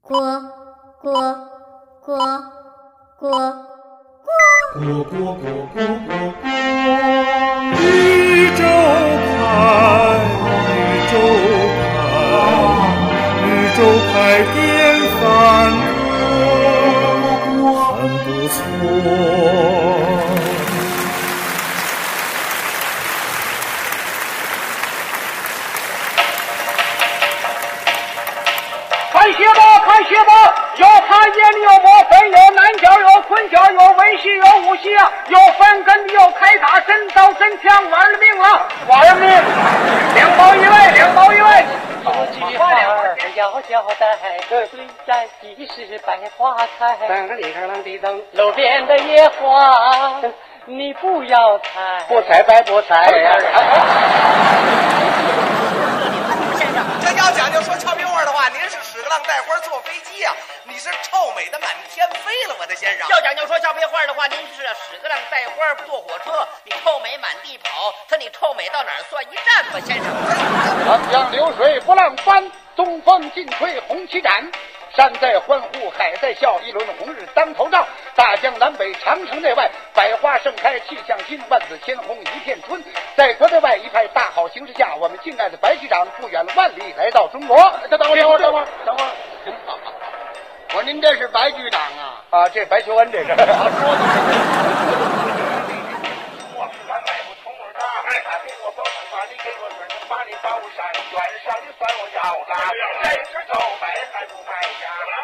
锅锅锅锅。锅锅锅锅锅，宇宙牌，宇宙牌，宇宙牌电饭锅，很不错。看学吧，看学吧，有汉奸的，有抹肥，有南角，有昆角，有文戏，有武戏啊，有翻跟的，有开打，真刀真枪，玩了命了，玩了命！两包一位，两包一位。四季花儿摇摇摆，对然已是百花开。噔个里个啷滴噔，路边的野花，你不要采。不才白不才呀！这要讲究说俏皮话的话，您是屎壳郎带花坐飞机啊！你是臭美的满天飞了，我的先生。要讲究说俏皮话的话，您是屎壳郎带花儿坐火车，你臭美满地跑，他你臭美到哪儿算一站吧，先生。长江流水不浪翻，东风进退红旗展。山在欢呼，海在笑，一轮红日当头照。大江南北，长城内外，百花盛开，气象新，万紫千红一片春。在国内外一派大好形势下，我们敬爱的白局长不远万里来到中国。等等会儿，等会儿，等会儿。我说您这是白局长啊？啊，这白求恩这是。我不管买不铜锣烧，他给我包子，把你给我水，把你包山，远上的算我要了，这是够白还不卖呀？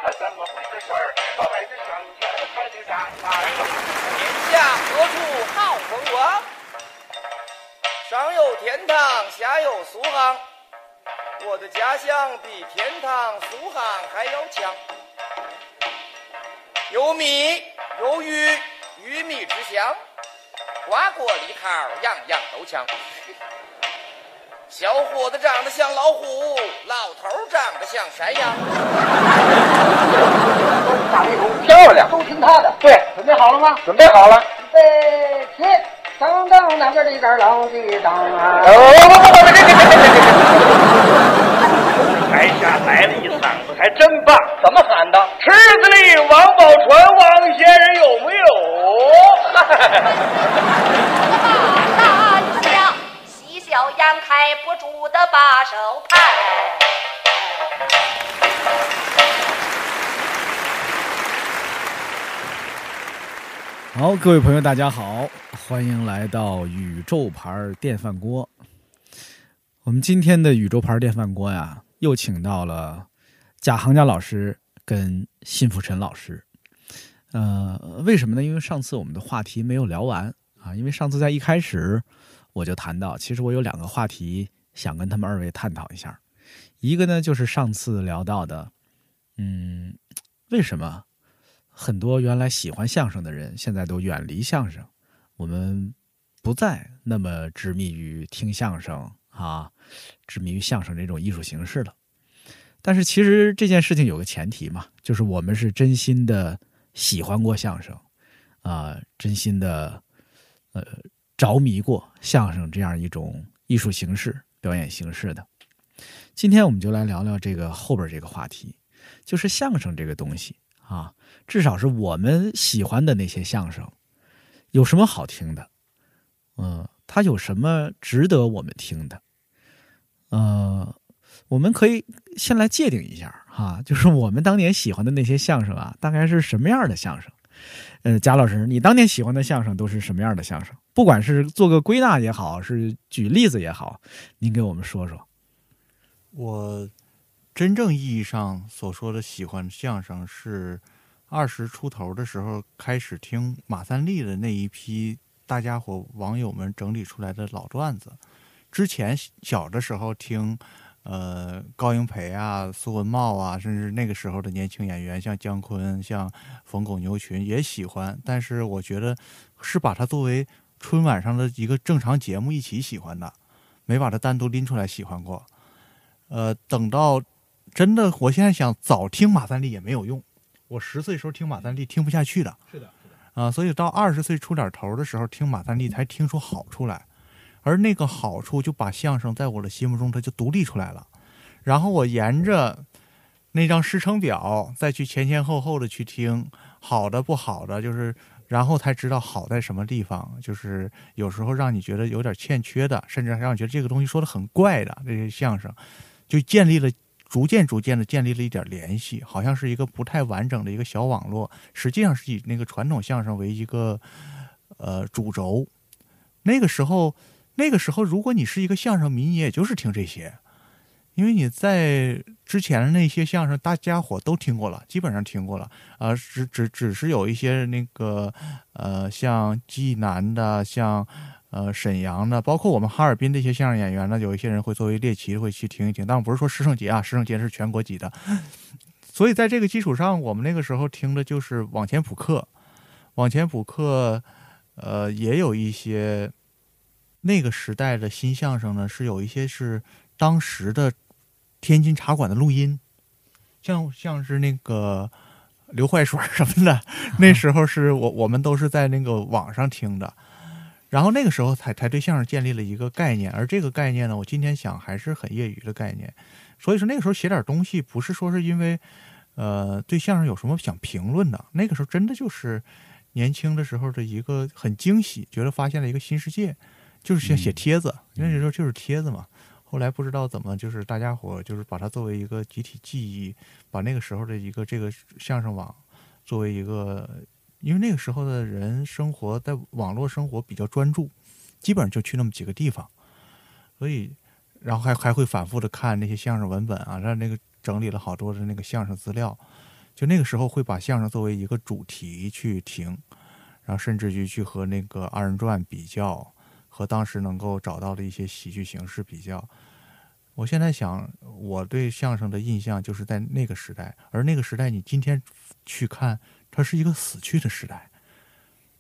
他怎么回事儿？我买的省钱，还得打他。下何处好风光？上有天堂，下有苏杭。我的家乡比天堂、苏杭还要强。有米有玉，鱼米之乡，瓜果梨桃样样都强。小伙子长得像老虎，老头儿长得像山羊。漂亮，都听他的。对，准备好了吗？准备好了。备起，当当当个里个啷地当啊！哦不不不不，别别别别别别！台下来了一嗓子，还真棒！怎么喊的？池子里王宝钏，王先生有没有？大家喜笑颜开，不住的把手拍。好，各位朋友，大家好，欢迎来到宇宙牌电饭锅。我们今天的宇宙牌电饭锅呀，又请到了贾行家老师跟辛福臣老师。呃，为什么呢？因为上次我们的话题没有聊完啊，因为上次在一开始我就谈到，其实我有两个话题想跟他们二位探讨一下。一个呢，就是上次聊到的，嗯，为什么很多原来喜欢相声的人，现在都远离相声。我们不再那么执迷于听相声啊，执迷于相声这种艺术形式了。但是其实这件事情有个前提嘛，就是我们是真心的喜欢过相声，啊、真心的呃着迷过相声这样一种艺术形式、表演形式的。今天我们就来聊聊这个后边这个话题，就是相声这个东西啊，至少是我们喜欢的那些相声，有什么好听的？嗯，它有什么值得我们听的？呃，我们可以先来界定一下哈、就是我们当年喜欢的那些相声啊，大概是什么样的相声？呃，贾老师，你当年喜欢的相声都是什么样的相声？不管是做个归纳也好，是举例子也好，您给我们说说。我真正意义上所说的喜欢相声，是二十出头的时候开始听马三立的那一批大家伙网友们整理出来的老段子。之前小的时候听，呃，高英培啊、苏文茂啊，甚至那个时候的年轻演员，像姜昆、像冯巩、牛群也喜欢，但是我觉得是把它作为春晚上的一个正常节目一起喜欢的，没把它单独拎出来喜欢过。呃，等到真的，我现在想早听马三立也没有用。我十岁时候听马三立听不下去的，是的，啊、所以到二十岁出点头的时候听马三立才听出好处来，而那个好处就把相声在我的心目中它就独立出来了。然后我沿着那张师承表，再去前前后后的去听，好的不好的，就是然后才知道好在什么地方。就是有时候让你觉得有点欠缺的，甚至让你觉得这个东西说的很怪的这些相声，就建立了。逐渐逐渐的建立了一点联系，好像是一个不太完整的一个小网络，实际上是以那个传统相声为一个呃主轴。那个时候，那个时候，如果你是一个相声迷，你也就是听这些，因为你在之前的那些相声，大家伙都听过了，基本上听过了啊、呃只只只是有一些那个呃，像济南的，像。呃，沈阳的，包括我们哈尔滨这些相声演员呢，有一些人会作为猎奇会去听一听，但不是说师胜节啊，师胜节是全国级的。 所以在这个基础上，我们那个时候听的就是往前补课，往前补课，呃，也有一些那个时代的新相声呢，是有一些是当时的天津茶馆的录音，像像是那个刘坏水儿什么的， 那时候是我我们都是在那个网上听的。然后那个时候才才对相声建立了一个概念，而这个概念呢，我今天想还是很业余的概念，所以说那个时候写点东西，不是说是因为，呃，对相声有什么想评论的，那个时候真的就是年轻的时候的一个很惊喜，觉得发现了一个新世界，就是写写帖子，那时候就是帖子嘛。后来不知道怎么，就是大家伙就是把它作为一个集体记忆，把那个时候的一个这个相声网作为一个因为那个时候的人生活在网络生活比较专注，基本上就去那么几个地方，所以，然后还还会反复的看那些相声文本啊，让那个整理了好多的那个相声资料，就那个时候会把相声作为一个主题去听，然后甚至于去和那个二人转比较，和当时能够找到的一些喜剧形式比较。我现在想，我对相声的印象就是在那个时代，而那个时代你今天去看。它是一个死去的时代，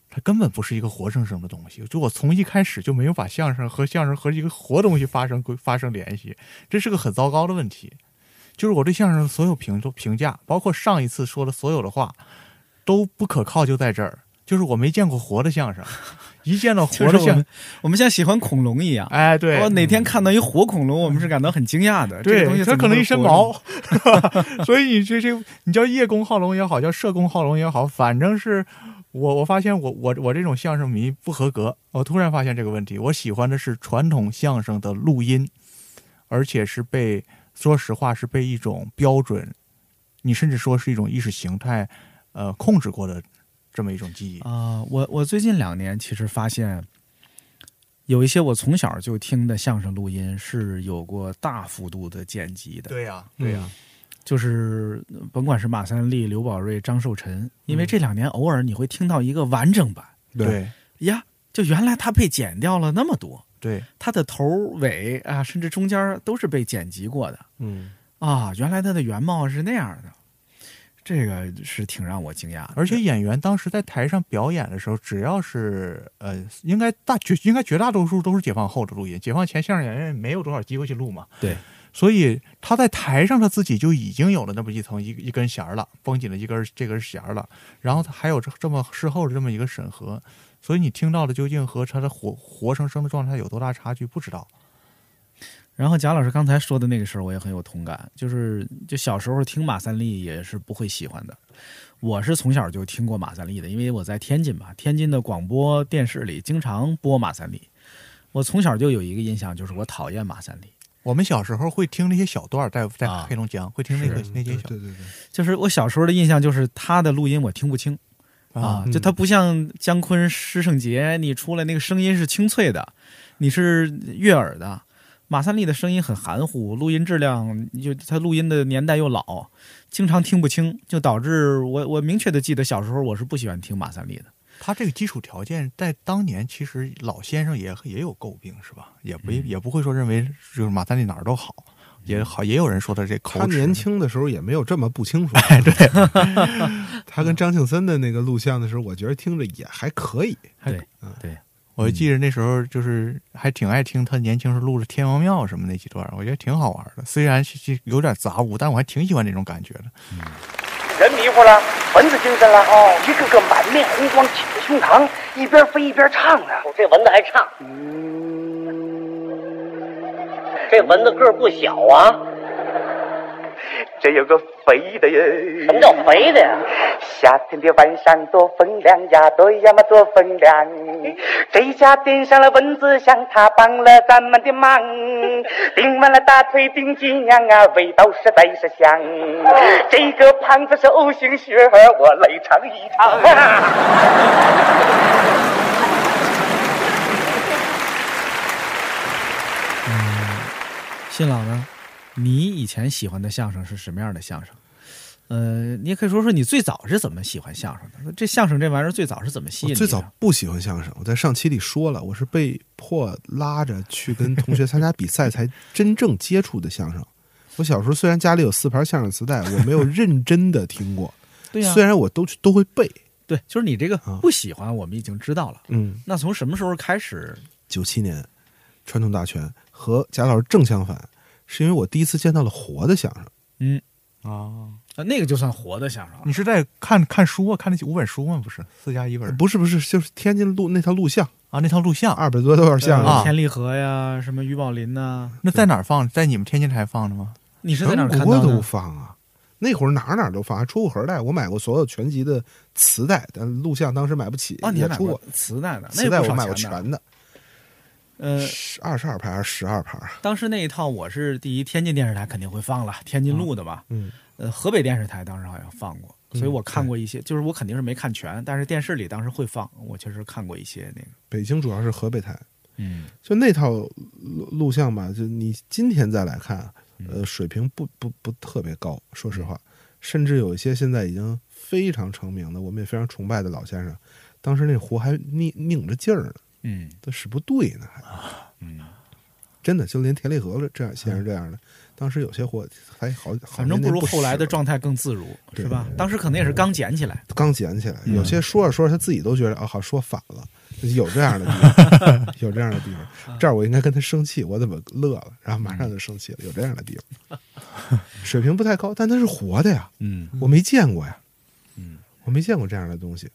它根本不是一个活生生的东西。就我从一开始就没有把相声和相声和一个活东西发生发生联系，这是个很糟糕的问题。就是我对相声所有评评价，包括上一次说的所有的话，都不可靠，就在这儿。就是我没见过活的 相声，一见到活就的是我相声们，我们像喜欢恐龙一样。哎，对，我啊哦哪天看到一活恐龙，我们是感到很惊讶的。这个东对，西它怎么可能一身活着毛，， 所以你这这你叫叶公好龙也好，叫社公好龙也好，反正是我我发现我我我这种相声迷不合格。我突然发现这个问题，我喜欢的是传统相声的录音，而且是被说实话是被一种标准，你甚至说是一种意识形态，呃，控制过的这么一种记忆。啊、我我最近两年其实发现，有一些我从小就听的相声录音是有过大幅度的剪辑的。嗯对呀、对呀、就是呃甭管是马三立、刘宝瑞、张寿臣，因为嗯这两年偶尔你会听到一个完整版，对呀，就原来他被剪掉了那么多，对，他的头尾啊，甚至中间都是被剪辑过的嗯。啊，原来他的原貌是那样的，这个是挺让我惊讶的。而且演员当时在台上表演的时候，只要是呃，应该大绝应该绝大多数都是解放后的录音，解放前相声演员也没有多少机会去录嘛。对，所以他在台上他自己就已经有了那么一层一一根弦儿了，绷紧了一根儿这根弦儿了，然后他还有这这么事后的这么一个审核，所以你听到的究竟和他的活活生生的状态有多大差距不知道。然后贾老师刚才说的那个事儿，我也很有同感，就是就小时候听马三立也是不会喜欢的。我是从小就听过马三立的，因为我在天津嘛，天津的广播电视里经常播马三立。我从小就有一个印象，就是我讨厌马三立。啊我们小时候会听那些小段儿，在在黑龙江、会听那个是那些小对对对，就是我小时候的印象就是他的录音我听不清啊啊，就他不像姜昆、施圣杰，你出来那个声音是清脆的，你是悦耳的。马三立的声音很含糊，录音质量就他录音的年代又老，经常听不清，就导致我我明确的记得小时候我是不喜欢听马三立的。他这个基础条件在当年其实老先生也也有诟病是吧？也嗯不、也不会说认为就是马三立哪儿都好，也好也有人说他这口嗯他齿年轻的时候也没有这么不清楚。哎， 对，他跟张庆森的那个录像的时候，我觉得听着也还嗯可以。对对，我记得那时候就是还挺爱听他年轻时候录的《天王庙》什么那几段，我觉得挺好玩的。虽然是是有点杂物，但我还挺喜欢这种感觉的。嗯人迷糊了，蚊子精神了，哦，一个个满面红光，挺着胸膛，一边飞一边唱呢。哦这蚊子还唱，这蚊子个儿不小啊。这有个肥的人。什么叫肥的呀？夏天的晚上多风凉呀，对呀嘛多风凉。这下点上了蚊子香，它帮了咱们的忙。叮完了大腿叮脊梁啊，味道实在是香。这个胖子是 O 型血儿，我来尝一尝啊。新郎嗯呢？你以前喜欢的相声是什么样的相声？呃，你也可以说说你最早是怎么喜欢相声的。这相声这玩意儿最早是怎么吸我引你的？，最早不喜欢相声，我在上期里说了，我是被迫拉着去跟同学参加比赛才真正接触的相声。 我小时候虽然家里有四盘相声磁带，我没有认真的听过 对呀啊虽然我都去都会背，啊对，就是你这个不喜欢，我们已经知道了。嗯，那从什么时候开始？九七年传统大全和贾老师正相反，是因为我第一次见到了活的相声。嗯，啊，啊，那个就算活的相声。啊你是在看看书啊？看那几五本书吗？不是，四加一本。不是不是，就是天津路那条录像啊，那条录像啊二百多段相声啊呃田立和呀，什么于宝林呐、那在哪儿放？在你们天津台放着吗？你是在哪儿看全到的国都放啊，那会儿哪儿哪儿都放，还出过盒带。我买过所有全集的磁带，但录像当时买不起，哦你还也买出过过磁带呢那磁也带不我少买过钱呢全的，呃，二十二盘还是十二盘啊？当时那一套我是第一，天津电视台肯定会放了，天津录的吧？嗯，呃，河北电视台当时好像放过，嗯所以我看过一些，就是我肯定是没看全，但是电视里当时会放，我确实看过一些那个。北京主要是河北台，嗯，就那套录录像吧，就你今天再来看，呃，嗯水平不不不特别高，说实话，甚至有一些现在已经非常成名的，我们也非常崇拜的老先生，当时那活还拧拧着劲儿呢，嗯，都使不对呢，还，嗯，真的就连田立和这样先生这样的，当时有些活还好，好反正不不如后来的使了状态更自如，对是吧？当时可能也是刚捡起来。刚捡起来，嗯有些说着说着他自己都觉得啊，好说反了，有这样的地 方，有这样的地方，这儿我应该跟他生气，我怎么乐了，然后马上就生气嗯了，有这样的地方，水平不太高，但它是活的呀，嗯，我没见过呀，嗯，我没见过这样的东西，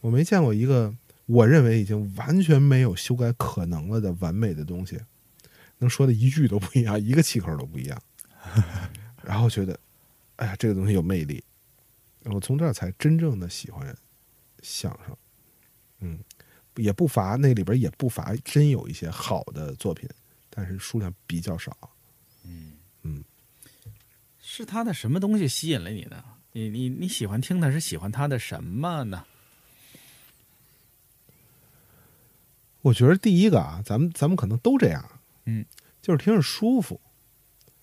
我没见过一个我认为已经完全没有修改可能了的完美的东西，能说的一句都不一样，一个气口都不一 样，然后觉得，哎呀，这个东西有魅力，我从这儿才真正的喜欢相声，嗯，也不乏那里边也不乏真有一些好的作品，但是数量比较少。是他的什么东西吸引了你呢？你你你喜欢听他是喜欢他的什么呢？我觉得第一个啊，咱们咱们可能都这样，啊嗯，就是听着舒服，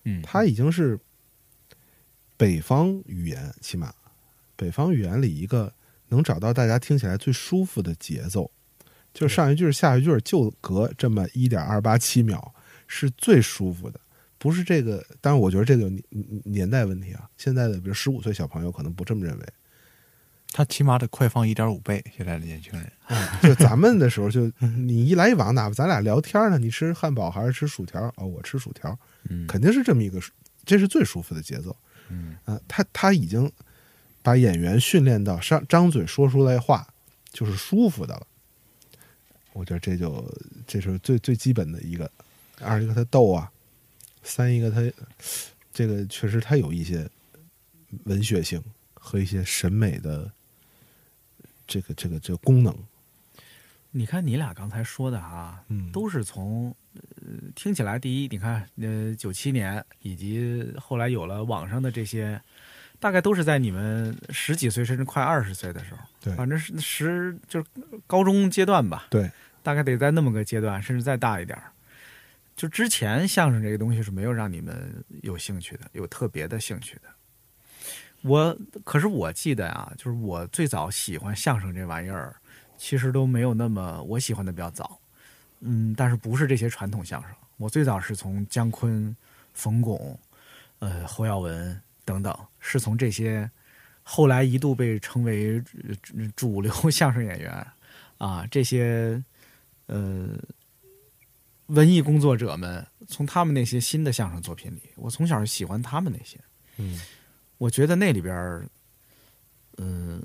嗯，它已经是北方语言，起码北方语言里一个能找到大家听起来最舒服的节奏，就是上一句儿下一句儿就隔这么一点二八七秒是最舒服的，不是这个。当然，我觉得这个有年年代问题啊，现在的比如十五岁小朋友可能不这么 认为，他起码得快放一点五倍，现在的年轻人。就咱们的时候就，你一来一往，哪怕咱俩聊天呢，你吃汉堡还是吃薯条？哦，我吃薯条，肯定是这么一个，这是最舒服的节奏。嗯，啊、他他已经把演员训练到张张嘴说出来话就是舒服的了。我觉得这就这是最最基本的一个，二一个他逗啊，三一个他这个确实他有一些文学性和一些审美的这个这个这个功能。你看你俩刚才说的啊，嗯都是从、呃、听起来第一，你看呃九七年以及后来有了网上的这些，大概都是在你们十几岁甚至快二十岁的时候，对反正是十就是高中阶段吧，对，大概得在那么个阶段，甚至再大一点儿。就之前相声这个东西是没有让你们有兴趣的，有特别的兴趣的。我可是我记得啊，就是我最早喜欢相声这玩意儿，其实都没有那么我喜欢的比较早，嗯，但是不是这些传统相声，我最早是从姜昆、冯巩、呃侯耀文等等，是从这些后来一度被称为呃主主流相声演员啊这些呃文艺工作者们，从他们那些新的相声作品里，我从小喜欢他们那些。嗯我觉得那里边儿，嗯、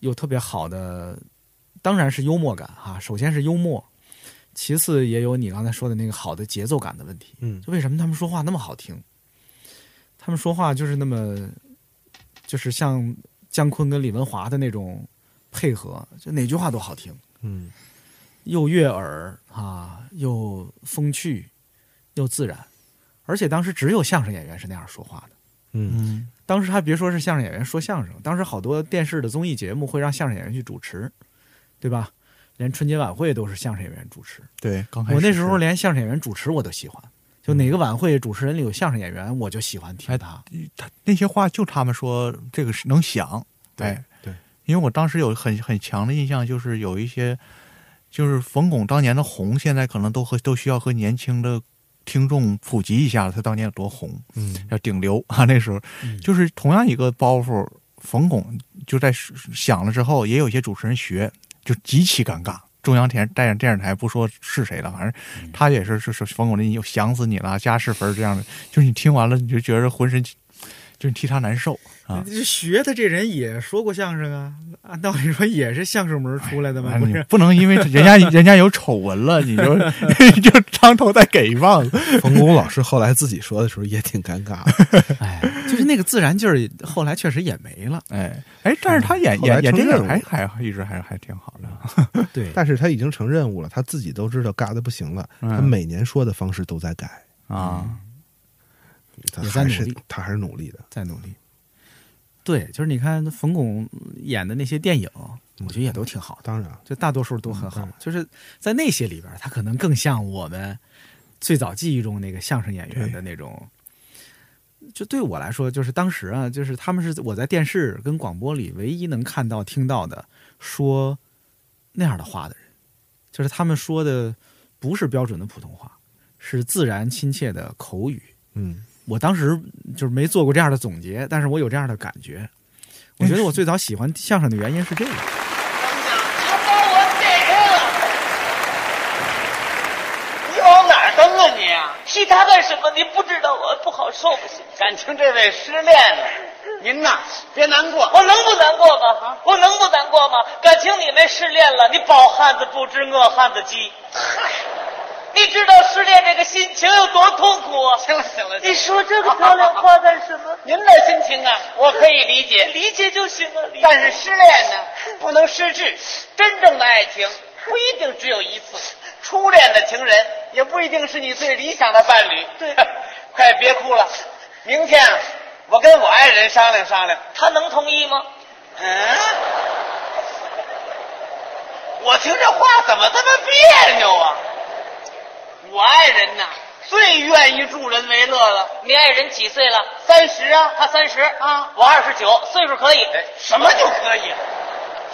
有特别好的，当然是幽默感哈、首先是幽默，其次也有你刚才说的那个好的节奏感的问题。嗯就为什么他们说话那么好听？他他们说话就是那么，就是像姜昆跟李文华的那种配合，就哪句话都好听，嗯，又悦耳啊，又风趣，又自然。而且当时只有相声演员是那样说话的，嗯，当时还别说是相声演员说相声，当时好多电视的综艺节目会让相声演员去主持，对吧？连春节晚会都是相声演员主持。对，刚开始我那时候连相声演员主持我都喜欢，就哪个晚会主持人里有相声演员，我就喜欢听他。他哎那些话就他们说这个是能想，对对，因为我当时有很很强的印象，就是有一些，就是冯巩当年的红，现在可能都和都需要和年轻的听众普及一下他当年有多红，嗯，要顶流 啊，那时候、就是同样一个包袱，冯巩就在想了之后，也有一些主持人学，就极其尴尬。中央电电电视台不说是谁了，反嗯正他也是是是冯巩的，你有想死你了，加十分这样的，就是你听完了你就觉得浑身就是替他难受啊。这学的这人也说过相声啊，按道理说也是相声门出来的嘛，哎不你是？不能因为人家人家有丑闻了，你 就 你就当头再给一棒子。 冯巩老师后来自己说的时候也挺尴尬的，就是那个自然劲儿，后来确实也没了。哎哎，但是他演后来演演承电认影还了还还一直还还挺好的。对，但是他已经成任务了，他自己都知道尬的不行了，嗯他每年说的方式都在改 啊，他也在还是努力他还是努力的，在努力。对，就是你看冯巩演的那些电影，我觉得也都挺好的，当然嗯就大多数都很好。就是在那些里边儿，他可能更像我们最早记忆中那个相声演员的那种。就对我来说，就是当时啊，就是他们是我在电视跟广播里唯一能看到、听到的说那样的话的人，就是他们说的不是标准的普通话，是自然亲切的口语。 嗯，我当时就是没做过这样的总结，但是我有这样的感觉。我觉得我最早喜欢相声的原因是这个，他把我逮着了！你往哪儿蹬啊你？踢他干什么？您不知道我不好受不行。感情这位失恋了， 您呐别难过。啊我能不难过吗？我能不难过吗？感情你们失恋了，你饱汉子不知饿汉子饥。你知道失恋这个心情有多痛苦啊？行了行了，你说这个漂亮话干什么？您的心情啊，我可以理解，理解就行了。但是失恋呢，不能失智。真正的爱情不一定只有一次，初恋的情人也不一定是你最理想的伴侣。对， 快别哭了，明天啊我跟我爱人商量商量，他能同意吗？嗯。我听这话怎么这么别扭啊？我爱人呐，最愿意助人为乐了。你爱人几岁了？三十啊，他三十啊，我二十九，岁数可以。什么就可以？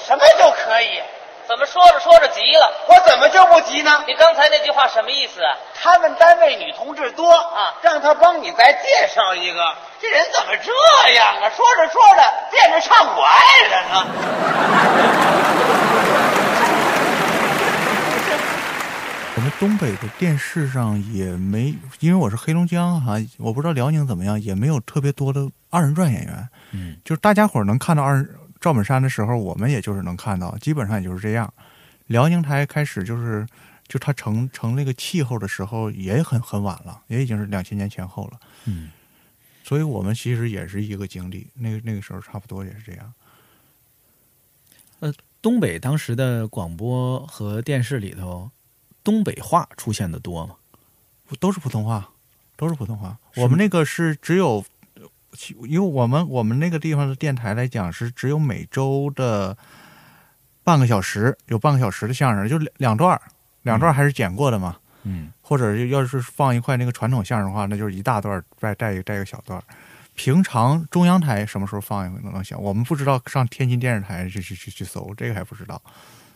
什么就可以？怎么说着说着急了？我怎么就不急呢？你刚才那句话什么意思啊？他们单位女同志多啊，让他帮你再介绍一个。这人怎么这样啊？说着说着变着唱我爱人了。我们东北的电视上也没，因为我是黑龙江哈、我不知道辽宁怎么样，也没有特别多的二人转演员。嗯，就是大家伙儿能看到二人赵本山的时候，我们也就是能看到，基本上也就是这样。辽宁台开始就是，就它成成那个气候的时候也很很晚了，也已经是两千年前后了。嗯，所以我们其实也是一个经历，那个那个时候差不多也是这样。呃，东北当时的广播和电视里头，东北话出现的多吗？都是普通话，都是普通话。是吗我们那个是只有，其因为我们我们那个地方的电台来讲是只有每周的半个小时，有半个小时的相声，就两两段儿，两段儿还是剪过的嘛。嗯，或者就要是放一块那个传统相声的话，那就是一大段儿，带带一带一个小段儿。平常中央台什么时候放一个能行？我们不知道，上天津电视台去去去去搜，这个还不知道。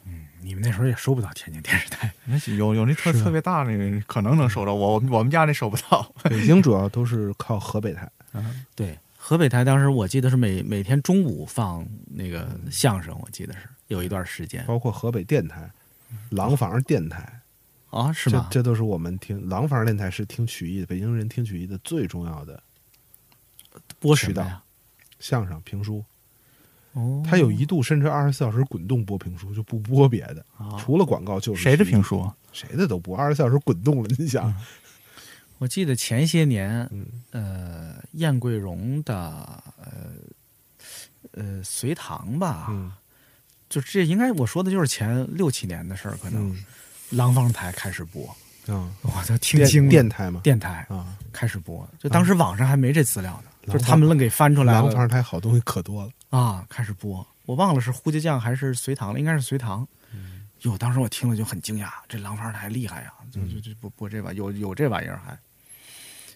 嗯你们那时候也收不到天津电视台，那有有那特是啊特别大那个，可能能收到。我我们我们家那收不到。北京主要都是靠河北台，对，河北台当时我记得是每每天中午放那个相声，我记得是有一段时间包括河北电台、廊坊电台，嗯啊，是这吗？这都是我们听廊坊电台是听曲艺的，北京人听曲艺的最重要的播什渠么道呀？，相声、评书。哦，他有一度甚至二十四小时滚动播评书，就不播别哦的，除了广告就是谁的曲艺评书啊？嗯谁的都播，二十四小时滚动了。你想，我记得前些年，嗯呃，燕桂荣的呃呃隋唐吧，嗯就这应该我说的就是前六七年的事儿，可能、廊坊台开始播，啊，我都听清了嗯电电台嘛，电台啊开始播，就当时网上还没这资料呢，廊坊就是他们愣给翻出来了廊坊台好东西可多了，啊，开始播，我忘了是呼家将还是隋唐了，应该是隋唐。嗯哟，当时我听了就很惊讶，这廊坊台厉害呀、就嗯就就播播这玩有有这玩意儿还，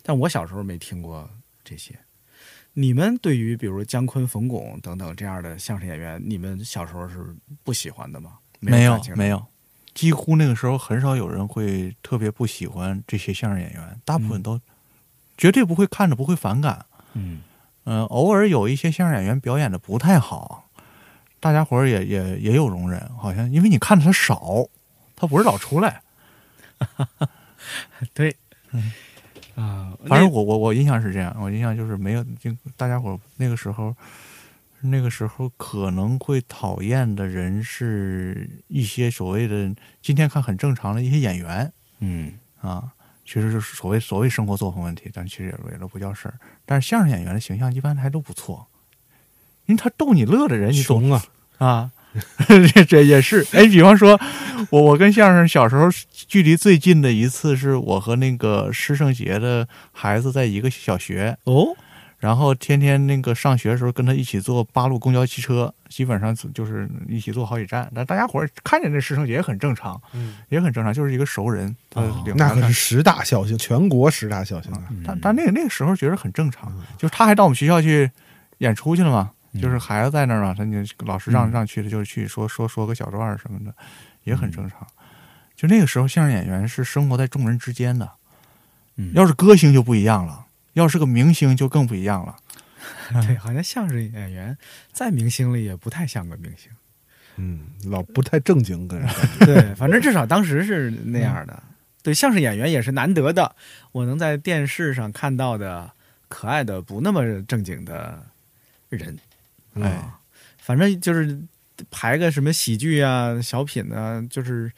但我小时候没听过这些。你们对于比如姜昆、冯巩等等这样的相声演员，你们小时候是不喜欢的吗？没有有感情的没有，几乎那个时候很少有人会特别不喜欢这些相声演员，大部分都绝对不会看着不会反感。嗯嗯、偶尔有一些相声演员表演的不太好，大家伙儿也也也有容忍，好像因为你看的他少，他不是老出来。 对，嗯啊反那正我我我印象是这样，我印象就是没有，就大家伙儿那个时候，那个时候可能会讨厌的人是一些所谓的今天看很正常的一些演员，嗯啊，其实就是所谓所谓生活作风问题，但其实也也都不叫事儿。但是相声演员的形象一般还都不错，因为他逗你乐的人，你总啊啊， 这这也是哎，比方说，我我跟相声小时候距离最近的一次是我和那个师胜杰的孩子在一个小学哦，然后天天那个上学的时候跟他一起坐八路公交汽车，基本上就是一起坐好几站，但大家伙儿看见这师胜杰也很正常，嗯哦也很正常，就是一个熟人，他领那着可他是十大孝星，全国十大孝星啊，但但那个那个时候觉得很正常，就是他还到我们学校去演出去了嘛，就是孩子在那儿嘛，他就老师让嗯让去的就是去说说说个小段儿什么的，也很正常。就那个时候，相声演员是生活在众人之间的，要是歌星就不一样了，要是个明星就更不一样了。 对，好像相声演员在明星里也不太像个明星。嗯，老不太正经跟人感 觉，对，反正至少当时是那样的。对，相声演员也是难得的，我能在电视上看到的可爱的、不那么正经的人。嗯哎，反正就是排个什么喜剧啊、小品啊，就是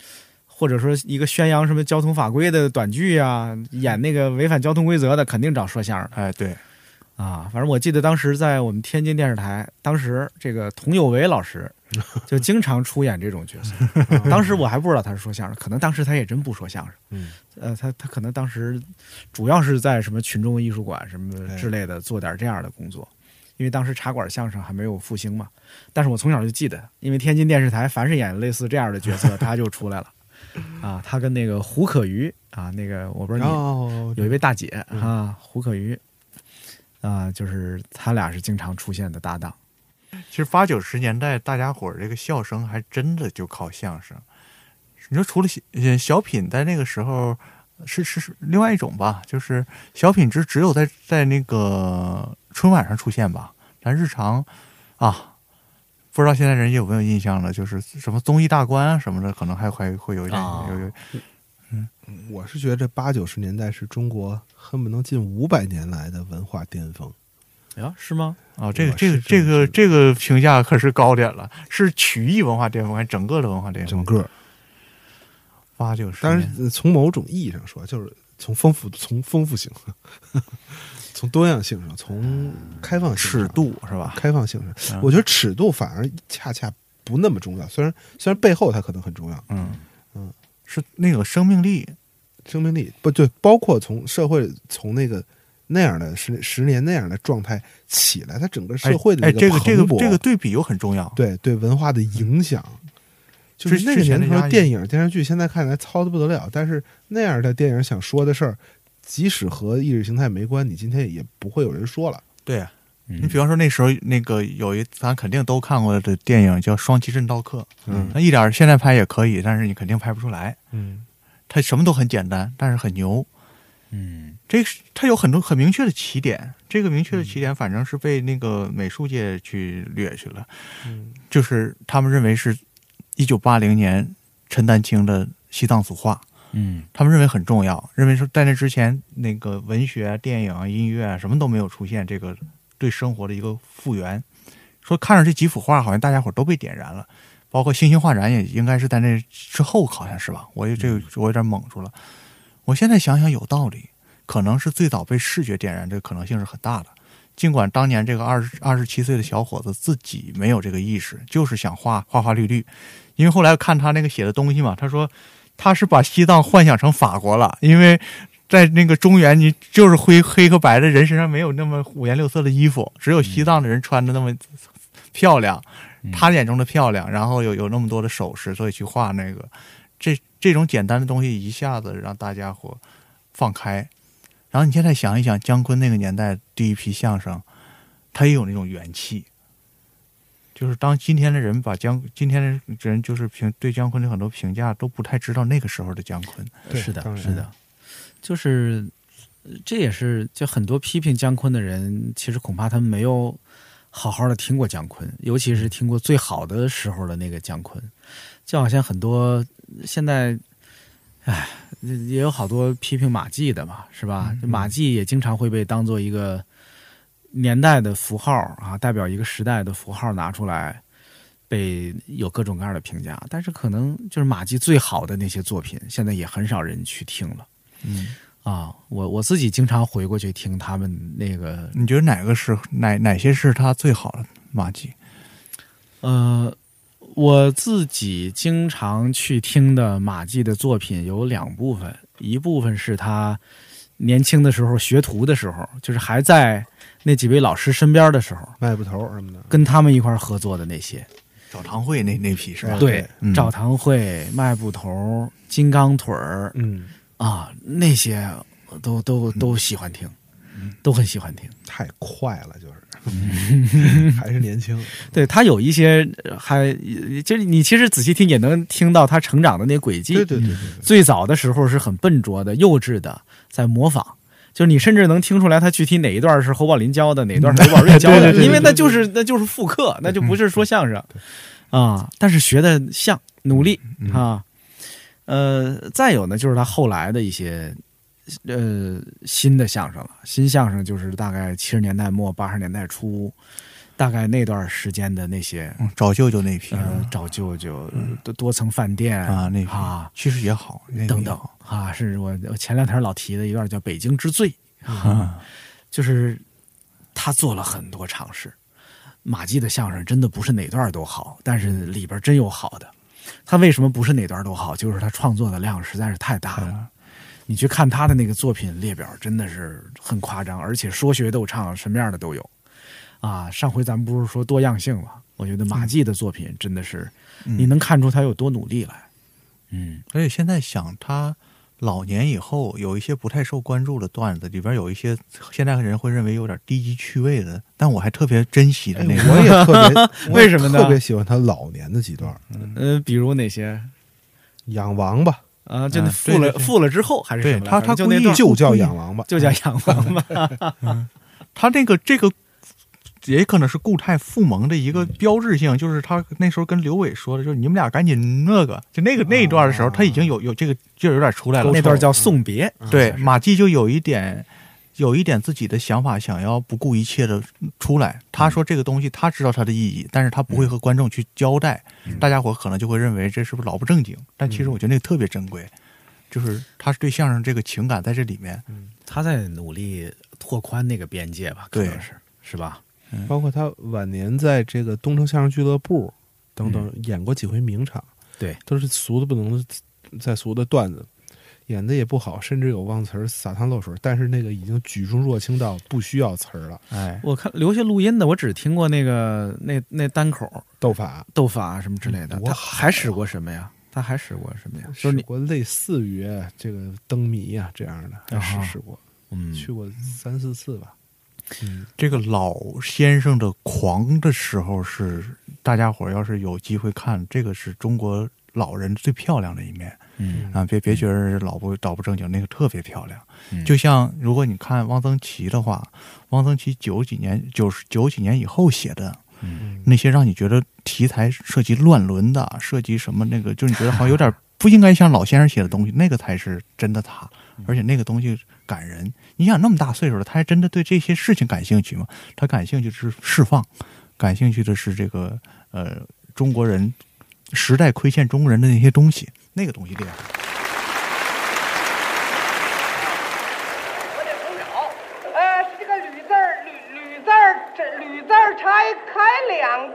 或者说一个宣扬什么交通法规的短剧啊，演那个违反交通规则的，肯定找说相声的。哎，对，啊，反正我记得当时在我们天津电视台，当时这个佟有为老师就经常出演这种角色。当时我还不知道他是说相声，可能当时他也真不说相声。嗯，呃，他他可能当时主要是在什么群众艺术馆什么之类的做点这样的工作，因为当时茶馆相声还没有复兴嘛。但是我从小就记得，因为天津电视台凡是演类似这样的角色，他就出来了。啊，他跟那个胡可瑜啊，那个我不知道你、哦有一位大姐啊，胡可瑜啊，就是他俩是经常出现的搭档。其实八九十年代，大家伙儿这个笑声还真的就靠相声。你说除了小呃小品，在那个时候是是是另外一种吧，就是小品只只有在在那个春晚上出现吧，咱日常啊，不知道现在人有没有印象了，就是什么综艺大观啊什么的，可能还还会有一点、啊有有 我是觉得这八九十年代是中国恨不能近五百年来的文化巅峰。呀，是吗？啊，这个我这个是这个这个评价可是高点了，是曲艺文化巅峰，还是整个的文化巅峰，整个八九十，当然，呃从某种意义上说，就是从丰富从丰富性 上，从多样性上，从开放性尺度是吧？嗯开放性上，我觉得尺度反而恰恰不那么重要。虽然虽然背后它可能很重要，嗯嗯，是那个生命力，生命力不对，包括从社会从那个。那样的十十年那样的状态起来，它整个社会的哎哎那这个这蓬个勃这个对比又很重要。对对文化的嗯影响。就是之那个之前年的压头，抑电影、电视剧现在看来糙的不得了，但是那样的电影想说的事儿，即使和意识形态没关，你今天也不会有人说了。对啊，你比方说那时候那个有一咱肯定都看过的电影叫《双旗镇道客》，嗯那一点儿现在拍也可以，但是你肯定拍不出来。嗯，它什么都很简单，但是很牛。嗯，这个是它有很多很明确的起点，这个明确的起点反正是被那个美术界去掠去了，嗯就是他们认为是一九八零年陈丹青的《西藏组画》。嗯他们认为很重要，认为说在那之前，那个文学啊、电影啊、音乐啊，什么都没有出现，这个对生活的一个复原。说看着这几幅画，好像大家伙都被点燃了，包括星星画展也应该是在那之后，好像是吧？我也这个我有点懵住了。我现在想想有道理，可能是最早被视觉点燃，这个可能性是很大的。尽管当年这个二十二十七岁的小伙子自己没有这个意识，就是想画花花绿绿，因为后来看他那个写的东西嘛，他说他是把西藏幻想成法国了，因为在那个中原，你就是灰黑和白的人身上没有那么五颜六色的衣服，只有西藏的人穿的那么漂亮，他眼中的漂亮，然后有有那么多的首饰，所以去画那个这这种简单的东西，一下子让大家伙放开。然后你现在想一想，姜昆那个年代第一批相声，他也有那种元气。就是当今天的人把姜，今天的人就是评对姜昆的很多评价都不太知道那个时候的姜昆。是的，是的，就是呃这也是就很多批评姜昆的人，其实恐怕他们没有好好的听过姜昆，尤其是听过最好的时候的那个姜昆，就好像很多现在，唉，也有好多批评马季的嘛，是吧？这马季也经常会被当做一个年代的符号啊，代表一个时代的符号拿出来。被有各种各样的评价，但是可能就是马季最好的那些作品，现在也很少人去听了嗯，啊。我我自己经常回过去听他们那个，你觉得哪个是哪哪些是他最好的马季？呃，我自己经常去听的马季的作品有两部分，一部分是他年轻的时候学徒的时候，就是还在那几位老师身边的时候，卖布头什么的，跟他们一块儿合作的那些，找堂会那那批是吧？对，嗯赵堂会、卖布头、金刚腿儿，嗯啊，那些都都都喜欢听，都很喜欢听。太快了， 就是，还是年轻。对他有一些呃还，就是你其实仔细听也能听到他成长的那轨迹。对对对对最早的时候是很笨拙的、幼稚的，在模仿。就是你甚至能听出来他具体哪一段是侯宝林教的，哪一段是侯宝 瑞教对的对，对对因为那就是那就是复刻，那就不是说相声啊。但是学的像，努力啊。呃，再有呢，就是他后来的一些呃新的相声了。新相声就是大概七十年代末八十年代初，大概那段时间的那些嗯找舅舅那批是吧嗯呃找舅舅、多多层饭店啊那批啊，其实也好，那个等也等好啊，是我我前两天老提的一段叫《北京之最》啊啊，就是他做了很多尝试。马季的相声真的不是哪段都好，但是里边真有好的。他为什么不是哪段都好？就是他创作的量实在是啊太大了。你去看他的那个作品列表，真的是很夸张，而且说学逗唱，什么样的都有。啊，上回咱们不是说多样性吗？我觉得马季的作品真的是，嗯你能看出他有多努力来。嗯，而且现在想他老年以后有一些不太受关注的段子，里边有一些现在人会认为有点低级趣味的，但我还特别珍惜的那个。哎我也特 别，为什么呢我特别喜欢他老年的几段，嗯，比如哪些？养王嗯八啊，就那富了富了之后还是什么来着？就那段嗯就叫养王八，就叫养王 八。嗯他那个这个也可能是固态复萌的一嗯个标志性，就是他那时候跟刘伟说的，就是你们俩赶紧那个，就那个那一段的时候，他已经有有这个就有点出来了。那段叫嗯送别，啊对，马季就有一点，有一点自己的想法，想要不顾一切的出来。他说这个东西，他知道它的意义，但是他不会和观众去交代，大家伙可能就会认为这是不是老不正经？但其实我觉得那个特别珍贵，就是他是对相声这个情感在这里面。他在努力拓宽那个边界吧，可能是是吧？包括他晚年在这个东城相声俱乐部等等嗯演过几回名场，对，都是俗的不能再俗的段子，演的也不好，甚至有忘词儿、撒汤漏水儿，但是那个已经举重若轻到不需要词儿了。哎，我看留下录音的，我只听过那个那那单口斗法、斗法什么之类的。多他好还使过什么呀？他还使过什么呀？就是过类似于啊这个灯谜啊这样的，啊试试过，嗯，去过三四次吧。这个老先生的狂的时候是，大家伙儿要是有机会看，这个是中国老人最漂亮的一面。嗯啊，别别觉得老不老不正经，那个特别漂亮。嗯就像如果你看汪曾祺的话，汪曾祺九几年九十九几年以后写的，嗯那些让你觉得题材涉及乱伦的，涉及什么那个，就你觉得好像有点不应该像老先生写的东西，那个才是真的他，嗯而且那个东西感人。你想那么大岁数了，他还真的对这些事情感兴趣吗？他感兴趣的是释放，感兴趣的是这个呃中国人时代亏欠中国人的那些东西，那个东西厉害。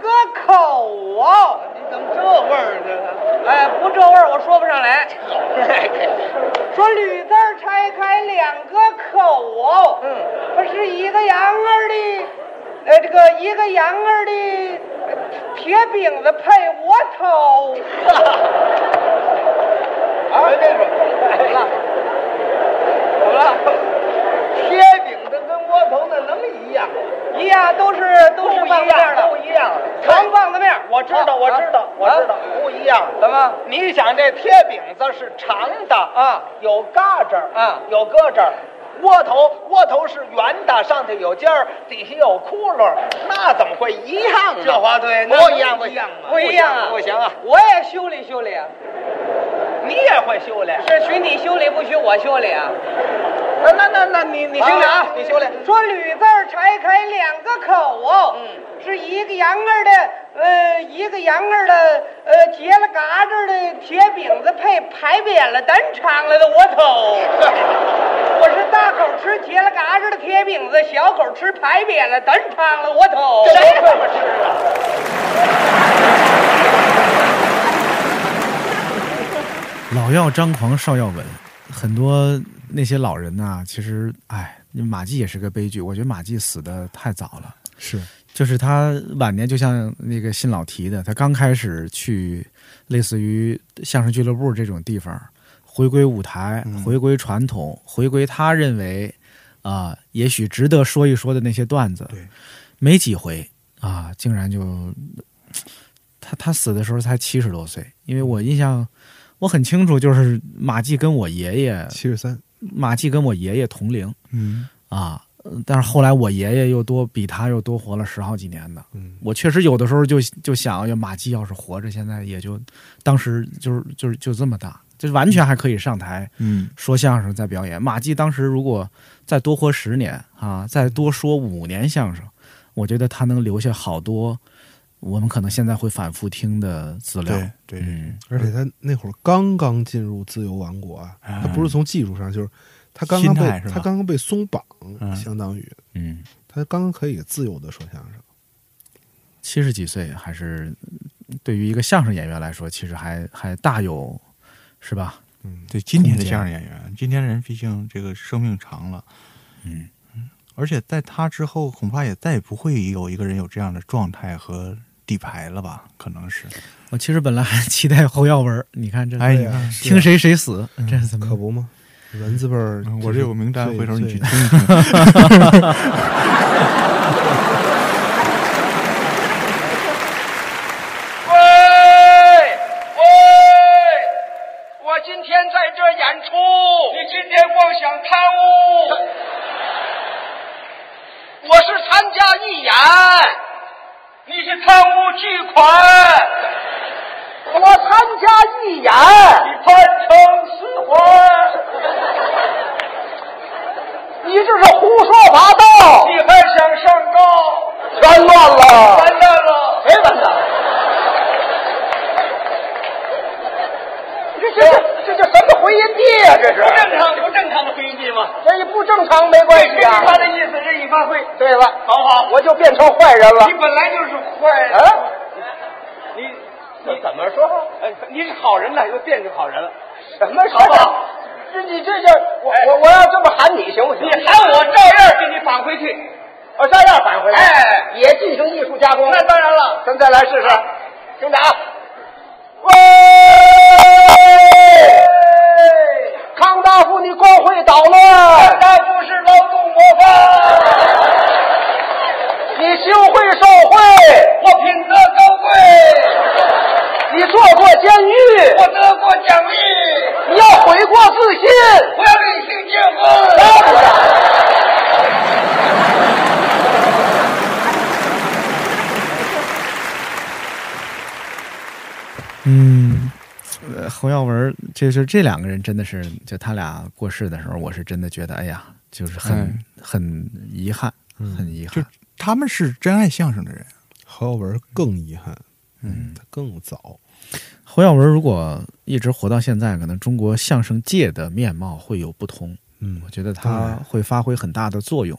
我哎哦我哎说不 上来。说吕字儿拆开两个口哦，嗯，不是一个羊儿的，呃，这个一个羊儿的呃铁饼子配窝头。啊，这是怎么了？怎么了？贴饼子跟窝头那能一样？一样都是都是棒子面的，不一样，长棒子面。啊我知道，我知道，我知道，不一样。怎么？你想这贴饼子是长的啊，有嘎吱啊，有搁这儿。窝头，窝头是圆的，上头有尖儿，底下有窟窿，那怎么会一样呢？这话对，那不能一样，不一样吗？不一样啊！不行啊！我也修理修理啊！你也会修理？是许你修理，不许我修理啊！那那那那你你修理啊，你修理。说吕字儿拆开两个口哦，嗯，是一个羊儿的，呃，一个羊儿的，呃，结了嘎吱的铁饼子配牌匾了，单长了的窝 头。我是大口吃结了嘎吱的铁饼子，小口吃牌匾了，单长了窝头。谁这么吃啊？老要张狂，少要稳。很多那些老人呐、其实，哎，马季也是个悲剧。我觉得马季死的太早了，是就是他晚年就像那个信老提的，他刚开始去类似于相声俱乐部这种地方，回归舞台，嗯回归传统，回归他认为啊、也许值得说一说的那些段子，没几回啊，竟然就他他死的时候才七十多岁，因为我印象我很清楚，就是马季跟我爷爷七十三，马季跟我爷爷同龄，嗯啊，呃但是后来我爷爷又多比他又多活了十好几年呢。嗯，我确实有的时候就就想，要马季要是活着，现在也就当时就是就是就这么大，就完全还可以上台嗯说相声再表演。马季当时如果再多活十年啊，嗯再多说五年相声，我觉得他能留下好多我们可能现在会反复听的资料。嗯对对而且他那会儿刚刚进入自由王国啊，他不是从技术上，就是他刚刚心被态是吧他刚刚被松绑，相当于嗯，他刚刚可以自由的说相声。七十几岁还是对于一个相声演员来说，其实还还大有是吧？嗯，对今天的相声演员，今天人毕竟这个生命长了，嗯，而且在他之后，恐怕也再也不会有一个人有这样的状态和底牌了吧？可能是，我其实本来还期待侯耀文，你看这，哎你看是啊听谁谁死，这是怎么可不吗？文字辈儿嗯就是最，我这有名单回头你去最听一听 喂喂，我今天在这儿演出，你今天妄想贪污，我是参加义演，你是贪污巨款，我参加义演，你贪成私还。你这是胡说八道！你还想上高？完蛋了完蛋了！谁完蛋？这这这这什么回音地啊？这是不正常不正常的回音地吗？这也不正常没关系啊。任意发的意思任意发挥。对了，好好，我就变成坏人了。你本来就是坏人啊？你你怎么说？哎，你是好人了，又变成好人了？什么好不好？这你这叫我我我要这么喊你行不行？你喊我照样给你返回去，我照样返回来，哎，也进行艺术加工。那当然了，咱再来试试，听着啊。喂，康大夫，你光会捣乱。康大夫是劳动模范，你行贿受贿，我品德高贵。你坐过监狱，我得过奖励。你要悔过自新，我要跟性结婚。嗯，呃，侯耀文就是这两个人真的是，就他俩过世的时候，我是真的觉得，哎呀，就是很、哎很遗憾，很遗憾。他们是真爱相声的人，侯耀文更遗憾，嗯，他更早，侯耀文如果一直活到现在，可能中国相声界的面貌会有不同。嗯，我觉得当他然会发挥很大的作用。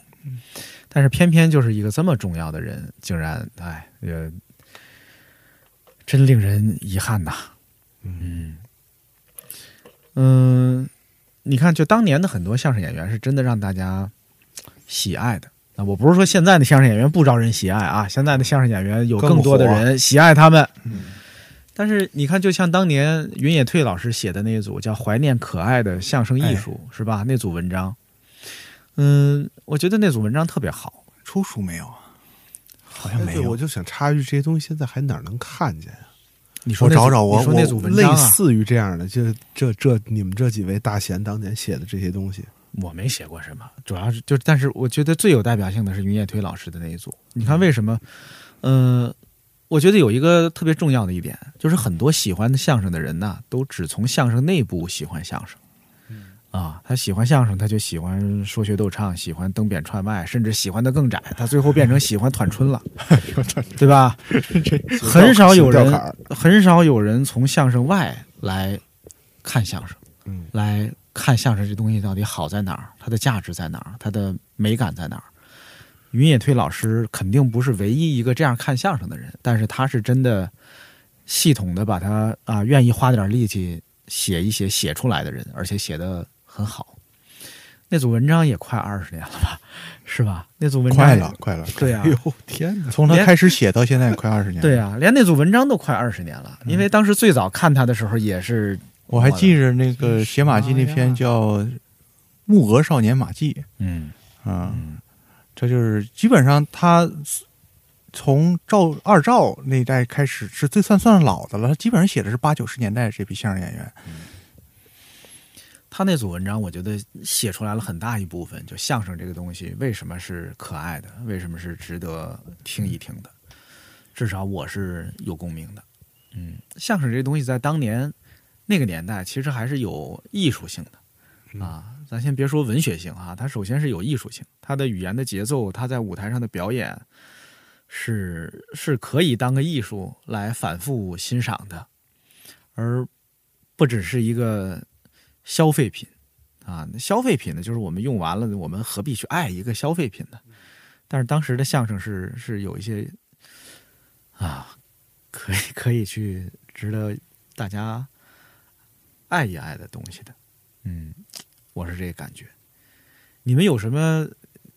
但是偏偏就是一个这么重要的人，竟然哎，也真令人遗憾呐。嗯，嗯，你看，就当年的很多相声演员是真的让大家喜爱的。那我不是说现在的相声演员不招人喜爱啊，现在的相声演员有更多的人喜爱他们。但是你看，就像当年云野退老师写的那一组叫《怀念可爱的相声艺术》，哎是吧？那组文章，嗯，我觉得那组文章特别好。出书没有啊？好像没有。我就想插一句，这些东西现在还哪能看见啊？你说那找找我，你说那组文章啊类似于这样的，就这这你们这几位大贤当年写的这些东西，我没写过什么，主要是就，但是我觉得最有代表性的是云野推老师的那一组。你看为什么？嗯，我觉得有一个特别重要的一点，就是很多喜欢相声的人呐，都只从相声内部喜欢相声。嗯啊，他喜欢相声，他就喜欢说学逗唱，喜欢蹬扁踹卖，甚至喜欢的更窄，他最后变成喜欢团春 了，对吧？很少有小人吊坎儿，很少有人从相声外来看相声，嗯，来看相声这东西到底好在哪儿，它的价值在哪儿，它的美感在哪儿。云野推老师肯定不是唯一一个这样看相声的人，但是他是真的系统的把他啊愿意花点力气写一写写出来的人，而且写的很好。那组文章也快二十年了吧，是吧？那组文章快了，快了，对呀、哎啊，呦天哪！从啊他开始写到现在快二十年， 对呀、连那组文章都快二十年了，因为当时最早看他的时候也是，嗯嗯哦我还记着那个写马季那篇叫《木鹅少年马季》，嗯啊，这就是基本上他从赵二赵那一代开始是最算算是老的了，他基本上写的是八九十年代这批相声演员。他那组文章，我觉得写出来了很大一部分，就相声这个东西为什么是可爱的，为什么是值得听一听的，至少我是有共鸣的。嗯，相声这东西在当年那个年代，其实还是有艺术性的啊。咱先别说文学性啊，它首先是有艺术性，它的语言的节奏，它在舞台上的表演是是可以当个艺术来反复欣赏的，而不只是一个消费品啊。那消费品呢，就是我们用完了，我们何必去爱一个消费品呢？但是当时的相声是是有一些啊，可以可以去值得大家爱一爱的东西的。嗯，我是这个感觉。你们有什么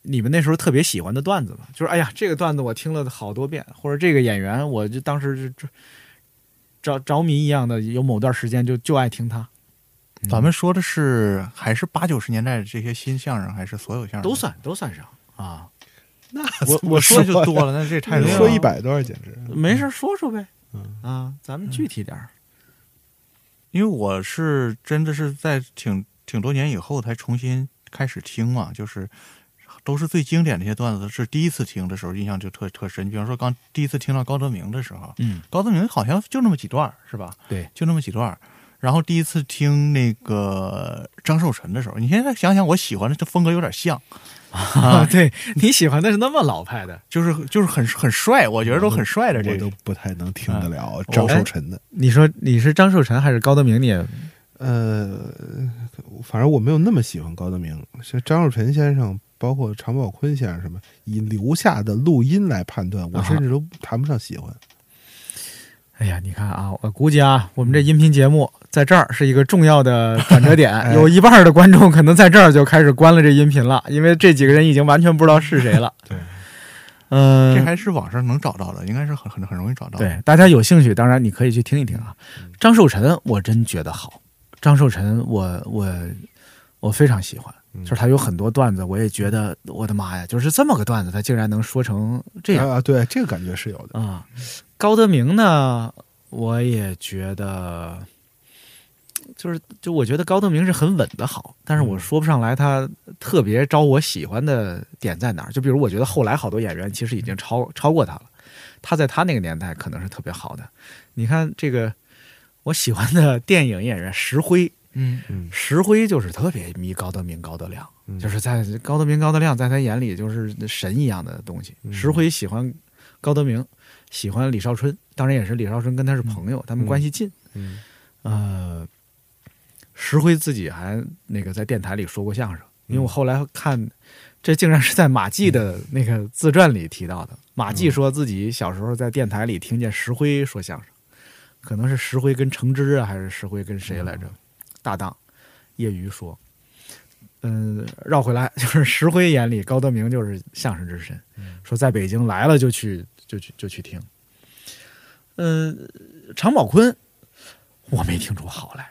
你们那时候特别喜欢的段子吗？就是哎呀，这个段子我听了好多遍，或者这个演员，我就当时就就着着迷一样的，有某段时间就就爱听他。嗯咱们说的是还是八九十年代的这些新相声，还是所有相声都算都算上啊？那 我怎么我说说就呀多了，那这太多了嗯说一百段儿简直没事儿说说呗，啊，咱们具体点儿。因为我是真的是在挺挺多年以后才重新开始听嘛，就是都是最经典的一些段子，是第一次听的时候印象就特特深。比方说刚第一次听到高德明的时候，嗯，高德明好像就那么几段儿是吧？对，就那么几段儿。然后第一次听那个张寿臣的时候，你现在想想，我喜欢的这风格有点像啊，对你喜欢的是那么老派的，就是就是很很帅，我觉得都很帅的这我个都不太能听得嗯了张寿臣的。哦你说你是张寿臣还是高德明？你也呃，反正我没有那么喜欢高德明，哎像张寿臣先生，包括常宝坤先生什么，以留下的录音来判断，我啊甚至都谈不上喜欢。哎呀，你看啊，我估计啊，我们这音频节目在这儿是一个重要的转折 点，哎有一半儿的观众可能在这儿就开始关了这音频了，因为这几个人已经完全不知道是谁了。对，嗯、呃这还是网上能找到的，应该是很很很容易找到的。对，大家有兴趣，当然你可以去听一听啊。张寿臣，我真觉得好。张寿臣我，我我非常喜欢，就是他有很多段子，我也觉得我的妈呀，就是这么个段子，他竟然能说成这样啊，对，这个感觉是有的啊。高德明呢，我也觉得，就是就我觉得高德明是很稳的好，但是我说不上来他特别招我喜欢的点在哪儿。就比如我觉得后来好多演员其实已经超超过他了，他在他那个年代可能是特别好的。你看这个我喜欢的电影演员石辉，嗯嗯，石辉就是特别迷高德明、高德亮，就是在高德明、高德亮在他眼里就是神一样的东西。石辉喜欢高德明，喜欢李少春，当然也是李少春跟他是朋友，他们关系近。嗯，呃，石辉自己还那个在电台里说过相声，因为我后来看，这竟然是在马季的那个自传里提到的。马季说自己小时候在电台里听见石辉说相声，可能是石辉跟程之啊，还是石辉跟谁来着？搭档，业余说。嗯，绕回来 就是石辉眼里高德明就是相声之神，说在北京来了就去就去就去听。嗯，常宝坤我没听出好来，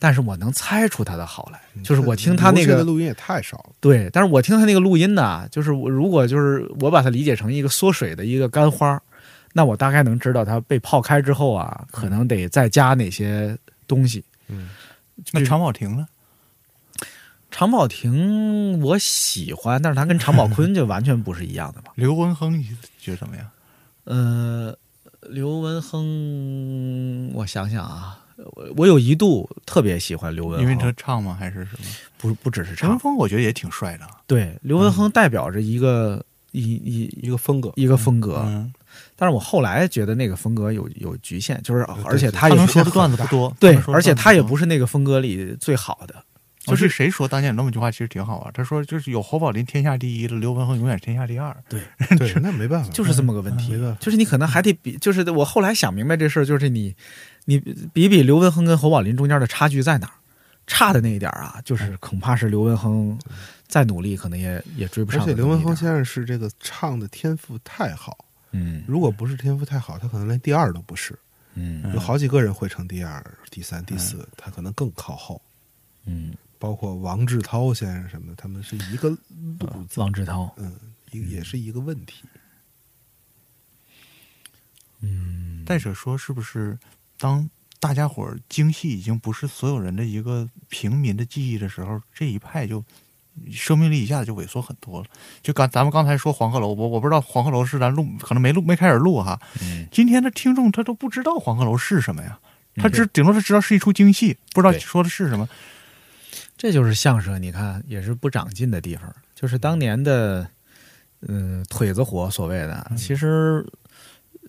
但是我能猜出他的好来，嗯就是我听他那留下个的录音也太少了。对，但是我听他那个录音呢，就是我如果就是我把它理解成一个缩水的一个干花儿，那我大概能知道它被泡开之后啊，嗯可能得再加哪些东西。嗯，那常宝霆呢？常宝霆我喜欢，但是他跟常宝坤就完全不是一样的嘛。刘文亨你觉得怎么样？呃，刘文亨，我想想啊，我我有一度特别喜欢刘文因亨，为他唱吗？还是什么？不不只是唱陈文峰，我觉得也挺帅的。啊嗯对，刘文亨代表着一个、一一一个风格，一个风格。嗯嗯但是我后来觉得那个风格有有局限，就是而且他也他能不是说的段子不多对他能，说的而且段子他也不是那个风格里最好的。就就是是哦谁说当年有那么句话，其实挺好玩。他说就是有侯宝林天下第一了，刘文亨永远天下第二。对 对，那没办法，就是这么个问题。就是你可能还得比，就是我后来想明白这事儿，就是你，你比比刘文亨跟侯宝林中间的差距在哪儿？差的那一点儿啊，哎就是恐怕是刘文亨再努力，可能也也追不而上。且刘文亨，先生是这个唱的天赋太好，嗯，如果不是天赋太好，他可能连第二都不是。嗯有好几个人会成第二、第三、第四，他可能更靠后。嗯，包括王志涛先生什么的，他们是一个路子。呃王志涛，嗯，一也是一个问题。嗯再者说，是不是当大家伙儿精细已经不是所有人的一个平民的记忆的时候，这一派就生命力一下子就萎缩很多了？就刚咱们刚才说黄鹤楼，我我不知道黄鹤楼是咱录，可能没录没开始录哈。嗯今天的听众他都不知道黄鹤楼是什么呀，他只顶多是知道是一出京戏，不知道说的是什么。这就是相声，你看也是不长进的地方，就是当年的，嗯、腿子活所谓的，嗯其实。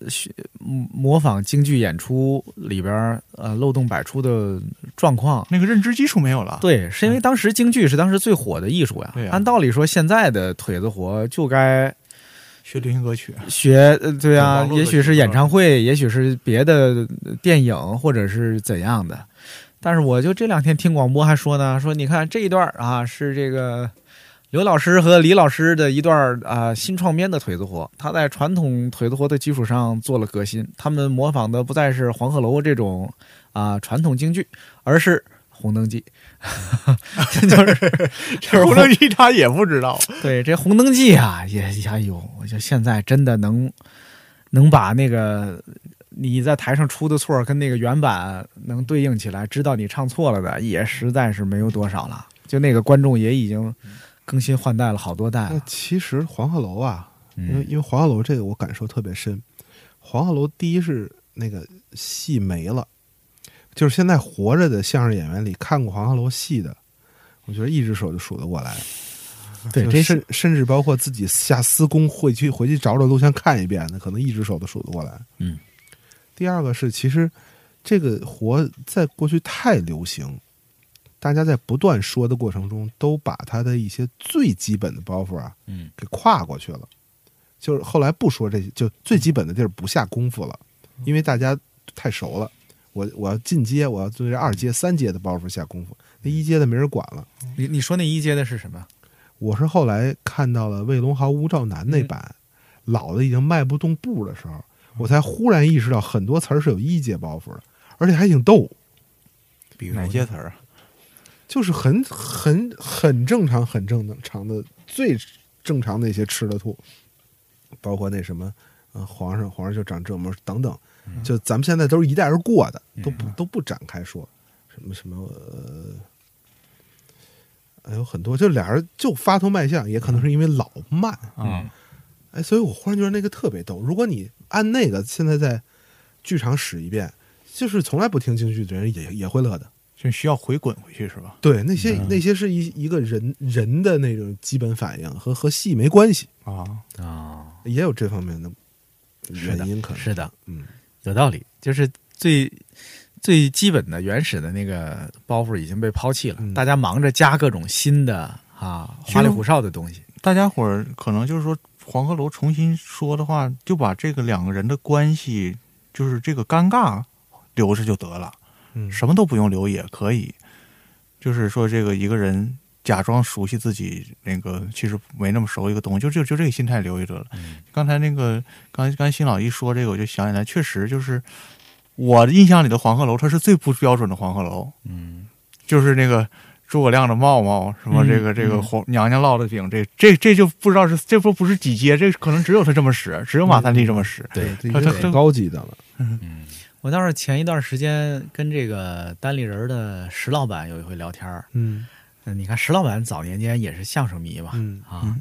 呃学嗯模仿京剧演出里边儿呃漏洞百出的状况，那个认知基础没有了。嗯对，是因为当时京剧是当时最火的艺术呀。对呀按道理说，现在的腿子活就该学流行歌曲，学，呃对啊网，络也歌许曲是演唱会，也许是别的呃电影，或者是怎样的。但是我就这两天听广播还说呢，说你看这一段儿啊是这个刘老师和李老师的一段儿啊新创编的腿子活，他在传统腿子活的基础上做了革新，他们模仿的不再是黄鹤楼这种啊传统京剧，而是红灯记， 就是就是红灯记他也不知道。对，这红灯记啊，也哎呦，我就现在真的能能把那个你在台上出的错儿跟那个原版能对应起来，知道你唱错了的，也实在是没有多少了。就那个观众也已经更新换代了好多代那了。其实黄鹤楼啊，嗯因为因为黄鹤楼这个我感受特别深。黄鹤楼第一是那个戏没了，就是现在活着的相声演员里看过黄鹤楼戏的，我觉得一只手就数得过来。对就这甚甚至包括自己下私工会去回去找找录像看一遍的，可能一只手都数得过来。嗯，第二个是，其实这个活在过去太流行，大家在不断说的过程中，都把他的一些最基本的包袱啊，嗯，给跨过去了。就是后来不说这些，就最基本的地儿不下功夫了，因为大家太熟了。我我要进阶，我要对这二阶、三阶的包袱下功夫，那一阶的没人管了。你你说那一阶的是什么？我是后来看到了魏龙豪、吴兆南那版，老的已经迈不动步的时候，我才忽然意识到很多词儿是有一阶包袱的，而且还挺逗。比如哪些词儿啊？就是很很很正常、很正常的、最正常的一些吃了吐，包括那什么，呃，皇上皇上就长这模等等，嗯就咱们现在都是一带而过的，都不都不展开说，什么什么呃。哎，有很多，就俩人就发头卖相，也可能是因为老慢啊。哎，所以我忽然觉得那个特别逗。如果你按那个现在在剧场使一遍，就是从来不听京剧的人也也会乐的。就需要回滚回去是吧？对，那些嗯那些是一一个人人的那种基本反应，和和戏没关系，啊啊，也有这方面的是原因可的，能是的，嗯，有道理，就是最。最基本的原始的那个包袱已经被抛弃了，嗯大家忙着加各种新的啊花里胡哨的东西。大家伙儿可能就是说，黄鹤楼重新说的话，就把这个两个人的关系，就是这个尴尬留着就得了，嗯什么都不用留也可以。就是说这个一个人假装熟悉自己那个其实没那么熟一个东西，就就就这个心态留下得了。嗯刚才那个刚刚才新老一说这个，我就想起来，确实就是我印象里的黄鹤楼，它是最不标准的黄鹤楼。嗯，就是那个诸葛亮的帽帽，什么这个、嗯这个嗯红娘娘烙的饼，这这这就不知道是这不不是几阶，这可能只有他这么使，只有马三立这么使。对，这已他经他很高级的了。我倒是前一段时间跟这个单立人的石老板有一回聊天儿，嗯嗯，你看石老板早年间也是相声迷嘛，嗯啊，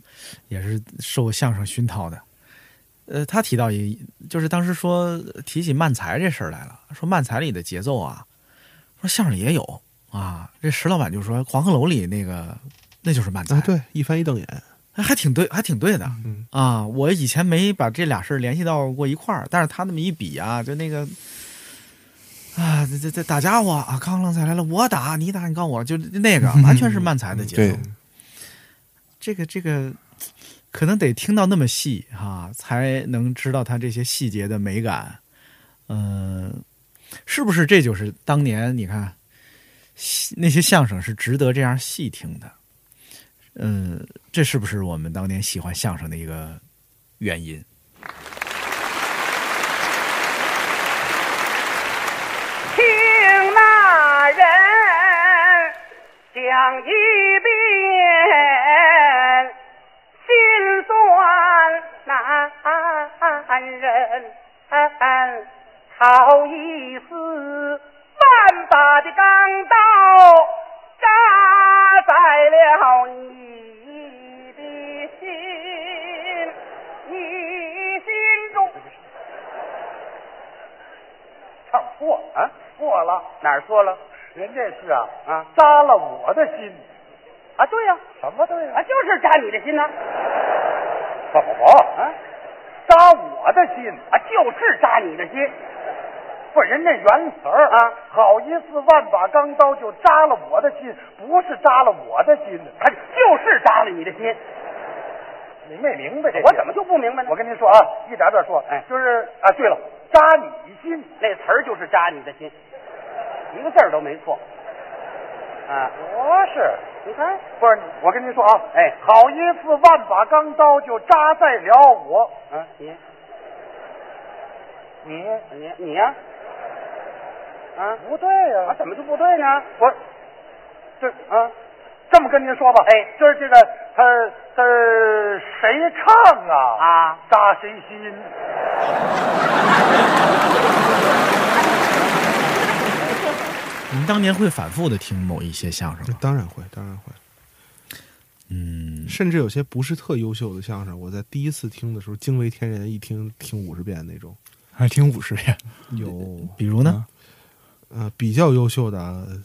也是受相声熏陶的。呃，他提到一，就是当时说提起慢才这事儿来了，说慢才里的节奏啊，说相声里也有啊。这石老板就说黄鹤楼里那个那就是慢才，啊，对，一翻一瞪眼，哎还挺对，还挺对的。嗯啊，我以前没把这俩事儿联系到过一块儿，但是他那么一比啊，就那个啊，这这这打家伙啊，康浪才来了，我打你打你告我，就 那 个完全是慢才的嗯节奏。这个这个可能得听到那么细哈、才能知道他这些细节的美感。嗯、是不是这就是当年你看戏那些相声是值得这样细听的？嗯，这是不是我们当年喜欢相声的一个原因？听那人讲一遍，心酸难忍，好一丝万把的钢刀哦扎在了你的心，你心中。唱错啊，错了，哪儿错了？人这是啊啊，扎了我的心啊，对呀、什么对呀、啊？就是扎你的心呐、怎么啊？扎我的心啊，就是扎你的心。不，人家原词儿啊，好一似万把钢刀就扎了我的心，不是扎了我的心，啊，就是扎了你的心。你没明白这我怎么就不明白呢？我跟您说啊，一点点说，哎，就是啊，对了，扎你心那词儿就是扎你的心，一个字儿都没错。啊，不是，你看，不是，我跟您说啊，哎，好一次万把钢刀就扎在了我，嗯，你，你，你，你呀、啊，不对呀、啊，怎么就不对呢？我，这啊，这么跟您说吧，哎，就是这个他他谁唱啊啊，扎谁心。你们当年会反复的听某一些相声吗？当然会，当然会。嗯，甚至有些不是特优秀的相声，我在第一次听的时候惊为天人，一听听五十遍那种。还听五十遍，嗯有， 比如呢？呃，比较优秀的，呃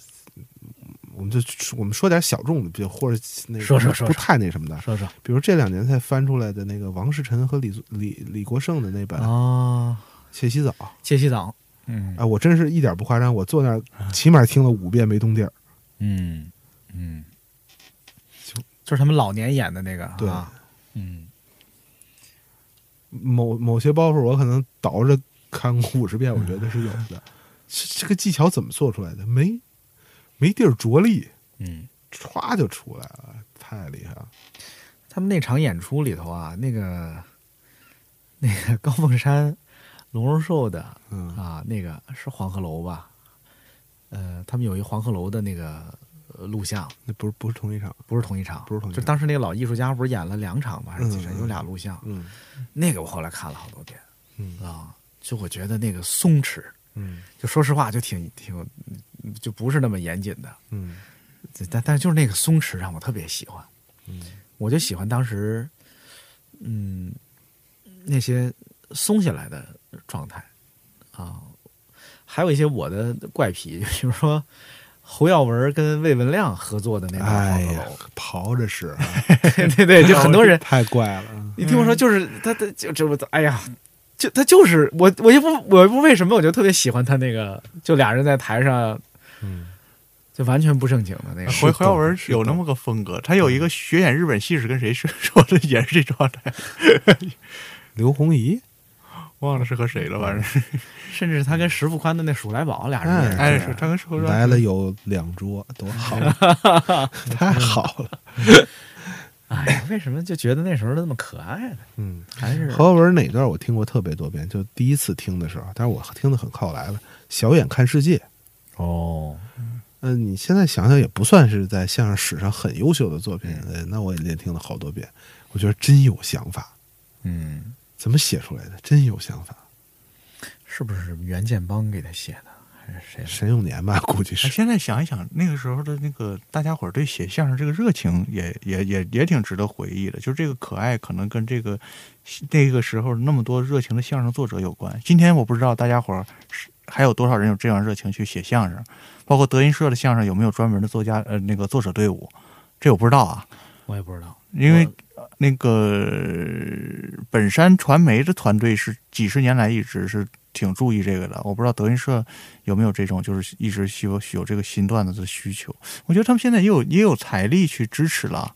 我们就我们说点小众的，比较或者那个说说说不说太那什么的。说说比如这两年才翻出来的那个王世臣和李李李国盛的那版啊，窃洗澡，窃啊洗澡，嗯啊，我真是一点不夸张，我坐那儿起码听了五遍没动地儿。嗯嗯，就是他们老年演的那个，对啊，嗯，某某些包袱，我可能倒着看过五十遍，我觉得是有的。这这个技巧怎么做出来的？没没地儿着力，嗯，歘就出来了，太厉害了。他们那场演出里头啊，那个 那个高凤山、龙荣寿的，嗯啊，那个是黄鹤楼吧？呃，他们有一黄鹤楼的那个呃录像，那不是不是同一场，不是同一场，不是同一就场，当时那个老艺术家不是演了两场吗？还是几场？嗯嗯有俩录像，嗯，那个我后来看了好多遍，嗯啊，就我觉得那个松弛，嗯就说实话就挺挺，就不是那么严谨的，嗯但但就是那个松弛让我特别喜欢，嗯我就喜欢当时，嗯，那些松下来的状态啊，还有一些我的怪癖， 比如说侯耀文跟魏文亮合作的那版《黄哎鹤楼呀》，刨着使啊， 对对对，就很多人太怪了。你听我说，就是他他就这我哎 呀，就他就是我我也不我也不为什么我就特别喜欢他那个，就俩人在台上，嗯，就完全不正经的那个。啊回回耀文有那么个风格，他嗯有一个学演日 本戏是跟谁说说的也是这状态。刘洪怡，嗯忘了是和谁了，反正甚至他跟石富宽的那鼠来宝俩人也是，哎，是他跟石富宽来了有两桌， 多好，太好了。哎，为什么就觉得那时候那么可爱呢？嗯，还是何文哪段我听过特别多遍，就第一次听的时候，但是我听的很靠来了。小眼看世界，哦，嗯、呃，你现在想想也不算是在相声史上很优秀的作品，嗯呃，那我也连听了好多遍，我觉得真有想法，嗯，怎么写出来的？真有想法，是不是袁建邦给他写的，还是谁？沈永年吧， 估计是。哎现在想一想，那个时候的那个大家伙儿对写相声这个热情也，也也也也挺值得回忆的。就这个可爱，可能跟这个那个时候那么多热情的相声作者有关。今天我不知道大家伙儿是。还有多少人有这样热情去写相声？包括德云社的相声有没有专门的作家呃那个作者队伍？这我不知道啊，我也不知道，因为那个本山传媒的团队是几十年来一直是挺注意这个的。我不知道德云社有没有这种就是一直需要有这个新段子的需求。我觉得他们现在也有也有财力去支持了。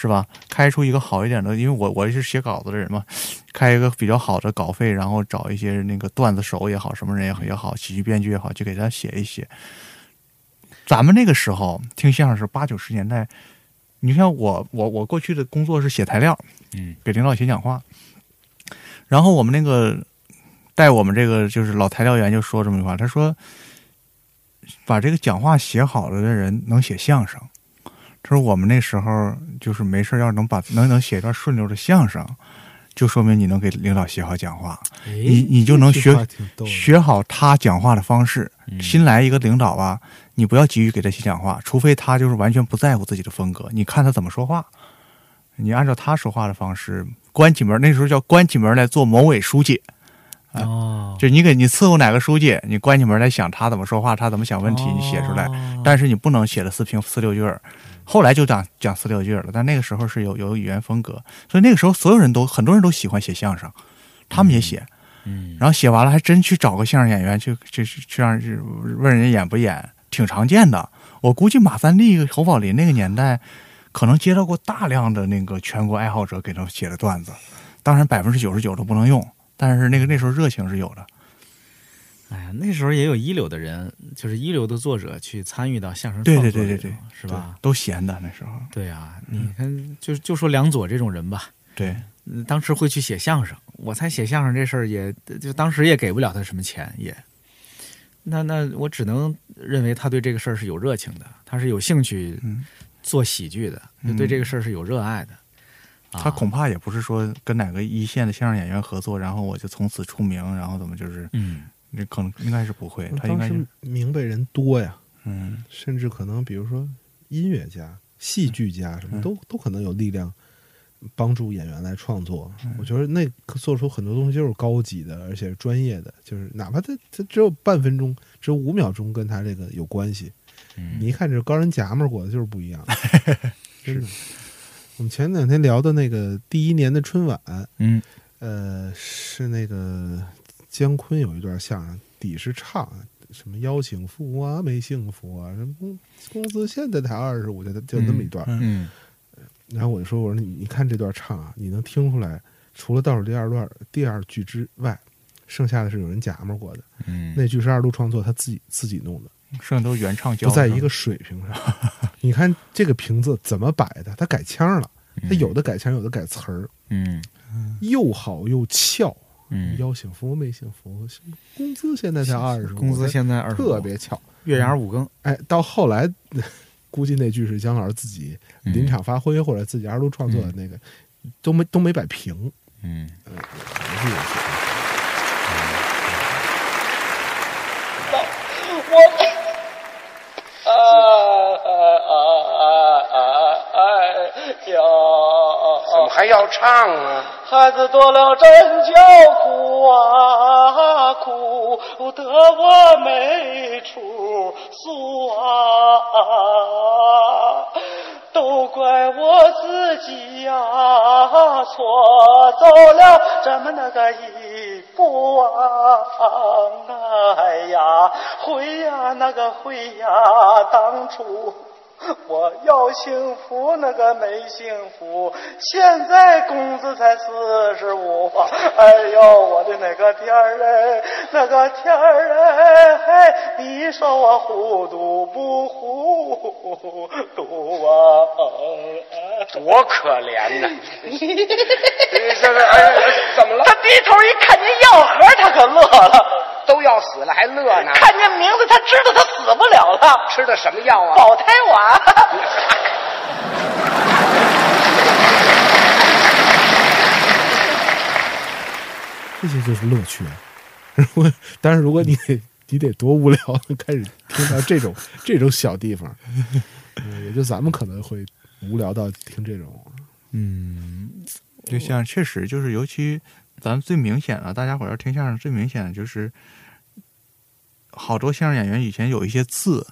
是吧？开出一个好一点的，因为我我是写稿子的人嘛，开一个比较好的稿费，然后找一些那个段子手也好，什么人也也好，喜剧编剧也好，就给他写一写。咱们那个时候听相声是八九十年代，你像我我我过去的工作是写材料，嗯，给领导写讲话。然后我们那个带我们这个就是老材料员就说这么句话，他说：“把这个讲话写好了的人能写相声。”就是我们那时候，就是没事要能把能能写一段顺溜的相声，就说明你能给领导写好讲话，哎你你就能学学好他讲话的方式。新来一个领导吧，你不要急于给他写讲话，除非他就是完全不在乎自己的风格。你看他怎么说话，你按照他说话的方式，关起门那时候叫关起门来做某委书记。啊、哦，就你给你伺候哪个书记，你关起门来想他怎么说话，他怎么想问题，你写出来。哦、但是你不能写的四平四六句儿。后来就讲讲四六句了，但那个时候是有有语言风格，所以那个时候所有人都很多人都喜欢写相声，他们也写，嗯，嗯然后写完了还真去找个相声演员去去去让问人演不演，挺常见的。我估计马三立、侯宝林那个年代，可能接到过大量的那个全国爱好者给他写的段子，当然百分之九十九都不能用，但是那个那时候热情是有的。哎呀，那时候也有一流的人，就是一流的作者去参与到相声对对对对对，是吧？都闲的那时候。嗯对呀、啊，你看，就就说梁左这种人吧，对，当时会去写相声。我猜写相声这事儿也就当时也给不了他什么钱，也。那那我只能认为他对这个事儿是有热情的，他是有兴趣做喜剧的，嗯、就对这个事儿是有热爱的。嗯、啊他恐怕也不是说跟哪个一线的相声演员合作，然后我就从此出名，然后怎么就是嗯。那可能应该是不会，他应该是嗯明白人多呀，嗯，甚至可能比如说音乐家、戏剧家什么，嗯、都都可能有力量帮助演员来创作。嗯、我觉得那做出很多东西就是高级的，而且专业的，就是哪怕他他只有半分钟，只有五秒钟跟他这个有关系，嗯、你一看这高人夹们裹的就是 不一样，真的。我们前两天聊的那个第一年的春晚，嗯，呃，是那个。姜昆有一段相声，底是唱什么邀请福啊，没幸福啊，什么工工资现在才二十五，就就那么一段。嗯，嗯然后我就说，我说你你看这段唱啊，你能听出来，除了倒数第二段第二句之外，剩下的是有人假模过的。嗯，那句是二度创作，他自己自己弄的，剩下都原唱不在一个水平 上。你看这个瓶子怎么摆的，他改腔了，嗯他有的改腔，有的改词儿。嗯，又好又俏。嗯，邀请福没幸福，工资现在才二十，工资现在二十，特别巧，月牙五更。哎，到后来， 估计那句是姜老师自己临场发挥或者自己二度创作的那个，都没都没摆平。嗯，我啊啊啊啊哎啊！哟，怎么还要唱啊？孩子多了真叫苦啊，苦得我没处诉啊，都怪我自己呀、啊，错走了咱们那个一步啊，啊哎呀，悔呀那个悔呀，当初。我要幸福，那个没幸福。现在工资才四十五，哎呦，我的那个天儿哎，那个天儿哎，嘿，你说我糊涂不糊 啊涂啊？多可怜呐！这个哎呀，怎么了？他低头一看见药盒，他可乐了。都要死了还乐呢？看见名字，他知道他死不了了。吃的什么药啊？保胎丸。这些就是乐趣啊。 如果，但是如果你你得多无聊，开始听到这种这种小地方、嗯也就咱们可能会无聊到听这种。嗯，就像确实就是，尤其咱们最明显的，大家伙儿要听相声最明显的就是，好多相声演员以前有一些字，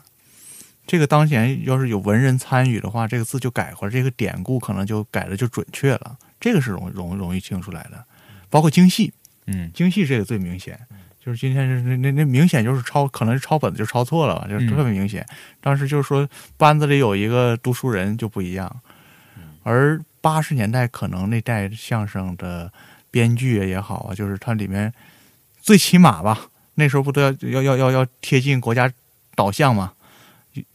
这个当前要是有文人参与的话，这个字就改或者这个典故可能就改的就准确了，这个是容容容易听出来的。包括京戏，嗯，京戏这个最明显，就是今天是那那那明显就是抄，可能是抄本子就抄错了吧，就是特别明显。当时就是说班子里有一个读书人就不一样，而八十年代可能那代相声的编剧也好啊，就是它里面最起码吧，那时候不都要要要要要贴近国家导向嘛，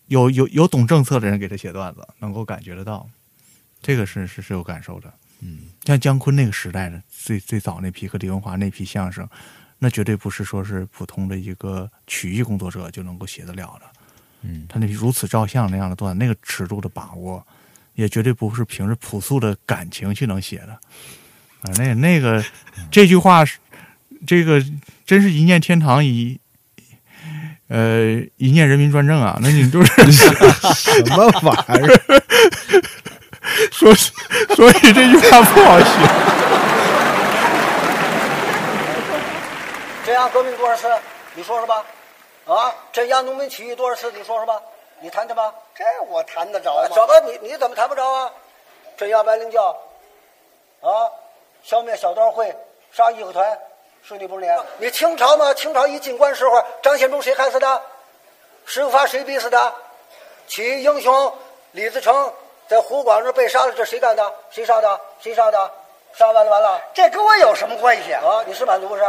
有有有懂政策的人给他写段子，能够感觉得到，这个是是是有感受的。嗯，像姜昆那个时代的最最早那批和李文华那批相声，那绝对不是说是普通的一个曲艺工作者就能够写得了的。嗯，他那如此照相那样的段，那个尺度的把握，也绝对不是凭着朴素的感情去能写的。啊，那那个嗯这句话是，这个真是一念天堂一。呃，一念人民专政啊！那你就是 什么玩意儿？ 所以所以这句话不好学。这样革命多少次？你说说吧。啊，镇压农民起义多少次？你说说吧。你谈谈吧。这我谈得着啊吗？怎么你你怎么谈不着啊？镇压白灵教，啊，消灭小刀会，杀义和团，是你不是你？啊你清朝吗？清朝一进关时候，张献忠谁害死的？石发谁逼死的？起义英雄李自成在湖广这被杀了，这谁干的？谁杀的？谁杀的？杀完了完了，这跟我有什么关系啊？啊，你是满族不是？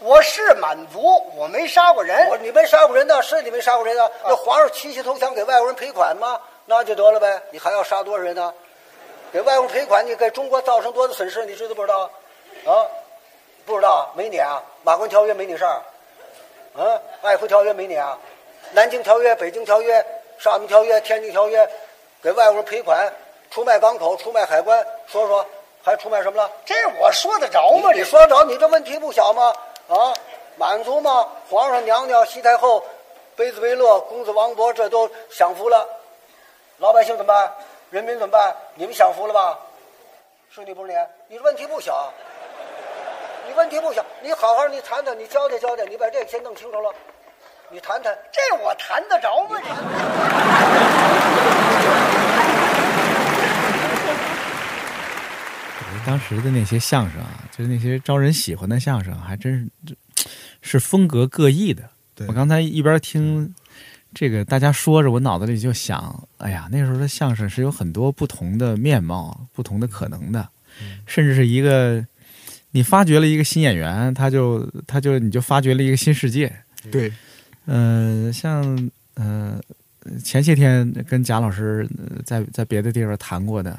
我是满族，我没杀过人。啊我你没杀过人呢，是你没杀过人呢。啊那皇上七夕投降给外国人赔款吗？那就得了呗，你还要杀多少人呢？给外国人赔款，你给中国造成多大损失，你知道不知道？啊，不知道，没你啊，马关条约没你事儿，啊，爱护条约没你啊，南京条约、北京条约、沙姆条约、天津条约，给外国人赔款，出卖港口，出卖海关，说说还出卖什么了？这我说得着吗？你你说得着，你这问题不小吗？啊，满族吗？皇上娘娘、西太后、卑子维勒、公子王勃，这都享福了，老百姓怎么办？人民怎么办？你们享福了吧？是你不是你？啊你问题不小，啊你问题不小，你好好你谈谈，你交代交代，你把这个先弄清楚了，你谈谈，这我谈得着吗？当时的那些相声啊，就是那些招人喜欢的相声，还真是是风格各异的。我刚才一边听这个大家说着，我脑子里就想，哎呀，那时候的相声是有很多不同的面貌、不同的可能的，嗯甚至是一个你发掘了一个新演员，他就他就你就发掘了一个新世界。对，嗯、像呃前些天跟贾老师呃在在别的地方谈过的，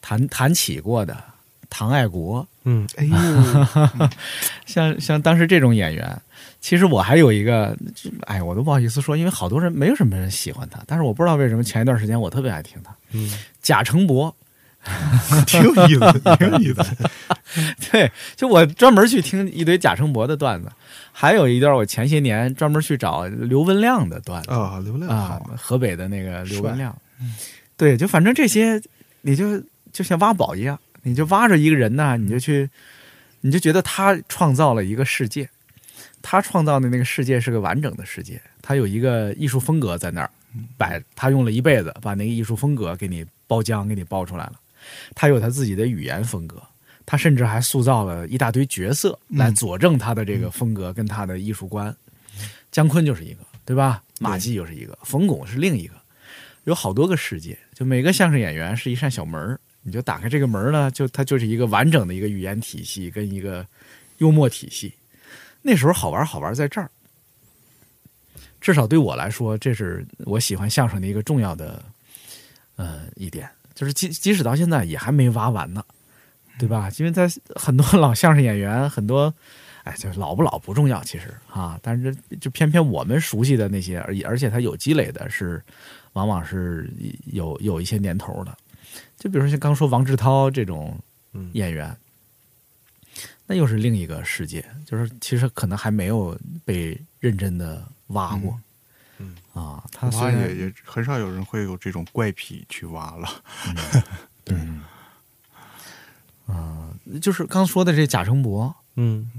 谈谈起过的唐爱国，嗯，哎呦， 像像当时这种演员，其实我还有一个，这哎，我都不好意思说，因为好多人没有什么人喜欢他，但是我不知道为什么前一段时间我特别爱听他，嗯，贾成博。 挺有意思挺有意思。对，就我专门去听一堆贾成博的段子，还有一段我前些年专门去找刘文亮的段子啊，刘亮啊，河北的那个刘文亮帅嗯，对，就反正这些，你就就像挖宝一样，你就挖着一个人呢，你就去，你就觉得他创造了一个世界，他创造的那个世界是个完整的世界，他有一个艺术风格在那儿摆，他用了一辈子把那个艺术风格给你包浆，给你包出来了。他有他自己的语言风格，他甚至还塑造了一大堆角色来佐证他的这个风格跟他的艺术观。姜昆就是一个，对吧？马季又是一个，冯巩是另一个。有好多个世界，就每个相声演员是一扇小门儿你就打开这个门儿呢，就它就是一个完整的一个语言体系跟一个幽默体系。那时候好玩好玩在这儿，至少对我来说，这是我喜欢相声的一个重要的呃一点，就是即即使到现在也还没挖完呢，对吧？因为在很多老相声演员，很多哎，就是老不老不重要，其实啊，但是就偏偏我们熟悉的那些，而而且他有积累的是，往往是有有一些年头的，就比如说像刚说王志涛这种嗯演员。那又是另一个世界，就是其实可能还没有被认真的挖过，嗯啊，他虽挖然也也很少有人会有这种怪癖去挖了。嗯 对，啊、就是刚说的这贾成博， 嗯，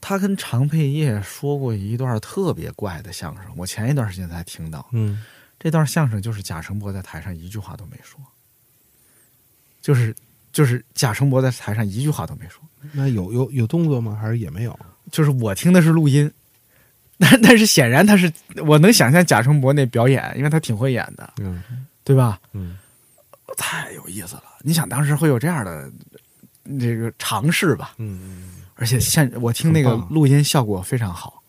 他跟常佩业说过一段特别怪的相声，我前一段时间才听到，嗯，这段相声就是贾成博在台上一句话都没说，就是就是贾成博在台上一句话都没说。那有有有动作吗？还是也没有？就是我听的是录音，但但是显然他是我能想象贾成博那表演，因为他挺会演的，嗯，对吧？嗯，太有意思了。你想当时会有这样的这个尝试吧？嗯，而且现我听那个很棒录音效果非常好，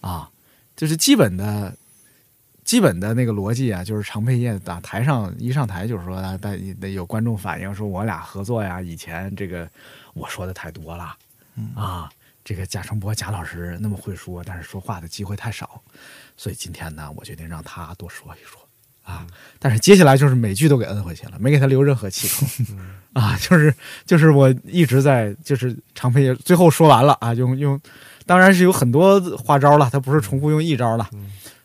啊，就是基本的。基本的那个逻辑啊，就是常佩业打台上一上台就是说，啊但但有观众反映说我俩合作呀，以前这个我说的太多了，啊，这个贾成博贾老师那么会说，但是说话的机会太少，所以今天呢，我决定让他多说一说啊。嗯但是接下来就是每句都给摁回去了，没给他留任何气口嗯 啊，就是就是我一直在就是常佩业最后说完了啊，用用，当然是有很多花招了，他不是重复用一招了，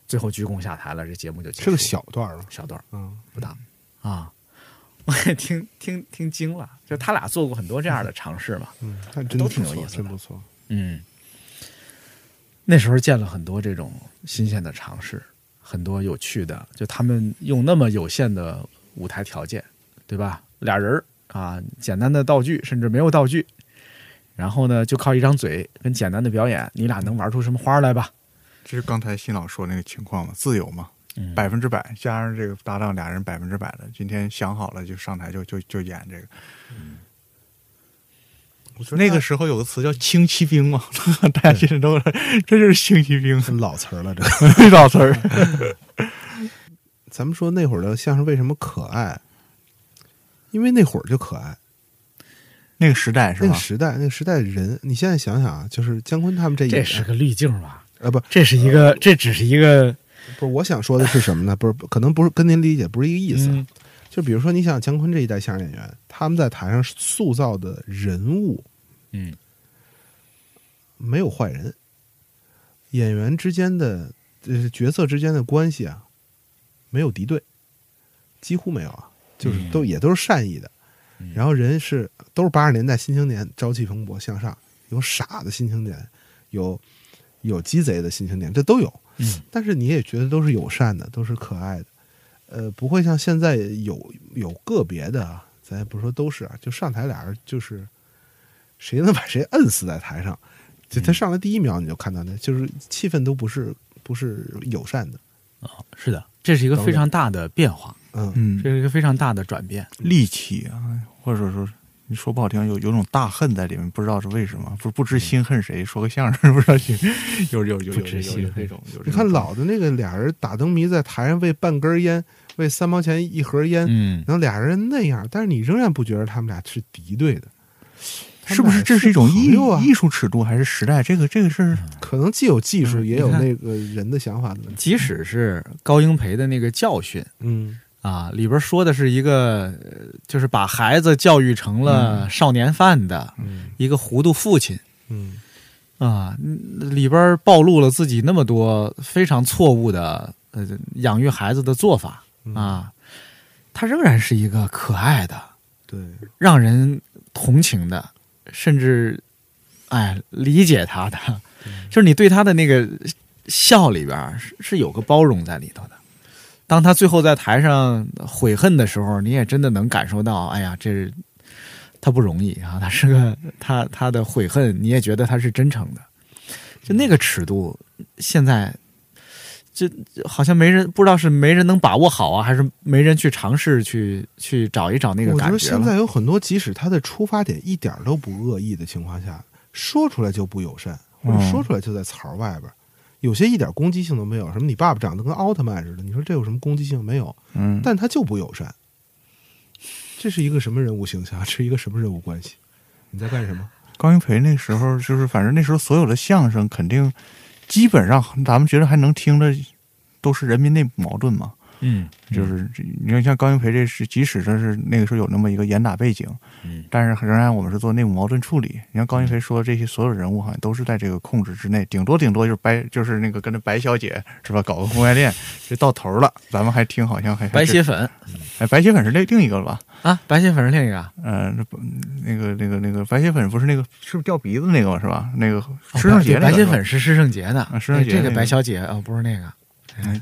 最后鞠躬下台了，这节目就结束嗯是了个小段儿了，小段儿，嗯，不大啊。 我也听听听惊了，就他俩做过很多这样的尝试嘛，嗯，但真都不挺有错意思的真不错。嗯，那时候见了很多这种新鲜的尝试，很多有趣的，就他们用那么有限的舞台条件，对吧？俩人儿啊，简单的道具，甚至没有道具，然后呢，就靠一张嘴跟简单的表演，你俩能玩出什么花来吧？这是刚才新老说那个情况嘛，自由嘛，嗯百分之百加上这个搭档俩人百分之百的，今天想好了就上台就就就演这个。嗯那个时候有个词叫“轻骑兵”嘛， 大家现在都这就是轻骑兵， 老词儿了，这 老词儿。咱们说那会儿的相声为什么可爱？因为那会儿就可爱，那个时代是吧那个时代，那个时代人，你现在想想啊，就是姜昆他们这一这代是个滤镜吧？啊，不，这是一个，这只是一个，不是我想说的是什么 呢？不是，可能不是跟您理解不是一个意思嗯啊。就比如说，你想姜昆这一代相声演员，他们在台上塑造的人物，嗯，没有坏人，演员之间的呃角色之间的关系啊，没有敌对，几乎没有啊，就是都、也都是善意的。然后人是都是八十年代新青年，朝气蓬勃向上，有傻的新青年，有有鸡贼的新青年，这都有。嗯，但是你也觉得都是友善的，都是可爱的，呃，不会像现在有有个别的啊，咱也不说都是啊，就上台俩人就是谁能把谁摁死在台上，就嗯他上来第一秒你就看到那，就是气氛都不是不是友善的，是的，这是一个非常大的变化，嗯嗯这是一个非常大的转变。戾气啊，或者说是你说不好听，有有种大恨在里面，不知道是为什么，不不知心恨谁。说个相声，不知道心有有有有有有有这种有这你种看老的那个俩人打灯谜在台上为半根烟，为三毛钱一盒烟，嗯然后俩人那样，但是你仍然不觉得他们俩是敌对的，是不是这是一种艺他们俩是朋友啊艺术尺度还是嗯时代？这个这个事儿可能既有技术，也有你看那个人的想法的问题。即使是高英培的那个教训，嗯啊，里边说的是一个，呃就是把孩子教育成了少年犯的一个糊涂父亲嗯啊，嗯里边暴露了自己那么多非常错误的呃养育孩子的做法嗯啊，他仍然是一个可爱的、对，让人同情的，甚至哎理解他的，嗯就是你对他的那个笑里边儿是是有个包容在里头的。当他最后在台上悔恨的时候，你也真的能感受到，哎呀，这是他不容易啊，他是个 他他的悔恨，你也觉得他是真诚的，就那个尺度，现在这这好像没人不知道是没人能把握好啊，还是没人去尝试去去找一找那个我感觉觉得了。现在有很多，即使他的出发点一点都不恶意的情况下，说出来就不友善，或者嗯说出来就在槽外边儿。有些一点攻击性都没有，什么你爸爸长得跟奥特曼似的，你说这有什么攻击性没有？嗯但他就不友善，这是一个什么人物形象？ 这是一个什么人物关系？你在干什么？高云培那时候就是，反正那时候所有的相声肯定基本上咱们觉得还能听的，都是人民内部矛盾嘛。嗯，就是你看像高云培这是，即使这是那个时候有那么一个严打背景，嗯，但是仍然我们是做内部矛盾处理。你看高云培说的这些所有人物好像都是在这个控制之内，顶多顶多就是白就是那个跟着白小姐是吧，搞个婚外恋，这到头了，咱们还听好像还白血粉，哎，白血粉是另另一个了吧？啊，白血粉是另一个啊，嗯、那不那个那个那个白血粉不是那个是不是掉鼻子那个是吧？那个师哦胜白杰对那个白是血吧粉是师胜杰的，啊师胜杰哎这那个个白小姐哦，不是那个，哎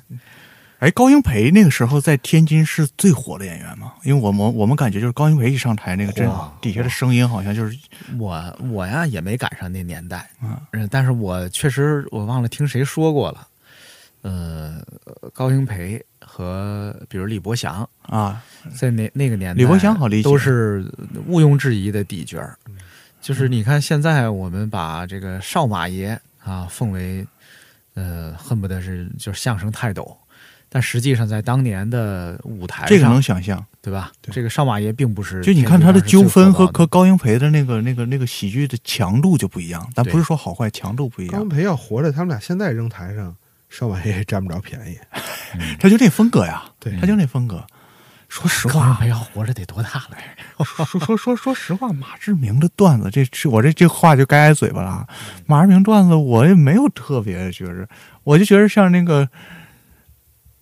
哎，高英培那个时候在天津是最火的演员吗？因为我们我们感觉就是高英培一上台，那个真火底下的声音好像就是我我呀也没赶上那年代，嗯，但是我确实我忘了听谁说过了，呃，高英培和比如李伯祥啊，在那那个年代，李伯祥好理解嗯都是毋庸置疑的底角儿。就是你看现在我们把这个少马爷啊奉为，呃，恨不得是就是相声泰斗，但实际上在当年的舞台上，这个能想象，对吧？这个少马爷并不是，就你看他的纠纷和和。和高英培的那个那个那个喜剧的强度就不一样，咱对不是说好坏，强度不一高样，文培要活着，他们俩现在扔台上，邵婉也占不着便宜。 他就那风格呀，对他就那风格。说实高英话，啊培要活着得多大了？说说说说实话，马志明的段子，这是我这这话就该挨嘴巴了啊。嗯马志明段子我也没有特别觉着，我就觉得像那个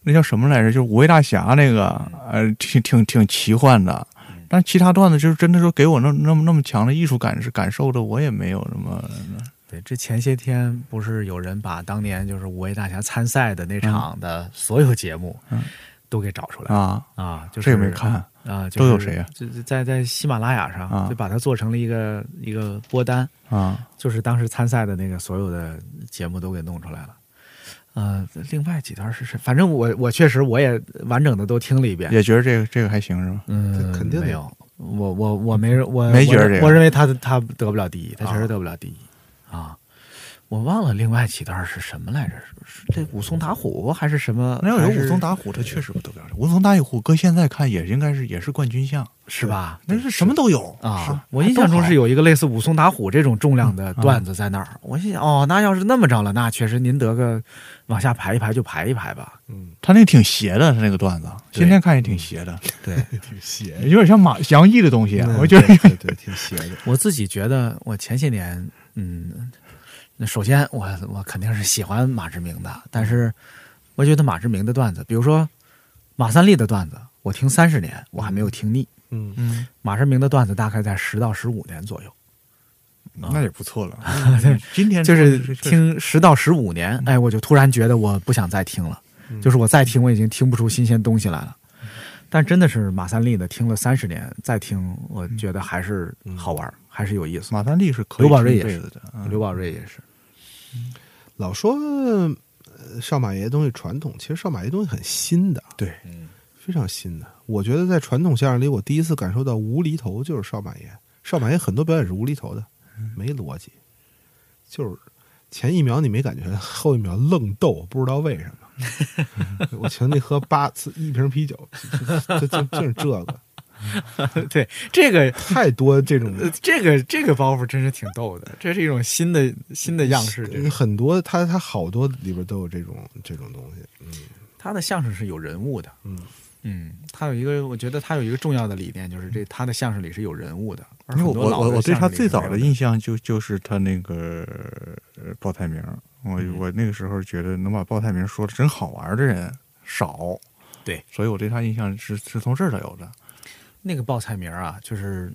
那叫什么来着，就是《五位大侠》那个，嗯呃，挺挺挺奇幻的。但其他段子就是真的说给我那那么那么强的艺术感是感受的，我也没有那么。对，这前些天不是有人把当年就是五位大侠参赛的那场的所有节目嗯都给找出来啊啊，就这是个没看啊，就都有是谁呀就就在在喜马拉雅啊上就把它做成了一个一个播单啊，就是当时参赛的那个所有的节目都给弄出来了。呃，另外几段是谁？反正我我确实我也完整的都听了一遍，也觉得这个这个还行是吧？嗯，肯定没有。我我我没我没觉我着认这个我认为他他得不了第一，他确实得不了第一啊。我忘了另外几段是什么来着，是是这武松打虎还是什么？那要有还是武松打虎，他确实不得了。武松打虎，搁现在看也应该是也是冠军相，是吧？那是什么都有啊！我印象中是有一个类似武松打虎这种重量嗯的段子在那儿。我心想，哦，那要是那么着了，那确实您得个往下排一排就排一排吧。嗯嗯他那个挺邪的，他那个段子，对嗯今天看也挺邪的，对， 挺邪有点像马杨毅的东西啊，嗯我觉得 对对，挺邪的。我自己觉得，我前些年，嗯，那首先我我肯定是喜欢马志明的，但是我觉得马志明的段子，比如说马三立的段子，我听三十年，我还没有听腻。嗯嗯，马志明的段子大概在十到十五年左右。嗯那也不错了 对。 今天就是说的确实听十到十五年，哎，我就突然觉得我不想再听了，嗯就是我再听我已经听不出新鲜东西来了。但真的是马三立的，听了三十年再听，我觉得还是好玩，还是有意思。嗯马三立是可以刘宝瑞听一也辈是子的，嗯刘宝瑞也是。老说呃少马爷东西传统，其实少马爷东西很新的，啊对，非常新的。我觉得在传统相声里，我第一次感受到无厘头就是少马爷。少马爷很多表演是无厘头的，嗯没逻辑，就是前一秒你没感觉，后一秒愣逗，不知道为什么。 我请你喝八次一瓶啤酒，就就就就是这 个。对，这个太多这种呃这个这个包袱真是挺逗的，这是一种新的新的样式。这嗯个很多他他好多里边都有这种这种东西。嗯他的相声是有人物的，嗯嗯，他有一个，我觉得他有一个重要的理念，就是这他的相声里是有人物的。而因为很我多老我的我对相声他里最是没早有的印象就就是他那个呃鲍太明，我嗯我那个时候觉得能把鲍太明说的真好玩的人少，对，所以我对他印象是是从这儿才有的。那个报菜名儿啊，就是，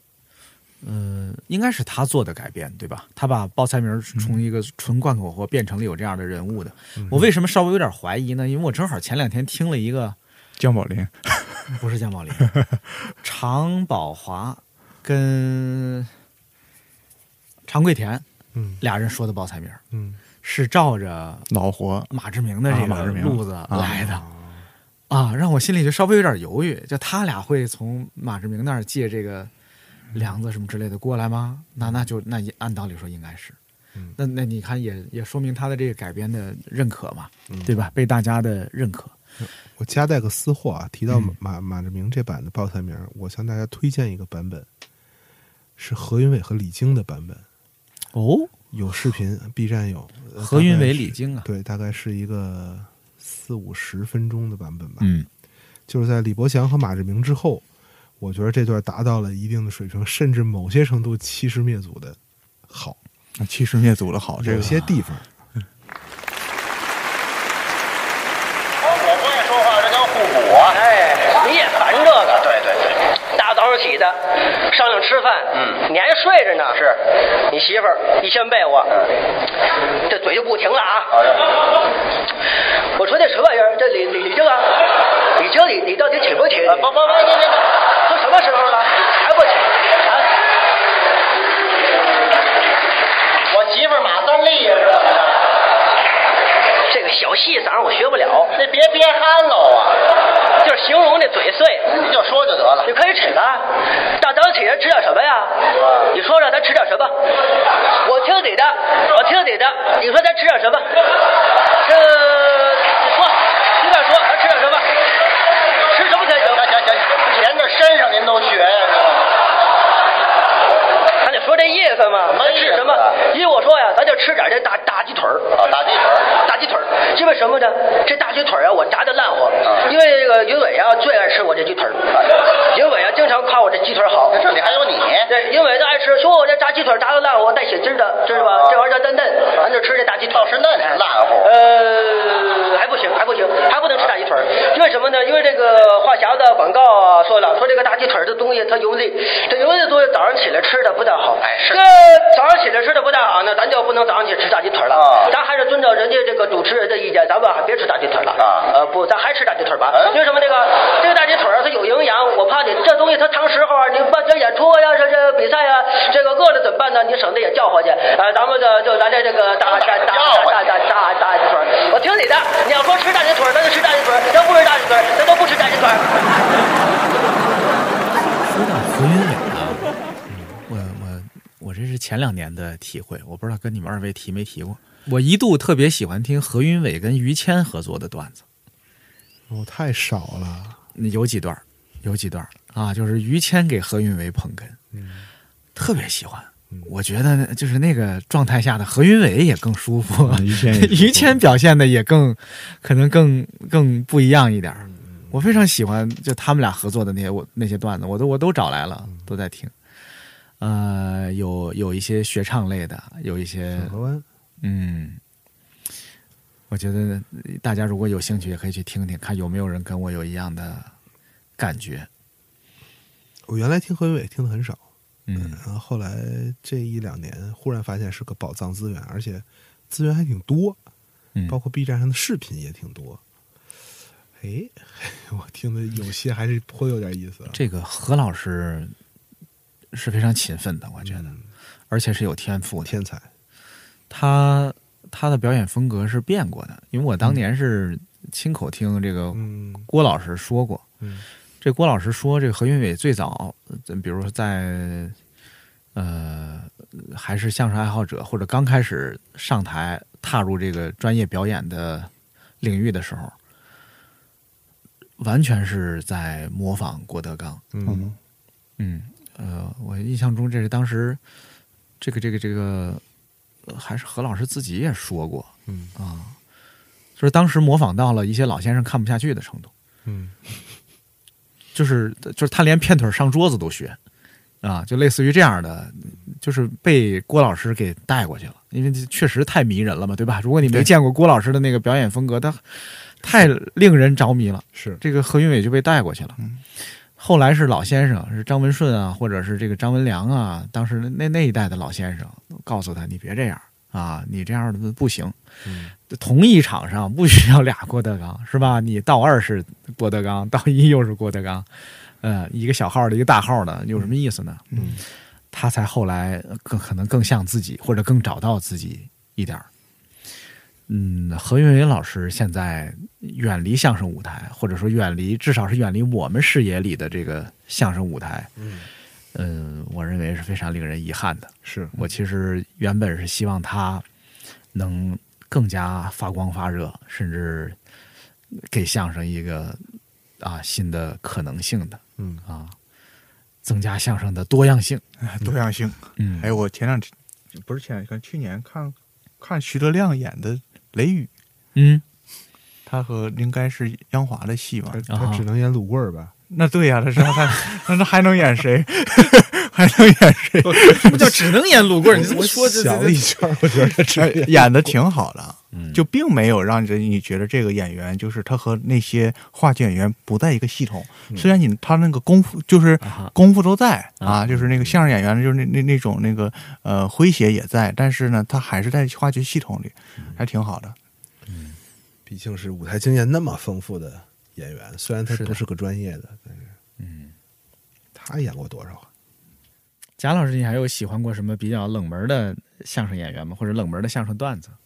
嗯、应该是他做的改编，对吧？他把报菜名儿嗯从一个纯贯口货变成了有这样的人物的。我为什么稍微有点怀疑呢？因为我正好前两天听了一个，姜宝林， 不是姜宝 林，常宝华跟常贵田嗯嗯俩人说的报菜名儿。嗯是照着恼火马志明的这啊马个志明路子来的。啊，让我心里就稍微有点犹豫，就他俩会从马志明那儿借这个梁子什么之类的过来吗？那那就那也按道理说应该是，嗯那那你看也也说明他的这个改编的认可嘛，对吧？被大家的认可。嗯嗯我夹带个私货啊，提到马马马志明这版的报菜名，我向大家推荐一个版本，是何云伟和李菁的版本。哦，有视频，B 站有。呃何云伟大概是李菁啊对，大概是一个四五十分钟的版本吧。嗯，就是在李伯祥和马志明之后，我觉得这段达到了一定的水平，甚至某些程度欺师灭祖的好。啊欺师灭祖的好，这有个些地方，我不会说话，这叫互补啊。哎，你也烦这个？对对对，大早上起的，上去吃饭，嗯，你还睡着呢。是，你媳妇儿一掀被窝，这嘴就不停了啊。我说这什么玩意儿？这李李李静啊，李经理，你到底起不起？不不不不不，都什么时候了，还不起？我媳妇儿马三立呀，知道吗？这个小细嗓儿我学不了，这别憋憨喽啊！就是形容这嘴碎，你就说就得了。你可以扯他，大早上起来吃点什么呀？你说说咱吃点什么？我听你的，我听你的，你说咱吃点什么？这你说随便说，咱吃点什么？吃什么才行？行行行，连这身上您都学呀、咱得说这意思嘛，咱吃什么？依我说呀，咱就吃点这大大鸡腿儿啊，大鸡腿儿，大鸡腿儿，因为什么呢？这大鸡腿儿啊，我炸的烂乎，因为这个云伟啊最爱吃我这鸡腿儿，云伟啊经常夸我这鸡腿儿好，这里还有你，对，云伟就爱吃，说我这炸鸡腿儿炸的烂乎，带血汁的，知道吧？这玩意儿叫嫩嫩，咱就吃这大鸡啊腿，倒是嫩是烂乎，呃，还不行，还不行，还不能吃大鸡腿儿，因为什么呢？因为这个话匣子广告啊说了，说这个大鸡腿儿这东西它油腻，这油腻的东西早上起来吃的不大好。哎，是。这早上起来吃的不大好，那咱就不能早上起来吃大鸡腿儿了。咱还是遵照人家这个主持人的意见，咱们还别吃大鸡腿儿了。啊。嗯呃，不，咱还吃大鸡腿儿吧。因为什么？这个这个大鸡腿儿啊它有营养，我怕你这东西它长时候啊，你办这演出啊，要是这比赛啊，这个饿了怎么办呢？你省得也叫唤去。呃，咱们就就咱这这个大大大大大大大鸡腿儿，我听你的。你要说吃大鸡腿儿，咱就吃大鸡腿儿；要不吃大鸡腿儿，咱都不吃大鸡腿儿。说到何云伟啊，我我我这是前两年的体会，我不知道跟你们二位提没提过。我一度特别喜欢听何云伟跟于谦合作的段子，哦，太少了。有几段儿，有几段儿啊，就是于谦给何云伟捧哏，嗯特别喜欢。我觉得就是那个状态下的何云伟也更舒服，啊于 谦于谦表现的也更，可能更更不一样一点嗯儿。我非常喜欢就他们俩合作的那些我那些段子，我都我都找来嗯了，都在听。呃，有有一些学唱类的，有一些小河湾，嗯，我觉得呃大家如果有兴趣，也可以去听听，看有没有人跟我有一样的感觉。我原来听何云伟听的很少，嗯，然后后来这一两年忽然发现是个宝藏资源，而且资源还挺多，嗯包括 B 站上的视频也挺多。哎， 我听的有些还是颇有点意 思啊。这个何老师是非常勤奋的，我觉得，而且是有天赋的嗯天才。他他的表演风格是变过的，因为我嗯当年是亲口听这个郭老师说过，嗯这郭老师说，这个何云伟最早，呃比如说在呃还是相声爱好者或者刚开始上台踏入这个专业表演的领域的时候，完全是在模仿郭德纲。嗯嗯，呃，我印象中这是当时这个这个这个、呃还是何老师自己也说过，嗯啊，就是当时模仿到了一些老先生看不下去的程度。嗯，就是就是他连片腿上桌子都学，啊，就类似于这样的，就是被郭老师给带过去了，因为这确实太迷人了嘛，对吧？如果你没对见过郭老师的那个表演风格，他太令人着迷了。是这个何云伟就被带过去了。后来是老先生，是张文顺啊，或者是这个张文良啊，当时那那一代的老先生告诉他，你别这样啊，你这样的不行。嗯同一场上 不需要俩郭德纲，是吧？你到二是郭德纲，到一又是郭德纲，呃，一个小号的，一个大号的，有什么意思呢？嗯，他才后来呃更可能更像自己，或者更找到自己一点儿。嗯，何云伟老师现在远离相声舞台，或者说远离，至少是远离我们视野里的这个相声舞台。嗯嗯，我认为是非常令人遗憾的。是我其实原本是希望他能更加发光发热，甚至给相声一个啊新的可能性的嗯啊，增加相声的多样性。 多样性。嗯还有我前两天不是前两天，去年看看徐德亮演的《雷雨》，嗯，他和应该是央华的戏嘛，啊他只能演鲁棍儿吧？那对呀、他是还那他还 能演谁？ 还能演谁？什么叫只能演鲁棍儿？你怎么说这想了一圈儿，我觉得这哎演的挺好的，嗯就并没有让人你觉得这个演员就是他和那些话剧演员不在一个系统。嗯虽然你他那个功夫就是啊功夫都在啊，就是嗯那个相声演员就是那那那种那个呃诙谐也在，但是呢，他还是在话剧系统里，嗯还挺好的。毕竟是舞台经验那么丰富的演员，虽然他不是个专业的，但是嗯，他演过多少啊？贾老师，你还有喜欢过什么比较冷门的相声演员吗？或者冷门的相声段子？嗯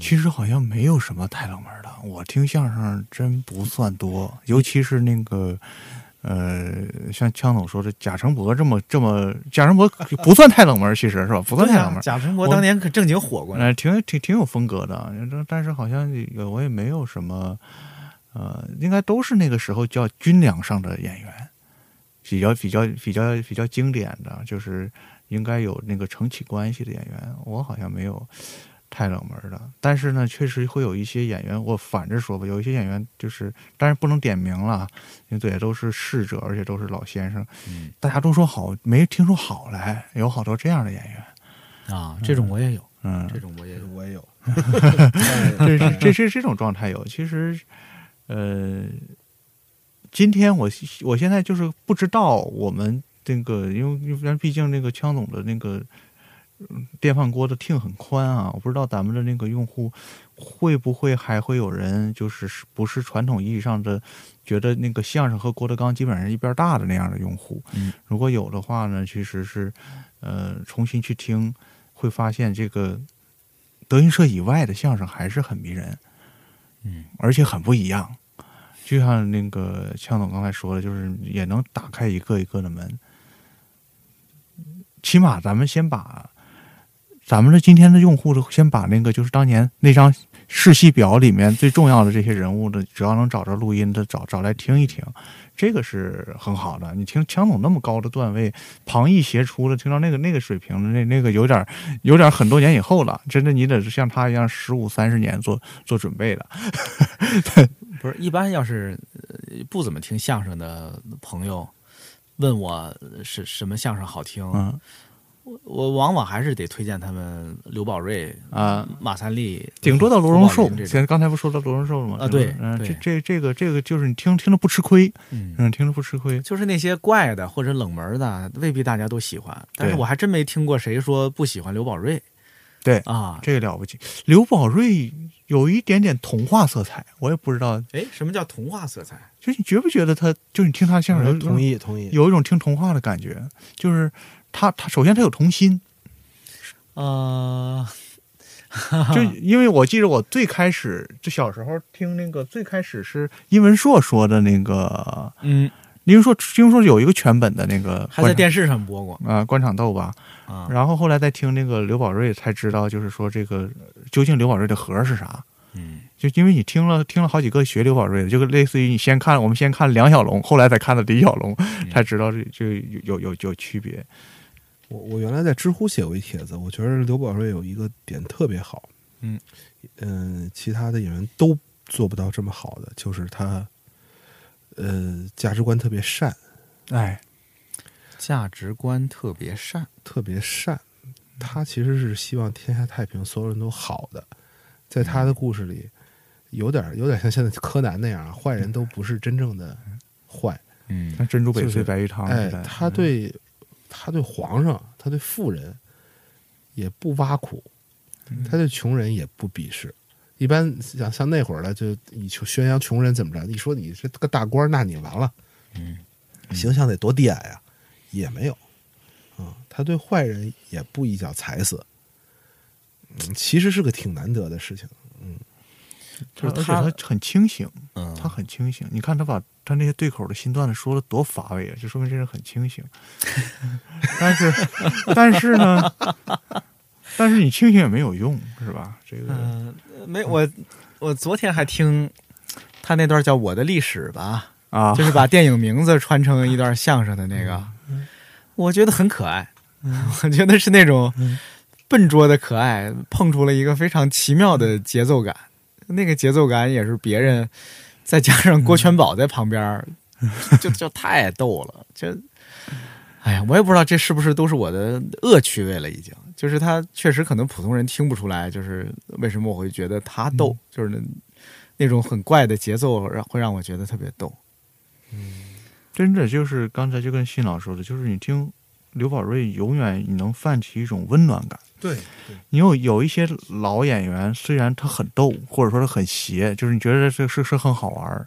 其实好像没有什么太冷门的，我听相声真不算多，尤其是那个。呃，像枪总说的，贾成博这么这么，贾成博不算太冷门，其实是吧？不算太冷门。啊贾平博当年可正经火过呢。呃，挺挺挺有风格的，但但是好像有我也没有什么，呃，应该都是那个时候叫军粮上的演员，比较比较比较比较经典的，就是应该有那个承起关系的演员，我好像没有太冷门的，但是呢，确实会有一些演员，我反着说吧，有一些演员就是，当然不能点名了啊，因为也都是逝者，而且都是老先生，嗯大家都说好，没听说好来，有好多这样的演员。啊，这种我也有，嗯，这种我也有，我也有这是这是这种状态有。其实，呃，今天我我现在就是不知道我们这个，因为因为毕竟那个枪总的那个嗯电饭锅的厅很宽啊，我不知道咱们的那个用户会不会还会有人就是是不是传统意义上的觉得那个相声和郭德纲基本上是一边大的那样的用户。嗯如果有的话呢，其实是呃重新去听，会发现这个德云社以外的相声还是很迷人，嗯，而且很不一样。就像那个强总刚才说的，就是也能打开一个一个的门。起码咱们先把咱们的今天的用户的先把那个就是当年那张世系表里面最重要的这些人物的，只要能找着录音的，找找来听一听，这个是很好的。你听强总那么高的段位，旁逸斜出的，听到那个那个水平的，那那个有点有点很多年以后了，真的你得像他一样十五三十年做做准备的。不是一般要是呃不怎么听相声的朋友问我是什么相声好听，嗯我我往往还是得推荐他们刘宝瑞啊、马三立，顶多到罗荣寿胡宝林，这现种在刚才不说到罗荣寿了吗？啊对嗯，对这这这个这个就是你听听着不吃亏，嗯听着不吃亏，就是那些怪的或者冷门的，未必大家都喜欢。但是对我还真没听过谁说不喜欢刘宝瑞。对啊，这个了不起。刘宝瑞有一点点童话色彩，我也不知道，哎，什么叫童话色彩？啊就是你觉不觉得他，就是你听他相声有一种，嗯同意同意有一种听童话的感觉，就是他他首先他有童心，呃，就因为我记得我最开始就小时候听那个最开始是殷文硕说的那个，嗯，殷文硕殷文硕有一个全本的那个，还在电视上播过。啊、官场斗吧。啊然后后来再听那个刘宝瑞，才知道就是说这个呃究竟刘宝瑞的核是啥。嗯，就因为你听了听了好几个学刘宝瑞的，就类似于你先看我们先看梁小龙，后来再看的李小龙，嗯才知道这这有有有有区别。我我原来在知乎写过一帖子，我觉得刘宝瑞有一个点特别好，嗯嗯、其他的演员都做不到这么好的，就是他，呃，价值观特别善，哎，价值观特别善，嗯特别善。他其实是希望天下太平，所有人都好的。在他的故事里，嗯有点有点像现在柯南那样，啊坏人都不是真正的坏。嗯，像珍珠翡就翠是白玉汤似哎的，他对他对皇上，他对富人也不挖苦，嗯他对穷人也不鄙视。一般像像那会儿了，就以求宣扬穷人怎么着，一说你是个大官儿，那你完了，嗯，形象得多低矮啊，嗯也没有，啊、他对坏人也不一脚踩死，嗯其实是个挺难得的事情。嗯，就是哦他嗯他很清醒，他很清醒。你看他把他那些对口的新段子说的多乏味啊，就说明这人很清醒。 但是，但是呢， 但是你清醒也没有用，是吧？这个、嗯，没我我昨天还听他那段叫《我的历史》吧，啊就是把电影名字穿成一段相声的那个，我觉得很可爱， 我觉得是那种笨拙的可爱，碰出了一个非常奇妙的节奏感，那个节奏感也是别人，再加上郭全宝在旁边儿，就就太逗了，就。哎呀，我也不知道这是不是都是我的恶趣味了，已经。就是他确实可能普通人听不出来，就是为什么我会觉得他逗，就是那那种很怪的节奏让会让我觉得特别逗。真的就是刚才就跟新老说的，就是你听刘宝瑞，永远你能泛起一种温暖感。对，你有有一些老演员，虽然他很逗，或者说他很邪，就是你觉得这是是很好玩儿，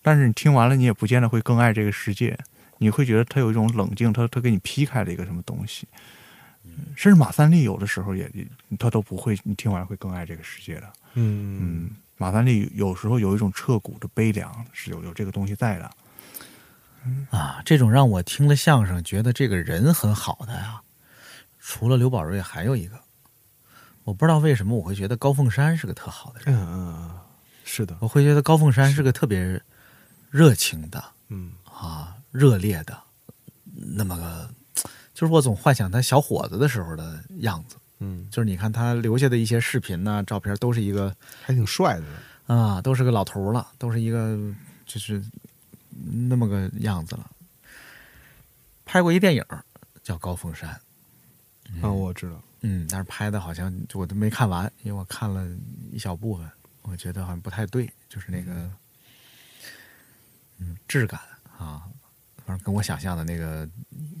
但是你听完了，你也不见得会更爱这个世界，你会觉得他有一种冷静，他他给你劈开了一个什么东西。甚至马三立有的时候也他都不会，你听完会更爱这个世界的。嗯嗯，马三立有时候有一种彻骨的悲凉，是有有这个东西在的。啊，这种让我听了相声觉得这个人很好的呀，除了刘宝瑞，还有一个，我不知道为什么我会觉得高凤山是个特好的人。嗯嗯嗯，是的，我会觉得高凤山是个特别热情的，嗯啊，热烈的，那么个，就是我总幻想他小伙子的时候的样子。嗯，就是你看他留下的一些视频呐、照片，都是一个还挺帅的啊，都是个老头儿了，都是一个就是那么个样子了。拍过一电影儿叫《高峰山》，啊，我知道。嗯，但是拍的好像我都没看完，因为我看了一小部分，我觉得好像不太对，就是那个嗯质感啊，反正跟我想象的那个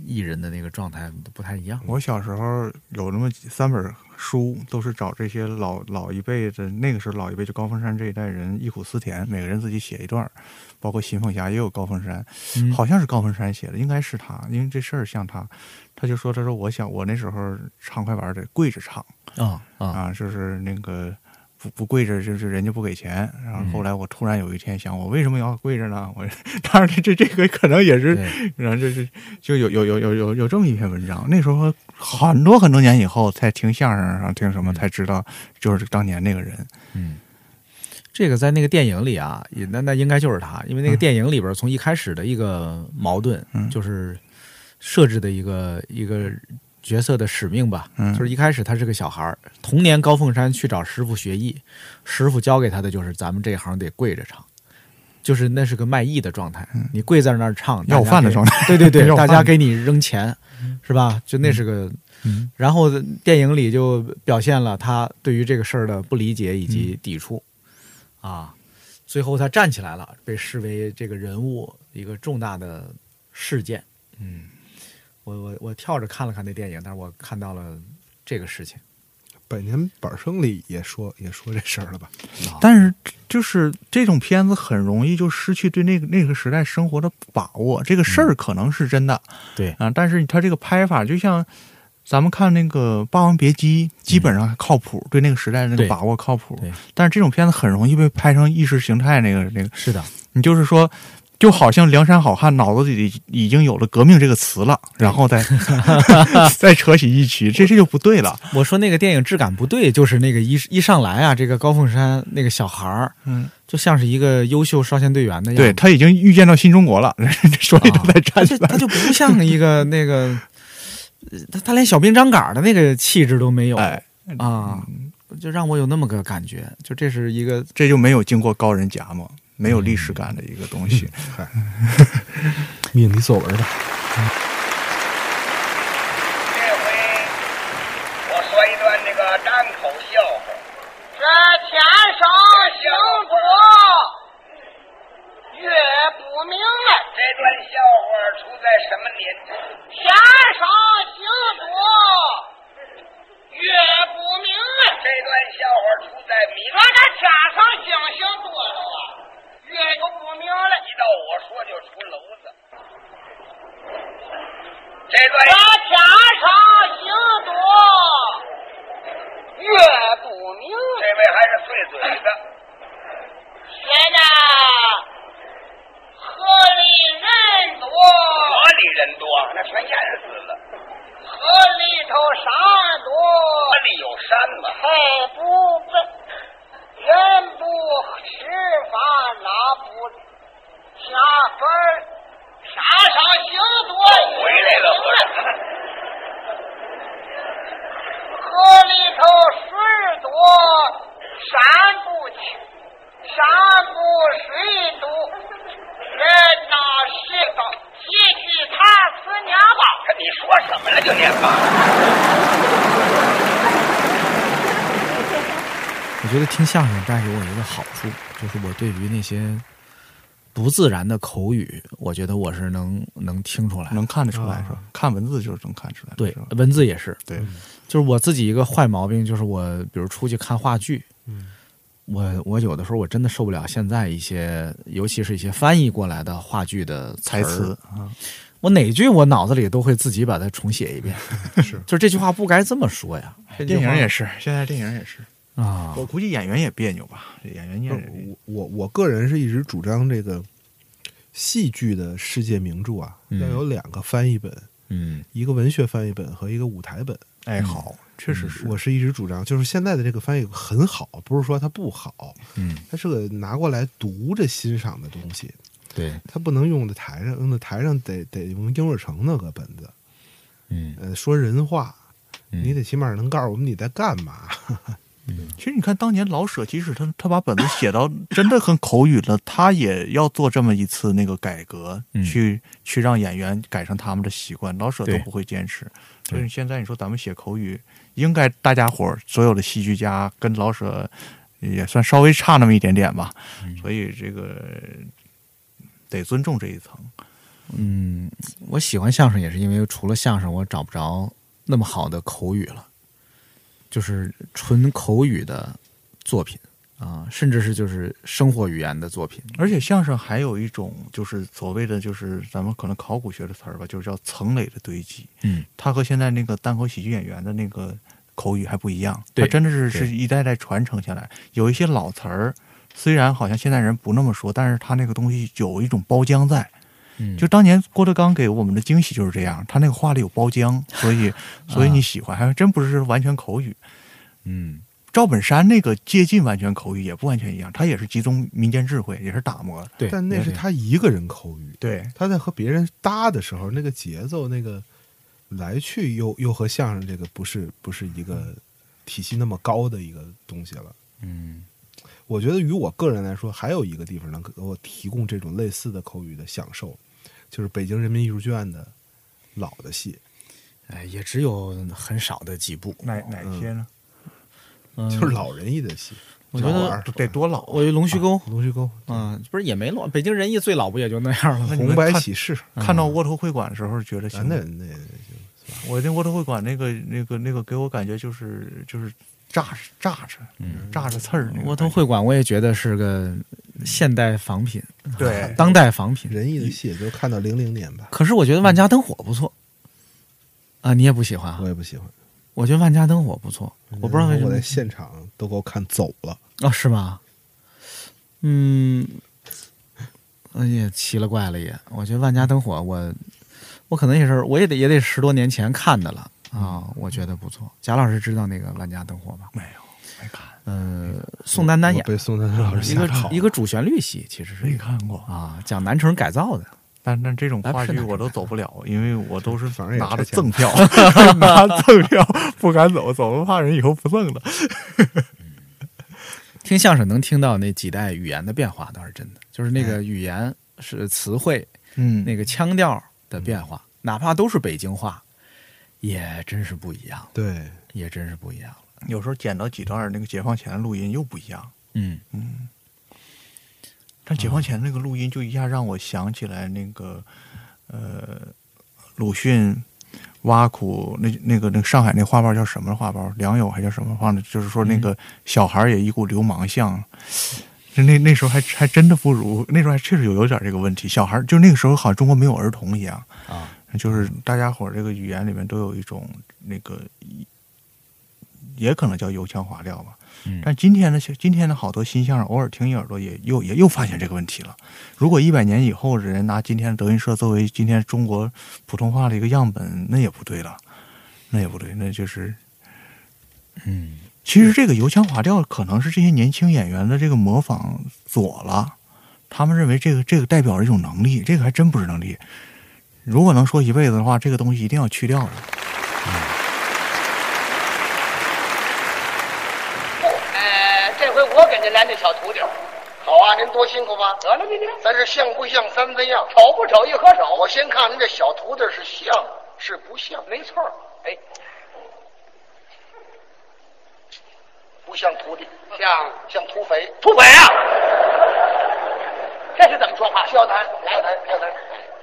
艺人的那个状态都不太一样。我小时候有那么几三本书，都是找这些老老一辈的，那个时候老一辈就高峰山这一代人忆苦思甜，每个人自己写一段儿，包括新凤霞也有高峰山，嗯好像是高峰山写的，应该是他，因为这事儿像他，他就说他说我想我那时候唱快板儿得跪着唱，啊啊，就是那个不不跪着，就是人家不给钱。然后嗯后来我突然有一天想，我为什么要跪着呢？我 当然这这这个可能也是，然后就是就有有有有有有这么一篇文章。那时候很多很多年以后才听相声，然后听嗯什么才知道，就是当年那个人。这个在那个电影里啊，也嗯那那应该就是他，因为那个电影里边从一开始的一个矛盾，嗯就是设置的一个一个角色的使命吧，嗯就是一开始他是个小孩儿，童年高凤山去找师傅学艺，师傅教给他的就是咱们这行得跪着唱。就是那是个卖艺的状态，你跪在那儿唱，嗯要饭的状态大家给对对 要对，饭大的家给你扔钱，是吧？就那是个，嗯然后电影里就表现了他对于这个事儿的不理解以及抵触，啊，最后他站起来了，被视为这个人物一个重大的事件。嗯，我我我跳着看了看那电影，但是我看到了这个事情。百年板生里也说也说这事儿了吧？但嗯是就是这种片子很容易就失去对那个那个时代生活的把握。这个事嗯儿可能是真的，对啊，但是它这个拍法就像咱们看那个《霸王别姬》，基本上靠谱，对那个时代的那个嗯对把握靠谱。但是这种片子很容易被拍成意识形态那个那个。是的，你就是说。就好像梁山好汉脑子里已经有了“革命”这个词了，然后 再 再扯起义旗，这这就不对了。我说那个电影质感不对，就是那个一一上来啊，这个高凤山那个小孩儿，嗯，就像是一个优秀少先队员的样子。对他已经预见到新中国 了，所以他在站起来了。他就不像一个那个，呃他他连小兵张嘎的那个气质都没有、啊，就让我有那么个感觉，就这是一个这就没有经过高人夹磨，没有历史感的一个东西。嗯命题作文吧。我说一段那个单口笑话。这天生性格越不明白，这段笑话出在什么年代？天生性格越不明白。啊这段笑话出在民我这天生性性多了啊，越就不明白。一到我说就出篓子。这我天段生性多越嘴的。觉得河里人多，河里人多，啊那全淹死了。河里头啥多，河里有山嘛。哎菜不笨，人不吃饭拿不加分儿啥啥行多呀回来了，和尚。河里头水多，山不清，山不水多，人哪是高？一句他死娘吧，你说什么了？就念吧。我觉得听相声带给我一个好处，就是我对于那些不自然的口语，我觉得我是能能听出来的，啊能看得出来是吧？看文字就是能看出来。对，文字也是。对，就是我自己一个坏毛病，就是我比如出去看话剧，我我有的时候我真的受不了现在一些，尤其是一些翻译过来的话剧的台词儿，我哪句我脑子里都会自己把它重写一遍， 是，就这句话不该这么说呀。这句电影话也是， 现在电影也是啊。我估计演员也别扭吧，这演员也哦我我我个人是一直主张这个戏剧的世界名著啊，嗯要有两个翻译本，嗯，一个文学翻译本和一个舞台本。嗯哎，好，确实是我是一直主张，就是现在的这个翻译很好，不是说它不好，嗯，它是个拿过来读着欣赏的东西，对，它不能用在台上，用在台上得得用英瑞城那个本子，嗯，呃，说人话，你得起码能告诉我们你在干嘛。其实你看，当年老舍，即使他他把本子写到真的很口语了，他也要做这么一次那个改革，嗯去去让演员改成他们的习惯。老舍都对不会坚持，对所以现在你说咱们写口语，应该大家伙儿所有的戏剧家跟老舍也算稍微差那么一点点吧，嗯所以这个得尊重这一层。嗯，我喜欢相声也是因为除了相声，我找不着那么好的口语了，就是纯口语的作品啊，甚至是就是生活语言的作品。而且相声还有一种就是所谓的就是咱们可能考古学的词儿吧，就是叫层累的堆积。嗯，他和现在那个单口喜剧演员的那个口语还不一样，对他真的是对是一代代传承下来。有一些老词儿，虽然好像现在人不那么说，但是他那个东西有一种包浆在。嗯就当年郭德纲给我们的惊喜就是这样，他那个话里有包 浆，所以所以你喜欢，还真不是完全口语。嗯，赵本山那个接近完全口语，也不完全一样，他也是集中民间智慧，也是打磨。但那是他一个人口语，对，他在和别人搭的时候，那个节奏、那个来去又，又和相声这个不是不是一个体系那么高的一个东西了。嗯，我觉得于我个人来说，还有一个地方能给我提供这种类似的口语的享受，就是北京人民艺术剧院的老的戏，哎，也只有很少的几部。哪哪些呢？嗯就是老人艺的戏。我觉得得多老，啊我觉得龙须沟，龙须沟，嗯，不是也没乱，北京人艺最老不也就那样了？那你们看看到嗯窝头会馆的时候，觉得行。那那我那窝头会馆那个那个那个给我感觉就是就是炸着炸着，炸着刺儿那个。嗯窝头会嗯馆，我也觉得是个现代仿品， 对当代仿品。人艺的戏也就看到零零年吧，可是我觉得万家灯火不错啊，你也不喜欢啊？我也不喜欢。嗯我觉得万家灯火不错，我不知道为什我么在现场都给我看走了。哦，是吗？嗯，哎呀，奇了怪了也。我觉得《万家灯火》我，我可能也是，我也得也得十多年前看的了啊、嗯我觉得不错。贾老师知道那个《万家灯火》吗？没有，没看。呃，宋丹丹演的，被宋丹丹老师一吓个跑一个主旋律戏，其实是没看过啊，讲南城改造的。但但这种哎不话剧是南城我都走不了，因为我都是也拿着拆迁赠 了票，拿赠票不敢走，走了怕人以后不赠了。听相声能听到那几代语言的变化，倒是真的，就是那个语言是词汇，哎嗯那个腔调的变化，哪怕都是北京话， 也真是不一样，对，也真是不一样了。有时候捡到几段那个解放前的录音又不一样。嗯嗯，但解放前那个录音就一下让我想起来那个，呃，鲁迅、挖苦那那个那个上海那画报叫什么画报？良友还叫什么画呢？就是说那嗯个小孩儿也一股流氓相。就那那时候还还真的不如那时候还确实有有点这个问题，小孩儿就那个时候好像中国没有儿童一样啊，就是大家伙儿这个语言里面都有一种那个也可能叫油腔滑调吧，嗯嗯但今天的今天的好多新相声，偶尔听一耳朵也又也又发现这个问题了。如果一百年以后的人拿今天的德云社作为今天中国普通话的一个样本，那也不对了，那也不对，那就是，嗯，其实这个油腔滑调可能是这些年轻演员的这个模仿左了，他们认为这个这个代表着一种能力，这个还真不是能力。如果能说一辈子的话，这个东西一定要去掉了。呃，这回我给您来那小徒弟。好啊，您多辛苦吧。得了，您您，咱是像不像三分样，丑不丑一合手。我先看您这小徒弟是像是不像？没错，哎，不像徒弟，像像土匪，土匪啊！这是怎么说话？萧谈，萧谈，萧谈。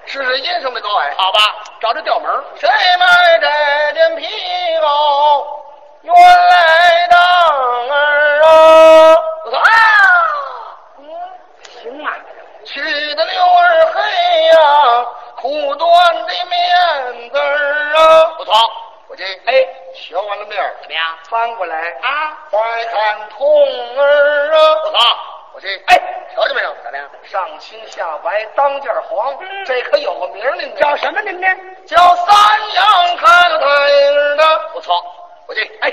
试试音上的高矮，好吧？找这调门谁买这件皮袄？原来当儿啊！我说啊，行啊，娶的六儿黑呀、苦端的面子儿啊！不错，我这哎，学完了面怎么样？翻过来啊，再看痛儿啊！不错，我这哎，瞧见没有？怎么样？上青下白，当件黄，这可有个名儿呢。叫什么名呢？叫三阳开泰的。不错，我这哎，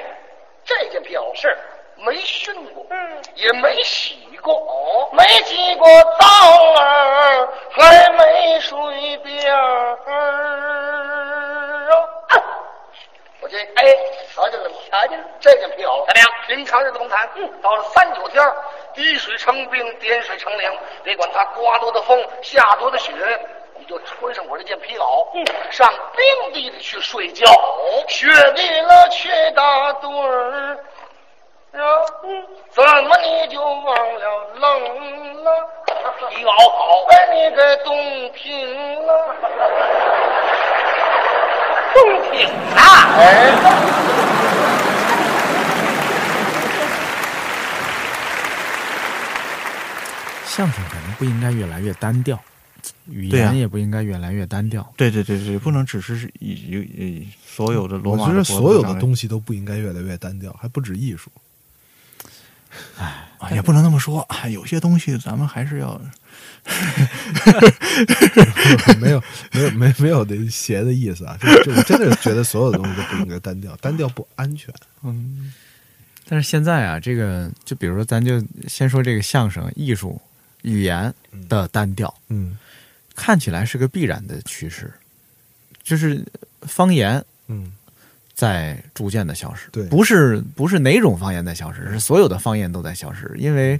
这件皮袄是没熏过，嗯，也没洗过，哦，没挤过灶儿，还没水边儿啊。我这哎，瞧见了吗？瞧见了，这件皮袄怎么样？平常日子甭谈，嗯，到了三九天儿，滴水成冰，点水成凉，别管它刮多的风，下多的雪。你就穿上我这件皮袄，嗯，上冰地里去睡觉，雪地了去打盹儿，啊，嗯，怎么你就忘了冷 了？皮袄好，哎，你给冻平了， 冻平了，哎。相声可能不应该越来越单调，语对啊言也不应该越来越单调。对对对对，不能只是以以以所有的罗我马觉得所有的西东西都不应该越来越单调，还不止艺术。啊，也不能那么说，哎有些东西咱们还是要 没有没有没没有的邪的意思啊，就就我真的觉得所有的东西都不应该单调，单调不安全。嗯，但是现在啊，这个就比如说，咱就先说这个相声艺术语言的单调，嗯，看起来是个必然的趋势，就是方言，嗯，在逐渐的消失。对不是不是哪种方言在消失，是所有的方言都在消失，因为，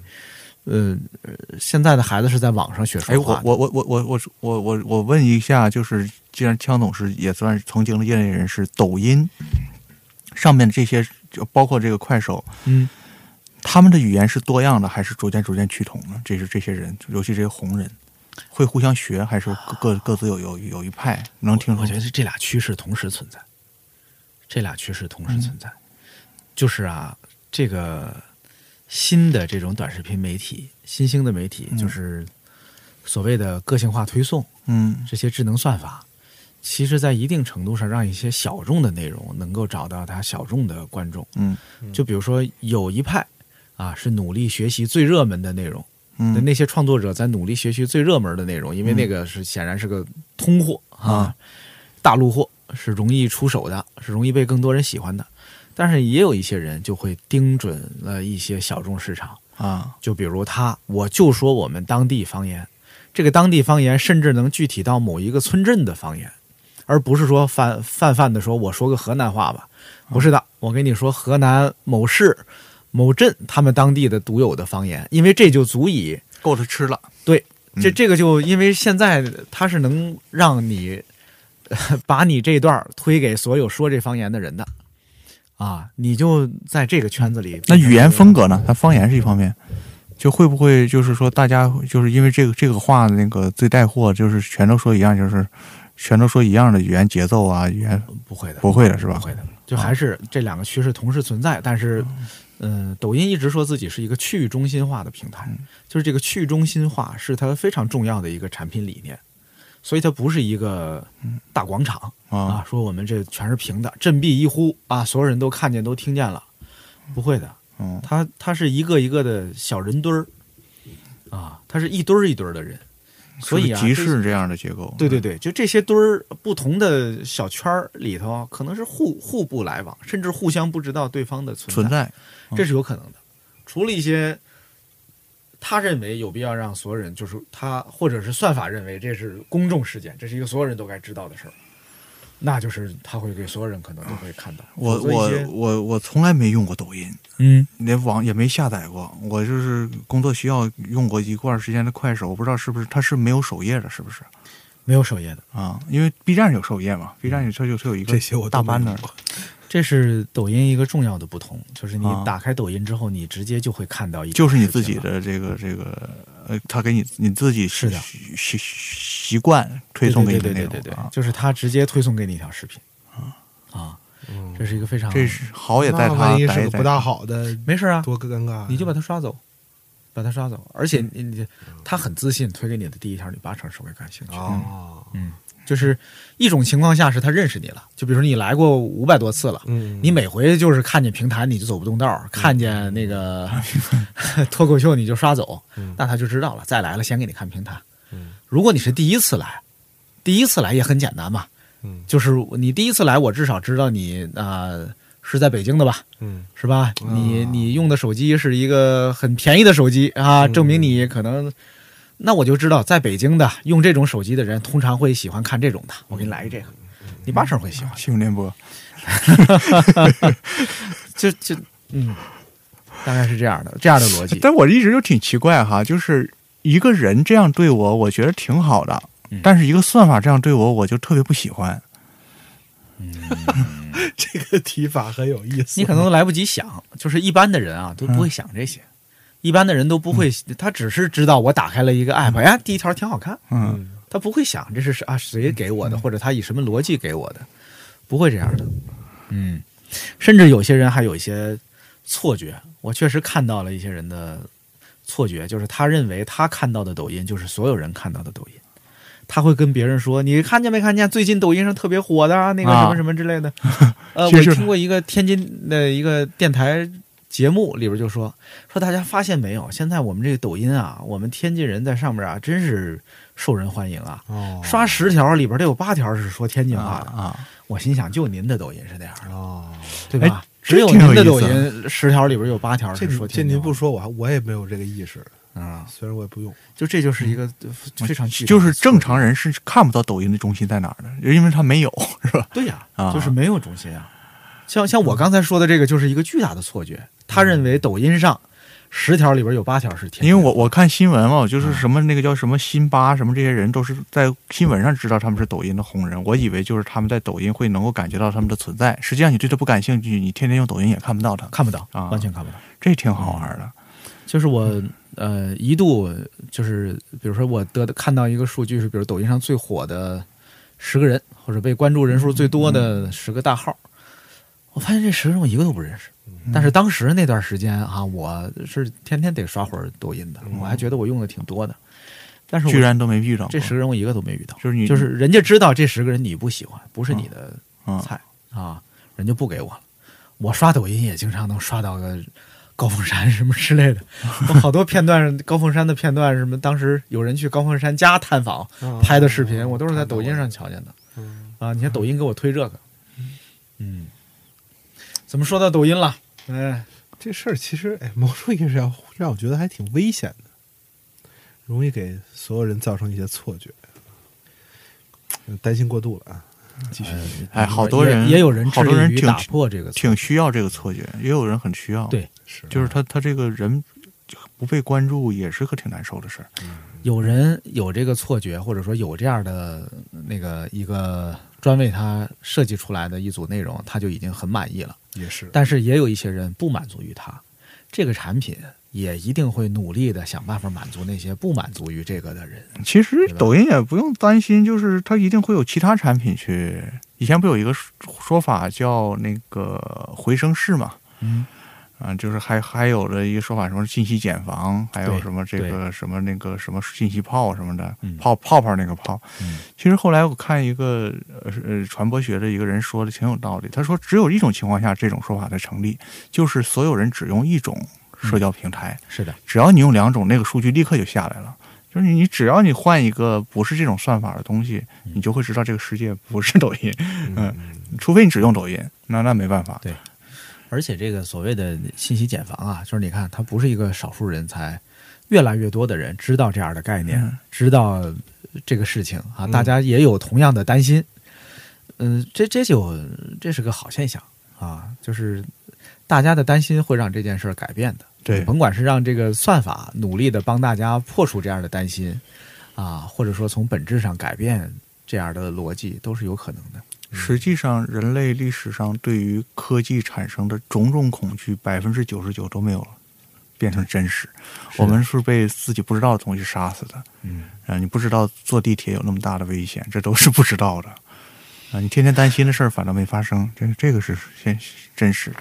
呃，呃现在的孩子是在网上学 哎，说话 我的。我我我我我我我问一下，就是既然枪总是也算是曾经的业内人士，抖音上面这些，就包括这个快手，嗯，他们的语言是多样的，还是逐渐逐渐趋同呢？这是这些人，尤其这些红人，会互相学，还是各各各自有有有一派能听出？我觉得这俩趋势同时存在，这俩趋势嗯同时存在，就是啊，这个新的这种短视频媒体，新兴的媒体，嗯就是所谓的个性化推送，嗯，这些智能算法，其实在一定程度上让一些小众的内容能够找到它小众的观众，嗯，就比如说有一派啊是努力学习最热门的内容。嗯那那些创作者在努力学习最热门的内容，因为嗯那个是显然是个通货啊啊，大陆货是容易出手的，是容易被更多人喜欢的。但是也有一些人就会盯准了一些小众市场，啊，就比如他，我就说我们当地方言，这个当地方言甚至能具体到某一个村镇的方言，而不是说泛泛泛的说我说个河南话吧，不是的，我跟你说河南某市某镇他们当地的独有的方言，因为这就足以够着吃了。对，这嗯这个就因为现在它是能让你 把你这段儿推给所有说这方言的人的啊，你就在这个圈子里。那语言风格呢？它方言是一方面，就会不会就是说大家就是因为这个这个话那个最带货，就是全都说一样，就是全都说一样的语言节奏啊，语言嗯不会的，不会的是吧？哦不会的，就还是这两个趋势同时存在，但是，嗯、抖音一直说自己是一个去中心化的平台，嗯就是这个去中心化是它非常重要的一个产品理念，所以它不是一个嗯大广场、哦啊，说我们这全是平的，振臂一呼啊，所有人都看见都听见了，不会的，嗯，他他是一个一个的小人堆儿，啊，他是一堆儿一堆儿的人，所以啊，集市这这样的结构，嗯对对对，就这些堆儿不同的小圈儿里头，可能是互互不来往，甚至互相不知道对方的存存在嗯这是有可能的。除了一些他认为有必要让所有人，就是他或者是算法认为这是公众事件，这是一个所有人都该知道的事儿，那就是他会给所有人可能都会看到。我否则一我些我我从来没用过抖音，嗯，连网也没下载过。我就是工作需要用过一段时间的快手，我不知道是不是它是没有首页的，是不是没有首页的啊？因为 B 站有首页嘛，B 站有它就是有一个这些我大都没班用的，这是抖音一个重要的不同，就是你啊打开抖音之后，你直接就会看到一就是你视频自己的这个这个呃，他给你你自己是嗯的习习习惯推送给你的对内对对容对对对啊，就是他直接推送给你一条视频啊啊，这是一个非常这是好也在那他万一待是个在不大好的，没事啊，多尴尬。你就把他刷走，把他刷走，而且你你他很自信推给你的第一条，你八成是会感兴趣哦，嗯，就是一种情况下是他认识你了，就比如说你来过五百多次了，嗯你每回就是看见评弹你就走不动道嗯儿，看见那个 脱口秀你就刷走，嗯那他就知道了，再来了先给你看评弹。嗯如果你是第一次来，第一次来也很简单嘛，嗯，就是你第一次来，我至少知道你啊、呃是在北京的吧，嗯，是吧？你你用的手机是一个很便宜的手机啊，证明你可能，那我就知道在北京的用这种手机的人通常会喜欢看这种的，我给你来一这个，你八成会喜欢。新闻联播， 就就嗯，大概是这样的，这样的逻辑。 但我一直就挺奇怪哈，就是一个人这样对我，我觉得挺好的，嗯但是一个算法这样对我，我就特别不喜欢。 这个提法很有意思。你可能都来不及想，就是一般的人啊都不会想这些，嗯一般的人都不会，他只是知道我打开了一个嗯 app，哎，第一条挺好看，嗯，他不会想这是谁啊谁给我嗯的，或者他以什么逻辑给我的，不会这样的，嗯，甚至有些人还有一些错觉，我确实看到了一些人的错觉，就是他认为他看到的抖音就是所有人看到的抖音。他会跟别人说：“你看见没看见？最近抖音上特别火的啊那个什么什么之类的。呃，其我实听过一个天津的一个电台节目里边就说说大家发现没有，现在我们这个抖音啊，我们天津人在上面啊，真是受人欢迎啊。刷十条里边得有八条是说天津话的哦啊。我心想，就您的抖音是那样的，哦、对吧哎？只有这挺您有的意思抖啊音十条里边有八条这是你说这天津您话。不说我还我也没有这个意识啊，虽然我也不用，嗯就这就是一个非常巨大的就是正常人是看不到抖音的中心在哪儿的，因为他没有，是吧？对呀、啊，就是没有中心啊。像像我刚才说的这个，就是一个巨大的错觉。他认为抖音上十条里边有八条是天津因为我我看新闻嘛，嗯就是什么那个叫什么辛巴什么这些人，都是在新闻上知道他们是抖音的红人。我以为就是他们在抖音会能够感觉到他们的存在，实际上你对他不感兴趣，你天天用抖音也看不到他，看不到啊，完全看不到。这挺好玩的。就是我呃一度就是，比如说我得的看到一个数据是，比如抖音上最火的十个人，或者被关注人数最多的十个大号，我发现这十个人我一个都不认识。嗯但是当时那段时间啊，我是天天得刷会儿抖音的，我还觉得我用的挺多的。但是嗯我居然都没遇到过这十个人，我一个都没遇到。就是你就是人家知道这十个人你不喜欢，不是你的嗯菜、啊，人家不给我了。我刷抖音也经常能刷到个高凤山什么之类的，我好多片段高凤山的片段，什么当时有人去高凤山家探访哦拍的视频，我都是在抖音上瞧见的。嗯啊，你看抖音给我推这个，嗯，怎么说到抖音了？哎，这事儿其实哎，某种意义上让我觉得还挺危险的，容易给所有人造成一些错觉，嗯担心过度了啊。继续，哎，好多人好多人挺挺需要这个错觉，也有人很需要。对，是就是他他这个人不被关注也是个挺难受的事儿。嗯有人有这个错觉，或者说有这样的那个一个专为他设计出来的一组内容，他就已经很满意了。也是，但是也有一些人不满足于它，这个产品也一定会努力的想办法满足那些不满足于这个的人。其实抖音也不用担心，就是它一定会有其他产品去。以前不有一个说说法叫那个回声室嘛？嗯，啊，就是还还有的一个说法，什么信息茧房，还有对什么这对个什么那个什么信息泡什么的，泡泡泡那个泡。其实后来我看一个呃呃传播学的一个人说的挺有道理，他说只有一种情况下这种说法才成立，就是所有人只用一种社交平台。是的，只要你用两种，那个数据立刻就下来了。就是你，你只要你换一个不是这种算法的东西，你就会知道这个世界不是 抖音。嗯，除非你只用抖音，那那没办法。对，而且这个所谓的信息茧房啊，就是你看，它不是一个少数人才，越来越多的人知道这样的概念，嗯知道这个事情啊，嗯大家也有同样的担心。嗯、这这就这是个好现象啊，就是大家的担心会让这件事儿改变的。对甭管是让这个算法努力的帮大家破除这样的担心啊，或者说从本质上改变这样的逻辑，都是有可能的。实际上，人类历史上对于科技产生的种种恐惧，百分之九十九都没有变成真实。我们是被自己不知道的东西杀死的。嗯，啊，你不知道坐地铁有那么大的危险，这都是不知道的。啊，你天天担心的事儿反倒没发生，这这个是现真实的。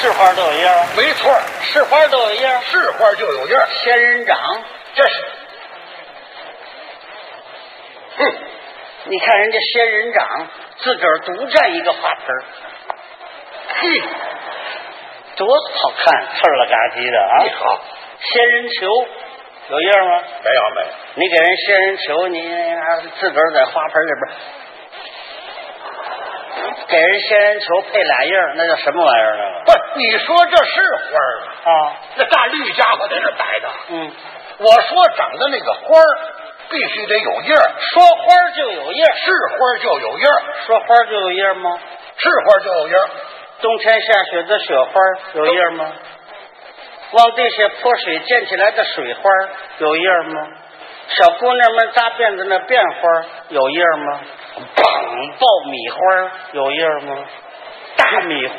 是花就有叶儿，没错，是花就有叶儿，是花就有叶儿，仙人掌，这是。哼，嗯你看人家仙人掌自个儿独占一个花盆儿，嘿，多好看，刺儿了嘎叽的啊！你好，仙人球有叶儿吗？没有，没有。你给人仙人球，你啊自个儿在花盆里边儿给人仙人球配俩叶儿，那叫什么玩意儿啊？不，你说这是花儿吗？啊，那大绿家伙在这摆着。嗯，我说长的那个花儿必须得有叶儿，说花儿就有叶儿，是花儿就有叶儿，说花就有叶吗？是花儿就有叶儿。冬天下雪的雪花有叶吗？往地下泼水溅起来的水花有叶吗？小姑娘们扎辫子那辫花有叶吗？砰！爆米花有叶吗？大米花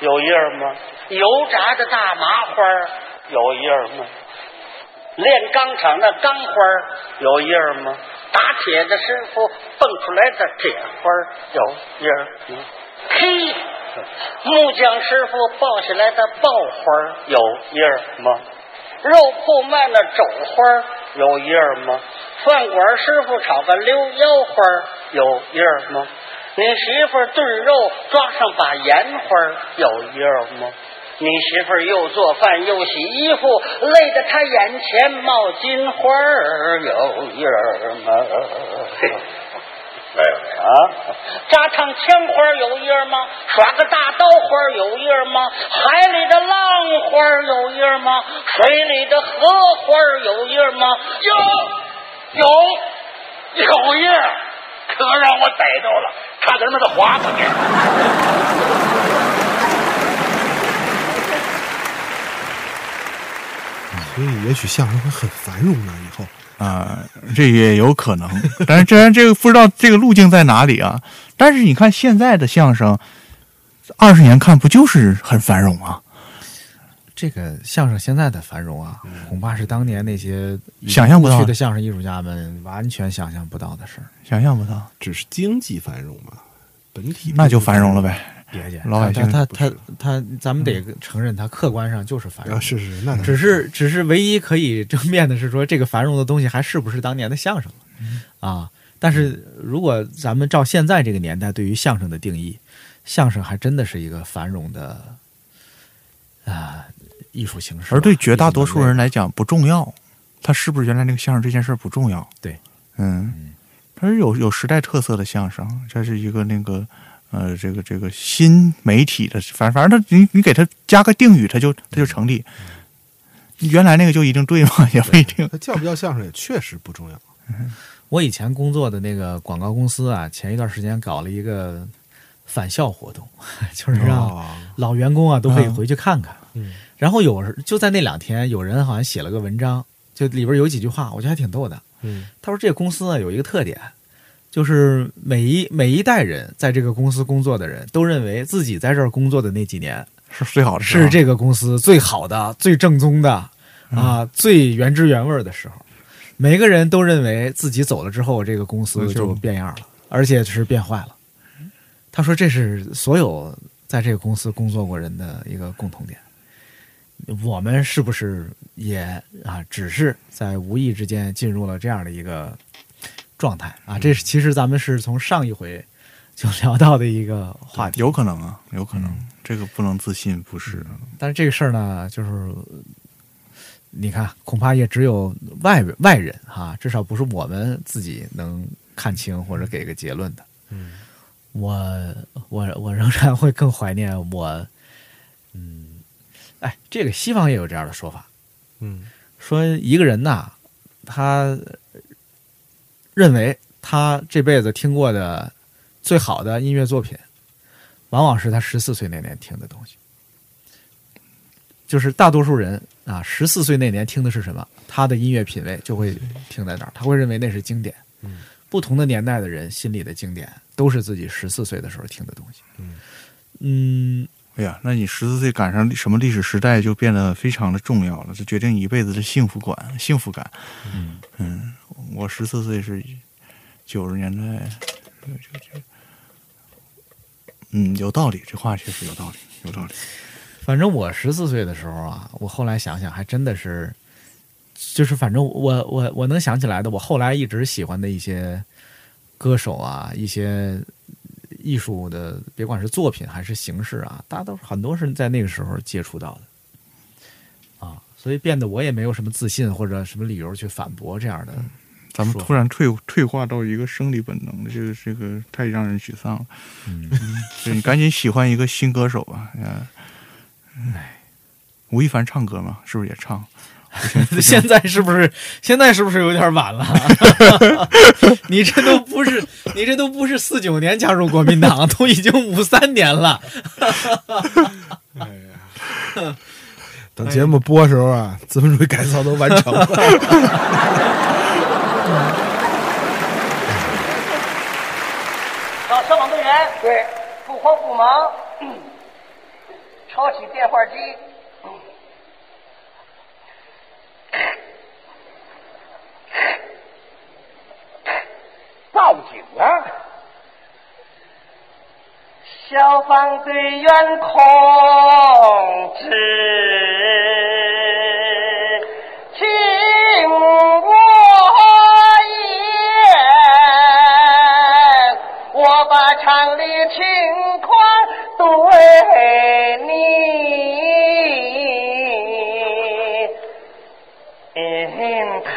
有叶吗？油炸的大麻花啊有叶吗？练钢厂的钢花有叶吗？打铁的师傅蹦出来的铁花有叶吗？嘿，木匠师傅抱起来的爆花有叶吗？肉铺卖的肘花有叶吗？饭馆师傅炒个溜腰花有叶吗？你媳妇炖肉抓上把盐花有叶吗？你媳妇又做饭又洗衣服，累得她眼前冒金花有叶吗？没有啊，扎趟枪花有叶吗？耍个大刀花有叶吗？海里的浪花有叶吗？水里的荷花有叶吗？有，有，有叶。可让我逮着了，差点儿把他划过去。所以也许相声会很繁荣呢。以后啊、这也有可能，但是这这个不知道这个路径在哪里啊。但是你看现在的相声，二十年看不就是很繁荣啊？这个相声现在的繁荣啊，嗯恐怕是当年那些想象不到过去的相声艺术家们完全想象不到的事儿。想象不到，只是经济繁荣嘛，本体那就繁荣了呗。别介，老百姓他他他他，咱们得承认，他客观上就是繁荣。啊是是那当然只是只是唯一可以争辩的是说，这个繁荣的东西还是不是当年的相声了嗯啊？但是如果咱们照现在这个年代对于相声的定义，相声还真的是一个繁荣的啊艺术形式吧。而对绝大多数人来讲不重要，他是不是原来那个相声这件事儿不重要。对，嗯，它是有有时代特色的相声，这是一个那个呃，这个这个新媒体的，反反正他你你给他加个定语，他就他就成立。嗯原来那个就一定对吗？ 也不一定。他叫不叫相声也确实不重要。 我以前工作的那个广告公司啊，前一段时间搞了一个返校活动， 就是让哦老员工啊都可以嗯回去看看。嗯，然后有人就在那两天，有人好像写了个文章，就里边有几句话，我觉得还挺逗的。嗯，他说这个公司啊有一个特点，就是每一每一代人在这个公司工作的人都认为自己在这儿工作的那几年是最好的时候是这个公司最好的、最正宗的嗯啊、最原汁原味儿的时候。每个人都认为自己走了之后，这个公司那就就变样了，而且是变坏了。他说这是所有在这个公司工作过人的一个共同点。我们是不是也啊，只是在无意之间进入了这样的一个状态啊？这是其实咱们是从上一回就聊到的一个话题，嗯有可能啊，有可能，这个不能自信，不是？啊但是这个事儿呢，就是你看，恐怕也只有外外人哈、至少不是我们自己能看清或者给个结论的。嗯，我我我仍然会更怀念我，嗯，哎，这个西方也有这样的说法，嗯，说一个人呐，他认为他这辈子听过的最好的音乐作品，往往是他十四岁那年听的东西。就是大多数人啊，十四岁那年听的是什么，他的音乐品味就会停在那儿，他会认为那是经典。嗯，不同的年代的人心里的经典，都是自己十四岁的时候听的东西。嗯嗯，哎呀，那你十四岁赶上什么历史时代，就变得非常的重要了，这决定一辈子的幸福感、幸福感。嗯嗯，我十四岁是九十年代，这这这，嗯，有道理，这话确实有道理，有道理。反正我十四岁的时候啊，我后来想想，还真的是，就是反正我我我能想起来的，我后来一直喜欢的一些歌手啊，一些艺术的，别管是作品还是形式啊，大都是很多是在那个时候接触到的啊，所以变得我也没有什么自信或者什么理由去反驳这样的。嗯咱们突然退退化到一个生理本能的，这个这个太让人沮丧了。嗯， 对你赶紧喜欢一个新歌手吧。哎，哎吴亦凡唱歌嘛，是不是也 唱？ 现在是不是现在是不是有点晚了？ 你这都不是你这都不是四九年加入国民党，都已经五三年了。 哎等节目播的时候啊，资本主义改造都完成了。找消防队员，对，不慌不忙，嗯抄起电话机，嗯报警啊！消防队员控制，请我言，我把厂里情况对你谈。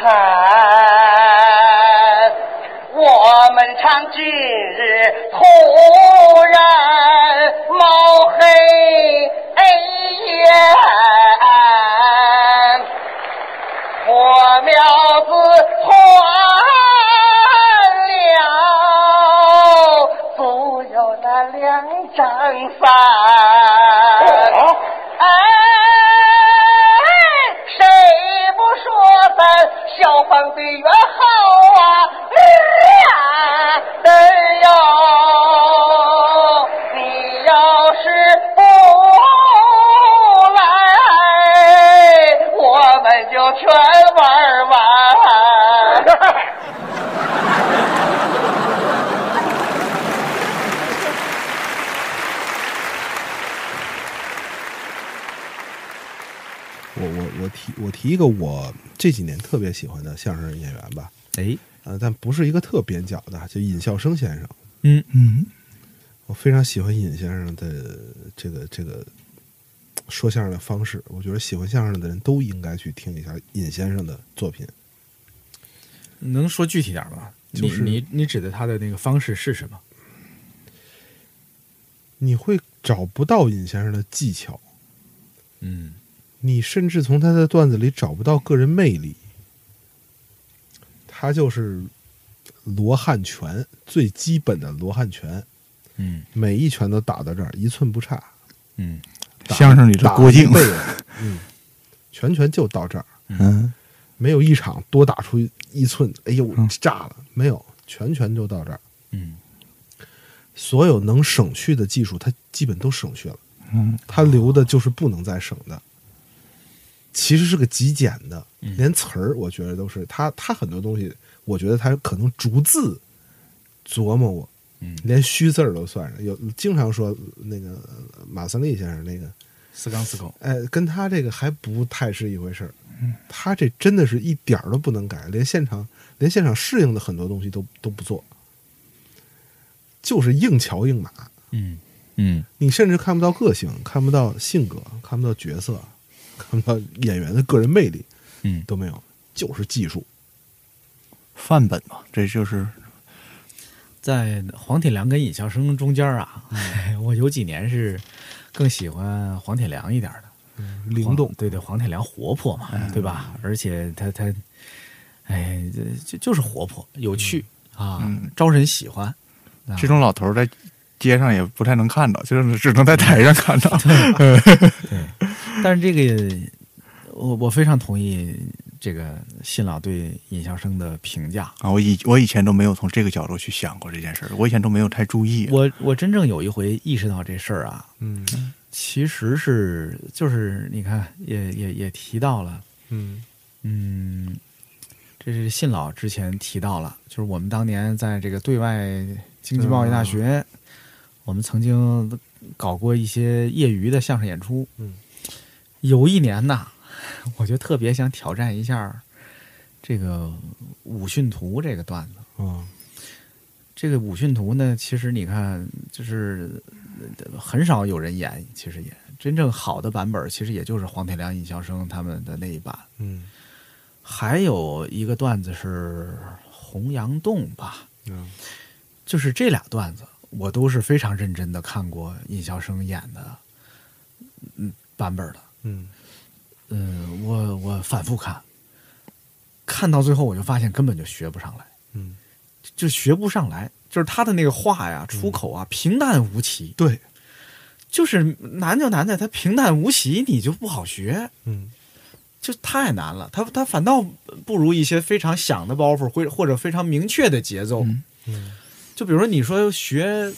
我们厂近日突然冒黑烟，火苗子窜了，足有那两丈三。哎，谁不说咱消防队员好啊？哎呀，哎呦，你要是不来，我们就全玩完。我我我提我提一个我这几年特别喜欢的相声演员吧。哎，呃，但不是一个特边角的，就尹笑声先生。嗯嗯，我非常喜欢尹先生的这个这个说相声的方式。我觉得喜欢相声的人都应该去听一下尹先生的作品。能说具体点吗？就是你你你指的他的那个方式是什么？你会找不到尹先生的技巧，嗯，你甚至从他的段子里找不到个人魅力。他就是罗汉拳最基本的罗汉拳，嗯，每一拳都打到这儿，一寸不差。嗯，相声里的郭靖打一辈子 嗯，拳拳就到这儿，嗯，没有一场多打出一寸，哎呦炸了，没有，拳拳就到这儿。嗯，所有能省去的技术，他基本都省去了。嗯，他留的就是不能再省的。其实是个极简的，嗯连词儿我觉得都是他，他很多东西，我觉得他可能逐字琢磨我嗯，连虚字儿都算上。有经常说那个马三立先生那个四缸四口，哎，跟他这个还不太是一回事儿。他这真的是一点儿都不能改，连现场连现场适应的很多东西都都不做，就是硬桥硬马。嗯嗯，你甚至看不到个性，看不到性格，看不到角色，看不到演员的个人魅力，嗯，都没有，就是技术。范本嘛，这就是在黄铁良跟尹笑声中间啊， 我有几年是更喜欢黄铁良一点的，嗯灵动，对对，黄铁良活泼嘛，嗯对吧？而且他他，哎，这就就是活泼有趣嗯啊，招人喜欢。啊这种老头儿在街上也不太能看到，就是只能在台上看到。 嗯但是这个，我我非常同意这个信老对尹笑声的评价。啊，我以我以前都没有从这个角度去想过这件事儿，我以前都没有太注意。我我真正有一回意识到这事儿啊，嗯其实是就是你看，也也也提到了，嗯嗯，这是信老之前提到了，就是我们当年在这个对外经济贸易大学，我们曾经搞过一些业余的相声演出。嗯，有一年呐， 我就特别想挑战一下这个武训图这个段子。啊，这个武训图呢，其实你看，就是呃很少有人演，其实也真正好的版本，其实也就是黄铁良、尹笑声他们的那一版。嗯还有一个段子是洪崖洞吧，嗯就是这俩段子，我都是非常认真的看过尹笑声演的，嗯版本的，嗯嗯，我我反复看，看到最后我就发现根本就学不上来，嗯，就学不上来，就是他的那个话呀、出口啊，平淡无奇，对，就是难就难在他平淡无奇，你就不好学，嗯，就太难了。他他反倒不如一些非常响的包袱，或或者非常明确的节奏。嗯就比如说你说学，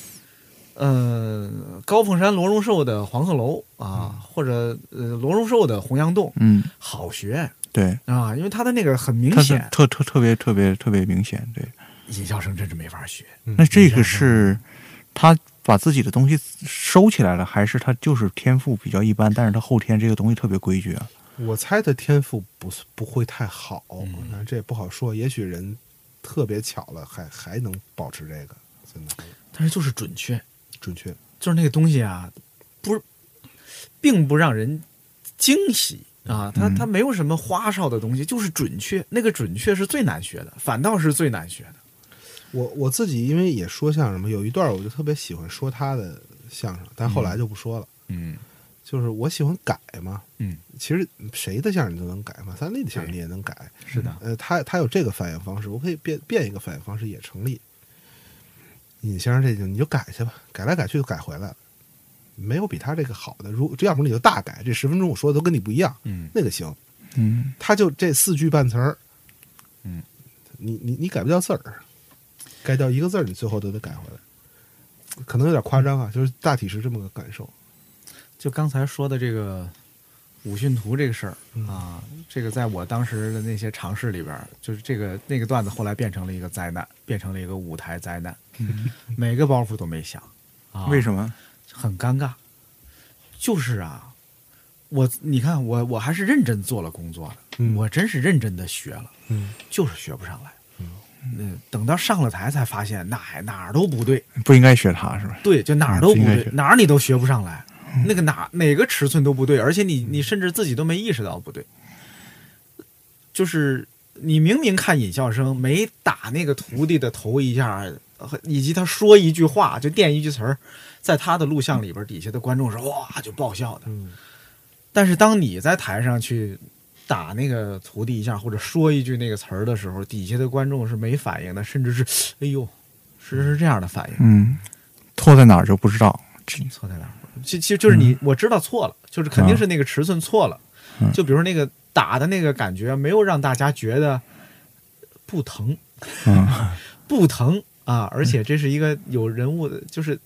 呃，高凤山罗荣寿的《黄鹤楼》啊，或者呃罗荣寿的《洪崖洞》，嗯，好学对，啊，因为他的那个很明他是显，特特特别特别特别明显，对。尹笑声真是没法学。那这个是他把自己的东西收起来了，还是他就是天赋比较一般，但是他后天这个东西特别规矩啊？嗯我猜他天赋不是不会太好，嗯但这也不好说。也许人特别巧了，还还能保持这个，真的但是就是准确，准确。就是那个东西啊，不是，并不让人惊喜啊，嗯它它没有什么花哨的东西，就是准确。那个准确是最难学的，反倒是最难学的。我我自己因为也说相声嘛，有一段我就特别喜欢说他的相声，但后来就不说了。嗯，就是我喜欢改嘛。嗯，其实谁的相声你都能改，马三立的相声你也能改。是的，呃，他他有这个反应方式，我可以变变一个反应方式也成立。尹先生这就你就改去吧，改来改去就改回来了，没有比他这个好的。如这要不你就大改，这十分钟我说的都跟你不一样，嗯，那个行。嗯，他就这四句半词儿，嗯，你你你改不掉字儿，改掉一个字儿，你最后都得改回来，可能有点夸张啊，就是大体是这么个感受。就刚才说的这个武训图这个事儿啊，这个在我当时的那些尝试里边儿，就是这个那个段子后来变成了一个灾难，变成了一个舞台灾难， 每个包袱都没想嗯啊。为什么？很尴尬。就是啊，我你看我我还是认真做了工作的，嗯我真是认真的学了，嗯，就是学不上来。嗯、等到上了台才发现哪哪儿都不对，不应该学他是吧？对，就哪儿嗯都不不应该对学，嗯哪儿你都学不上来，那个哪哪个尺寸都不对，而且你你甚至自己都没意识到不对，就是你明明看尹笑声每打那个徒弟的头一下，呃以及他说一句话就垫一句词儿，在他的录像里边底下的观众是哇就爆笑的，嗯但是当你在台上去。打那个徒弟一下，或者说一句那个词儿的时候，底下的观众是没反应的，甚至是哎呦，是是这样的反应。嗯，错在哪儿就不知道。错在哪儿？其其实就是你，我知道错了，就是肯定是那个尺寸错了。啊嗯就比如那个打的那个感觉，没有让大家觉得不疼，嗯 不疼啊！而且这是一个有人物的，就是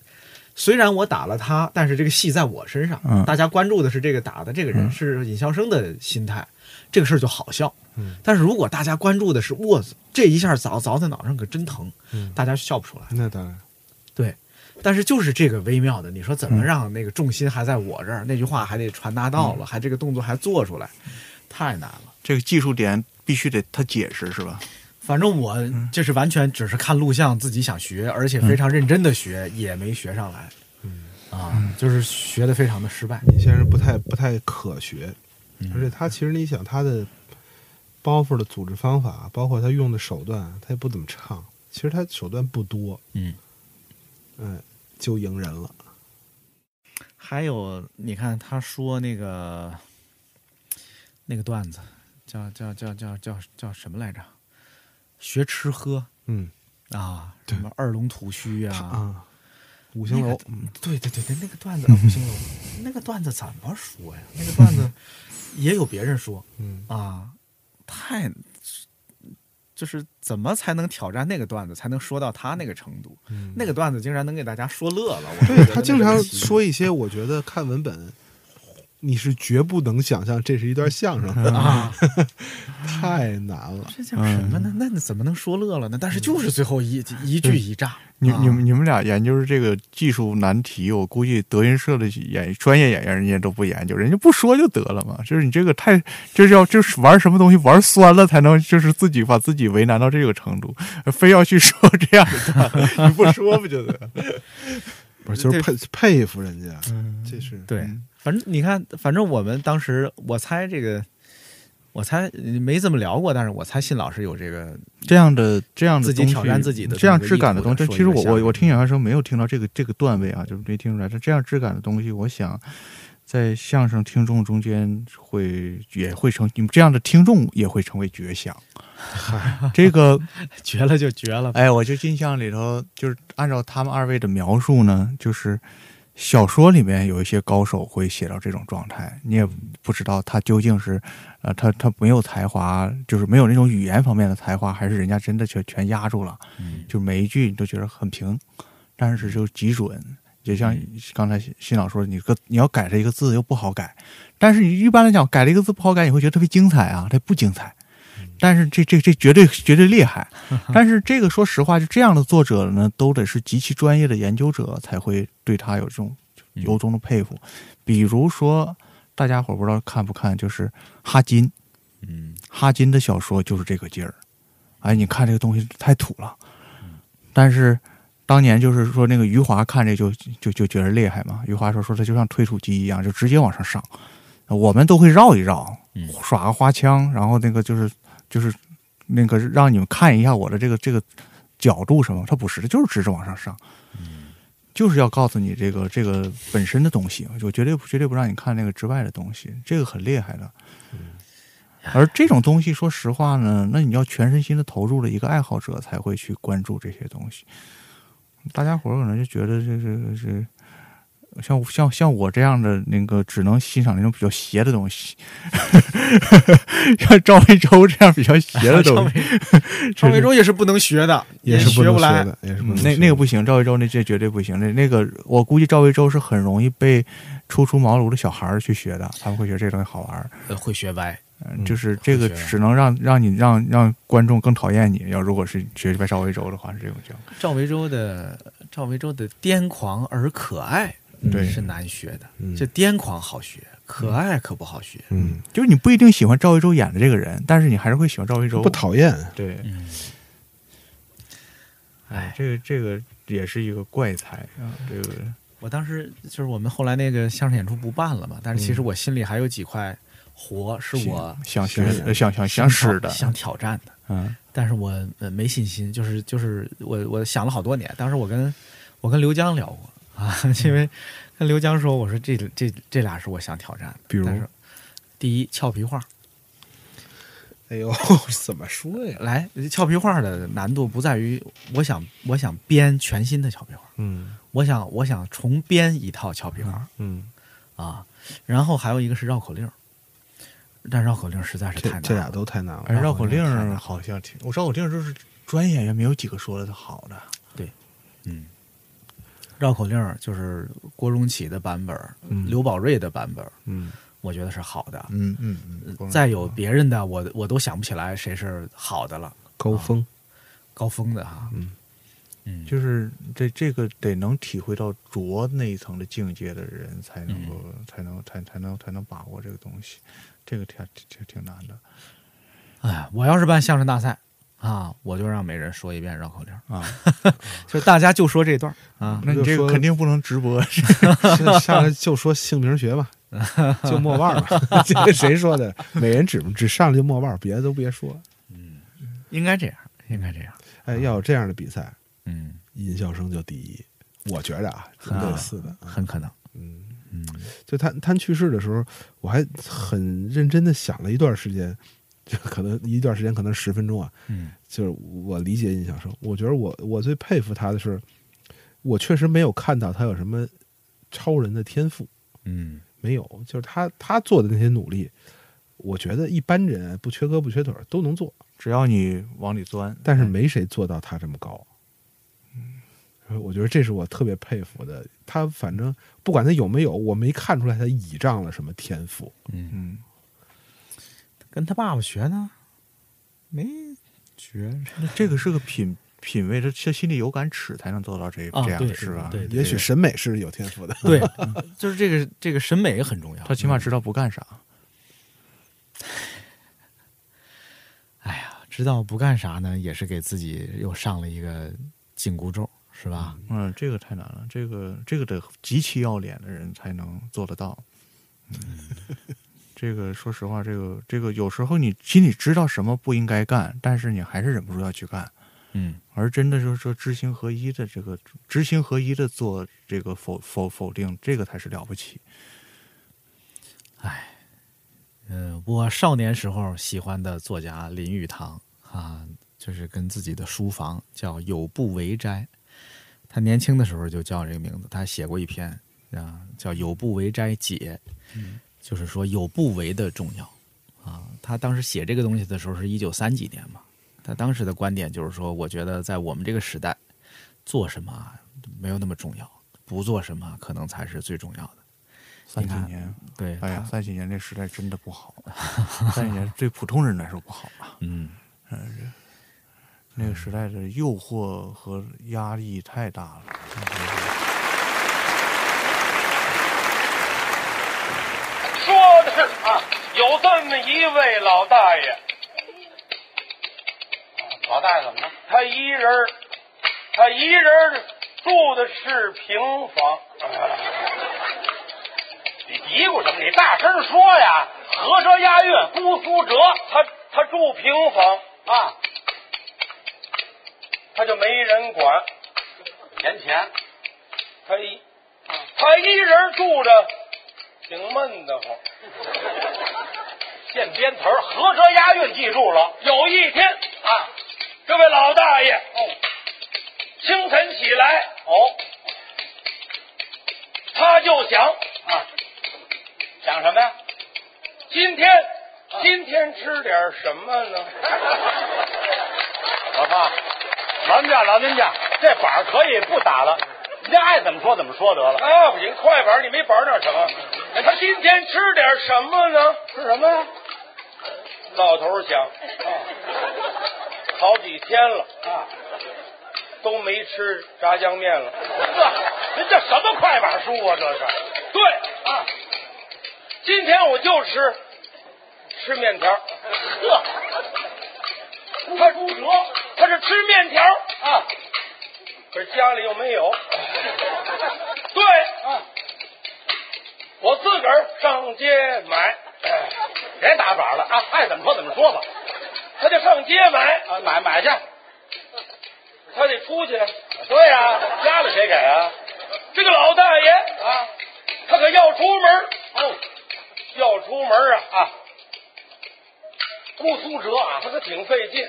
虽然我打了他，但是这个戏在我身上，嗯大家关注的是这个打的这个人，嗯是尹笑声的心态，这个事儿就好笑。嗯但是如果大家关注的是我这一下凿凿在脑上可真疼，嗯大家笑不出来。那当然，对，但是就是这个微妙的，你说怎么让那个重心还在我这嗯儿，那句话还得传达到了，还这个动作还做出来，太难了。这个技术点必须得他解释是吧？反正我嗯这是完全只是看录像自己想学，而且非常认真的学，也没学上来。嗯啊，就是学的非常的失败。你先是不太不太可学，而且他其实你想他的包袱的组织方法，包括他用的手段，他也不怎么唱。其实他手段不多，嗯，哎，就赢人了。还有，你看他说那个那个段子，叫叫叫叫叫叫什么来着？学吃喝，嗯啊，什么二龙吐须呀、啊，五行楼，嗯那个嗯对对对对，那个段 子啊，五行楼，那个段子怎么说呀？那个段子也有别人说，嗯啊，太就是怎么才能挑战那个段子，才能说到他那个程度？嗯那个段子竟然能给大家说乐了，我对他经常说一些，我觉得看文本，你是绝不能想象这是一段相声嗯的啊，太难了。这叫什么呢？那那怎么能说乐了呢？但是就是最后一一句一炸，你嗯啊你们你们俩研究这个技术难题，我估计德云社的演专业演员人家都不研究，人家不说就得了嘛。就是你这个太就是要就是玩什么东西玩酸了，才能就是自己把自己为难到这个程度，非要去说这样的 段子，你不说不就得了？不是，就是佩佩服人家，嗯这是对，反正你看，反正我们当时，我猜这个，我猜呃没怎么聊过，但是我猜信老师有这个这样的这样的自己东西挑战自己的这样质感的东西，其实我我我我听演员的时候没有听到这个这个段位啊，就是没听出来。这这样质感的东西，我想在相声听众中间会也会成，你们这样的听众也会成为绝响。啊这个 绝了就绝了吧哎，我就印象里头就是按照他 们二位的描述呢，就是小说里面有一些高手会写到这种状态，你也不知道他究竟是，呃，他他没有才华，就是没有那种语言方面的才华，还是人家真的全全压住了，嗯就是每一句你都觉得很平，但是就极准。就像刚才新老说，你个你要改这一个字又不好改，但是你一般来讲改了一个字不好改，你会觉得特别精彩啊，它不精彩。但是这这这绝对绝对厉害， 但是这个说实话，就这样的作者呢，都得是极其专业的研究者才会对他有这种由衷的佩服。比如说，大家伙儿不知道看不看，就是哈金，嗯，，哈金的小说就是这个劲儿。哎，你看这个东西太土了，但是当年就是说那个余华看这就就就觉得厉害嘛。余华说说他就像推土机一样，就直接往上上。我们都会绕一绕，耍个花枪，然后那个就是就是那个让你们看一下我的这个这个角度什么，它不是，它就是直着往上上，就是要告诉你这个这个本身的东西，我绝对不绝对不让你看那个之外的东西，这个很厉害的。 而这种东西，说实话呢，那你要全身心的投入了一个爱好者才会去关注这些东西。大家伙儿可能就觉得这是是像像像我这样的那个只能欣赏那种比较邪的东西， 像赵维洲这样比较邪的 东西 赵维 赵维洲也是不能学的也是不能学的也学不来嗯也是不能学的那那个不行，赵维洲那这绝对不行，那那个我估计赵维洲是很容易被初出茅庐的小孩儿去学的，他们会觉得这东西好玩儿。呃会学歪，嗯，就是这个会学只能让让你让让观众更讨厌你。要如果是学白赵维洲的话，是这种情况。赵维洲的赵维洲的癫狂而可爱，嗯对嗯是难学的。这癫狂好学，可爱可不好学。嗯，就是你不一定喜欢赵维洲演的这个人，但是你还是会喜欢赵维洲，不讨厌对，嗯哎，这个这个也是一个怪才啊，这个我当时就是我们后来那个相声演出不办了嘛，但是其实我心里还有几块活是我嗯想想学的想想想使的想挑战的。嗯，但是我呃没信心，就是就是我我想了好多年。当时我跟我跟刘江聊过啊， 因为跟刘江说，我说这这这俩是我想挑战的。比如但是第一俏皮话，哎呦， 怎么说呀？来，俏皮话的难度不在于我想我想编全新的俏皮话，嗯我想我想重编一套俏皮话嗯，啊，然后还有一个是绕口令儿，但绕口令儿实在是太难了，这俩都太难了。哎而啊哎绕口令儿好像挺，我绕口令儿就是专业演员没有几个说的好的。对，嗯，绕口令儿就是郭荣启的版本儿，嗯刘宝瑞的版本儿，嗯我觉得是好的，嗯嗯嗯呃再有别人的，啊我我都想不起来谁是好的了。高峰，高峰的哈，嗯，嗯，就是这这个得能体会到浊那一层的境界的人，才能够、嗯才能才才能才能把握这个东西，这个挺挺挺挺难的。哎，我要是办相声大赛啊，我就让每人说一遍绕口令啊，就大家就说 这段啊。那你这个肯定不能直播， 下下来就说姓名学吧， 就莫腕儿吧。 这个谁说的？每人指指上来就莫腕儿，别的都别说。应该这样，应该这样。哎，要有这样的比赛，嗯，音效生就第一。我觉着啊，类似的，很可能。嗯嗯，就他他去世的时候，我还很认真的想了一段时间， 就可能一段时间，可能十分钟啊。嗯，就是我理解印象生，我觉得我我最佩服他的是，我确实没有看到他有什么超人的天赋， 嗯，没有，就是他他做的那些努力，我觉得一般人啊不缺胳膊缺腿儿都能做，只要你往里钻，但嗯是没谁做到他这么高。嗯，我觉得这是我特别佩服的。他反正不管他有没有，我没看出来他倚仗了什么天赋。嗯，跟他爸爸哦学呢，没学。这个是个品品味，他他心里有杆尺才能做到这啊这样对是吧？对对也许审美是有天赋的。对，就是这个这个审美也很重要。他起码知道不干啥。哎呀，知道不干啥呢，也是给自己又上了一个紧箍咒，是吧？嗯，这个太难了，这个这个得极其要脸的人才能做得到。 嗯，这个说实话，这个这个有时候你心里知道什么不应该干，但是你还是忍不住要去干。嗯，而真的就是说知行合一的这个知行合一的做这个否否否定，这个才是了不起。嗯、我少年时候喜欢的作家林语堂啊，就是跟自己的书房叫有不为斋。他年轻的时候就叫这个名字，他写过一篇啊，叫《有不为斋解》，嗯就是说有不为的重要啊。他当时写这个东西的时候是一九三几年嘛，他当时的观点就是说，我觉得在我们这个时代，做什么啊没有那么重要，不做什么啊可能才是最重要的。三几你看年，对哎呀，三几年这时代真的不好，三几年对普通人来说不好了。嗯，呃，那个时代的诱惑和压力太大了。说的啊，有这么一位老大爷，啊老大爷怎么了？他一人儿，他一人儿住的是平房。你嘀咕什么？你大声说呀！和辙押韵，姑苏辙，他他住平房啊，他就没人管，年前他一他一人住着，挺闷得慌。 现编词儿，和辙押韵记住了。有一天啊，这位老大爷哦，清晨起来哦，他就想啊，想什么呀？啊今天、今天吃点什么呢？老爸，老人家，老人家，这板儿可以不打了，您爱怎么说怎么说得了。啊，不行，快板儿你没板儿那成。哎他今天吃点什么呢？吃什么呀？老头儿想，好几天了啊，都没吃炸酱面了。这这什么快板书啊？这是对啊，今天我就吃吃面条。呵，他出辙，他是吃面条啊，可是家里又没有。对啊，我自个儿上街买，哎别打板了啊，爱怎么说怎么说吧。他就上街买啊，买买去，他得出去。对呀、家里谁给啊？这个老大爷啊，他可要出门哦，要出门啊啊，顾苏辙啊，他可挺费劲，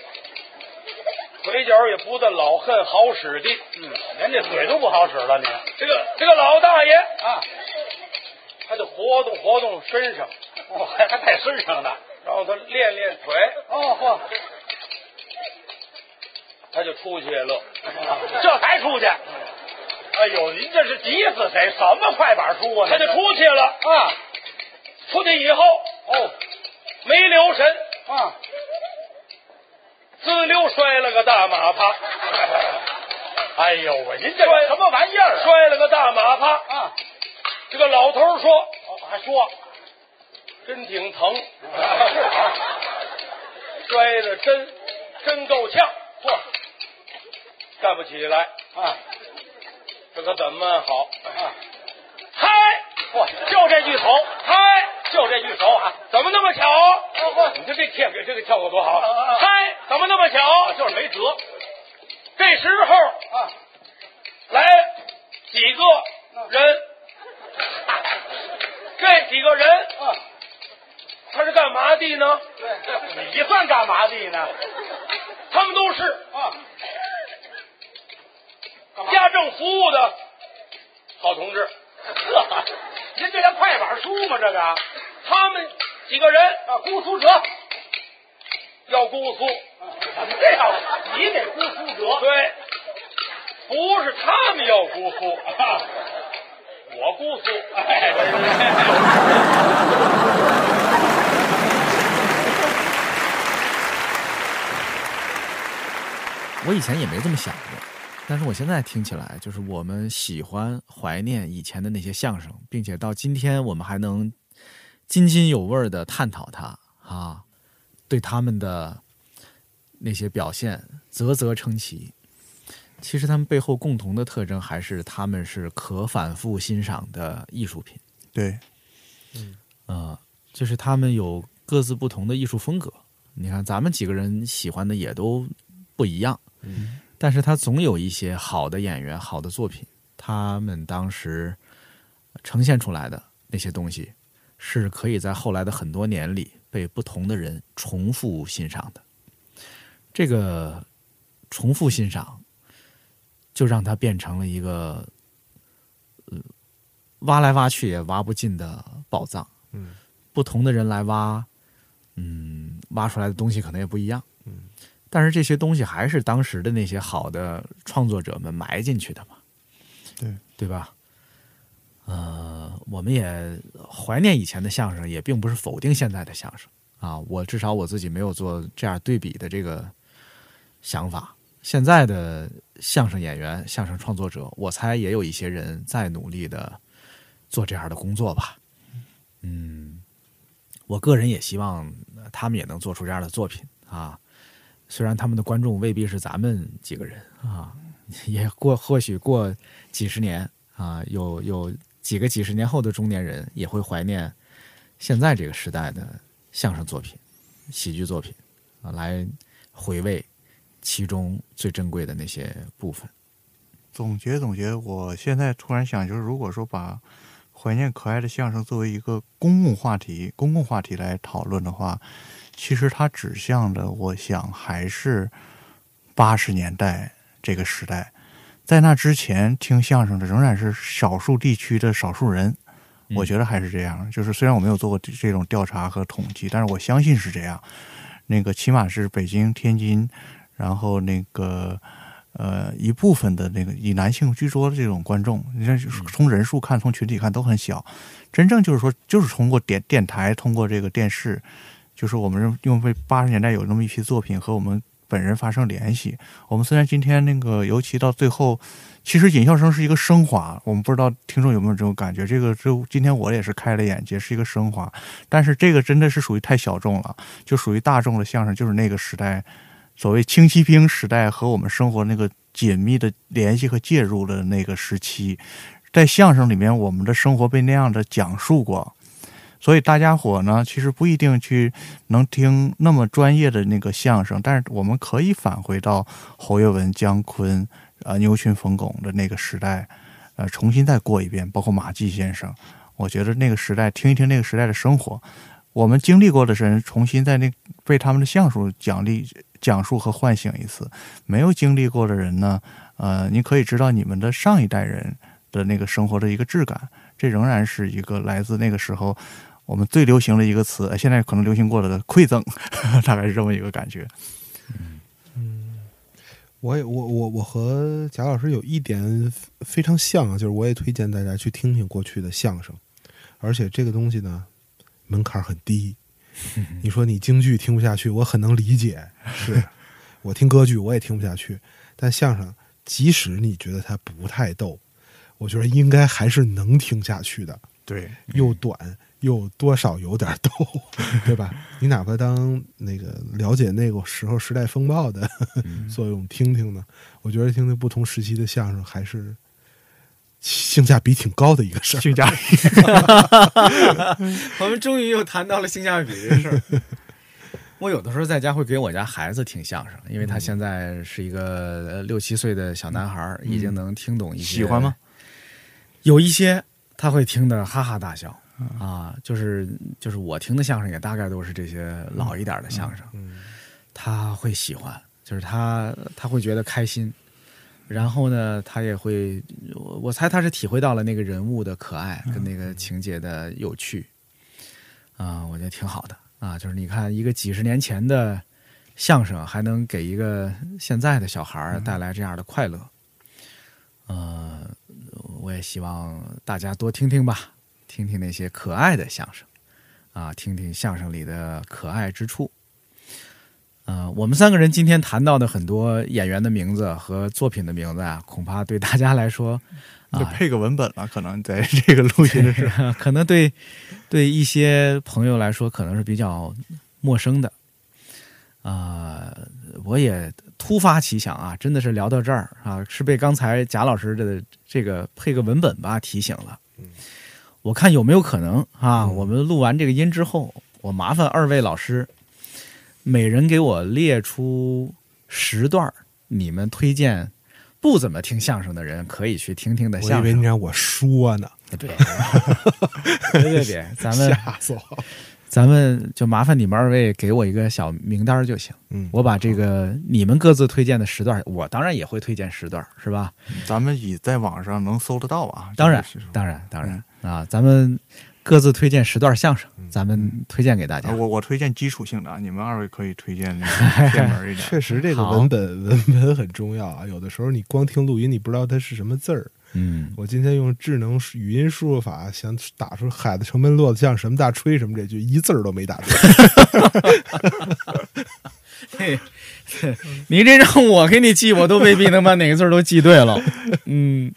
腿脚也不但老恨好使的，嗯，连这腿都不好使了，你这个这个老大爷啊，他就活动活动身上，哦，还还带身上的，然后他练练腿，哦嚯，他就出去了，这才出去。哎呦，您这是急死谁？什么快板书啊？他就出去了啊，出去以后哦，没留神啊，滋溜摔了个大马趴，哎呦喂，您这什么玩意儿、啊摔了个大马趴啊！这个老头儿说，哦还说，真挺疼，是啊，摔的真真够呛，嚯，站不起来啊！这可怎么好啊？嗨，嚯，就这句头，嗨，就这句手啊，怎么那么巧啊？你看这跳给这个跳舞多好，嗨，怎么那么巧？啊就是没辙。这时候啊，来几个人，这几个人啊，他是干嘛的呢？你算干嘛的呢？他们都是啊，家政服务的 好同志。呵，您这叫快板书吗？这个，他们几个人啊，姑苏折，要姑苏，怎么这样？你给姑苏折？对，不是他们要姑苏，啊我姑苏。我以前也没这么想过，但是我现在听起来，就是我们喜欢怀念以前的那些相声，并且到今天我们还能津津有味的探讨它啊，对他们的那些表现啧啧称奇。其实他们背后共同的特征还是他们是可反复欣赏的艺术品，对，呃，就是他们有各自不同的艺术风格。你看，咱们几个人喜欢的也都不一样，嗯，但是他总有一些好的演员、好的作品，他们当时呈现出来的那些东西，是可以在后来的很多年里被不同的人重复欣赏的。这个重复欣赏，就让它变成了一个，呃，挖来挖去也挖不尽的宝藏。嗯，不同的人来挖，嗯，挖出来的东西可能也不一样。嗯，但是这些东西还是当时的那些好的创作者们埋进去的嘛，对对吧？呃，我们也怀念以前的相声，也并不是否定现在的相声啊。我至少我自己没有做这样对比的这个想法。现在的相声演员、相声创作者，我猜也有一些人在努力的做这样的工作吧。嗯，我个人也希望呃他们也能做出这样的作品啊。虽然他们的观众未必是咱们几个人啊， 也过或许过几十年啊，有有几个几十年后的中年人也会怀念现在这个时代的相声作品、喜剧作品啊，来回味其中最珍贵的那些部分。总结总结，我现在突然想，就是如果说把怀念可爱的相声作为一个公共话题、公共话题来讨论的话，其实它指向的，我想还是八十年代这个时代。在那之前，听相声的仍然是少数地区的少数人，嗯我觉得还是这样。就是虽然我没有做过这这种调查和统计，但是我相信是这样。那个起码是北京、天津，然后那个呃一部分的那个以男性居多的这种观众，你看从人数看、从群体看都很小。真正就是说，就是通过电电台、通过这个电视，就是我们用为八十年代有那么一批作品和我们本人发生联系。我们虽然今天那个，尤其到最后，其实尹笑声是一个升华，我们不知道听众有没有这种感觉。这个就今天我也是开了眼界，是一个升华。但是这个真的是属于太小众了，就属于大众的相声，就是那个时代所谓清西兵时代和我们生活那个紧密的联系和介入的那个时期，在相声里面，我们的生活被那样的讲述过，所以大家伙呢，其实不一定去能听那么专业的那个相声，但是我们可以返回到侯耀文、姜昆、啊、牛群、冯巩的那个时代，呃，重新再过一遍，包括马季先生，我觉得那个时代听一听那个时代的生活，我们经历过的人重新在那被他们的相术奖励、讲述和唤醒一次。没有经历过的人呢，呃，你可以知道你们的上一代人的那个生活的一个质感，这仍然是一个来自那个时候我们最流行的一个词，呃现在可能流行过了的馈赠， 大概是这么一个感觉。我也我我我和贾老师有一点非常像啊，就是我也推荐大家去听听过去的相声，而且这个东西呢，门槛很低。你说你京剧听不下去，我很能理解，是我听歌剧我也听不下去，但相声即使你觉得它不太逗，我觉得应该还是能听下去的。对，又短又多少有点逗， 对吧？你哪怕当那个了解那个时候时代风暴的嗯作用，听听呢，我觉得听听不同时期的相声还是性价比挺高的一个事儿。性 价比 我们终于又谈到了性价比这事儿。我有的时候在家会给我家孩子听相声，因为他现在是一个呃六七岁的小男孩儿，已经能听懂一些。喜欢吗？有一些他会听得哈哈大笑嗯啊，就是就是我听的相声也大概都是这些老一点的相声，他会喜欢，就是他他会觉得开心，然后呢，他也会，我我猜他是体会到了那个人物的可爱跟那个情节的有趣，啊，我觉得挺好的啊，就是你看一个几十年前的相声，还能给一个现在的小孩儿带来这样的快乐，呃，我也希望大家多听听吧，听听那些可爱的相声，啊，听听相声里的可爱之处。呃，我们三个人今天谈到的很多演员的名字和作品的名字啊，恐怕对大家来说，啊就配个文本了，可能在这个录音的时候。对 可能对对一些朋友来说，可能是比较陌生的。啊、我也突发奇想啊，真的是聊到这儿啊，是被刚才贾老师的这个配个文本吧提醒了。嗯我看有没有可能啊，我们录完这个音之后，我麻烦二位老师，每人给我列出十段儿你们推荐不怎么听相声的人可以去听听的我以相为声。你让我说呢，对， 别 别别，咱们吓死我了！咱们就麻烦你们二位给我一个小名单儿就行。嗯我把这个你们各自推荐的十段儿，我当然也会推荐十段儿，是吧？嗯咱们以在网上能搜得到啊，当然，当然，当然嗯啊，咱们各自推荐十段相声，咱们推荐给哎大家。嗯啊我我推荐基础性的，啊，你们二位可以推荐那 个偏门一点。确实这个文本 文本很重要啊。有的时候你光听录音，你不知道它是什么字儿。嗯，我今天用智能语音输入法想打出“海的城门落得像什么大吹什么”这句，一字儿都没打出来。 嘿嘿你这让我给你记，我都未必能把哪个字儿都记 对了。嗯，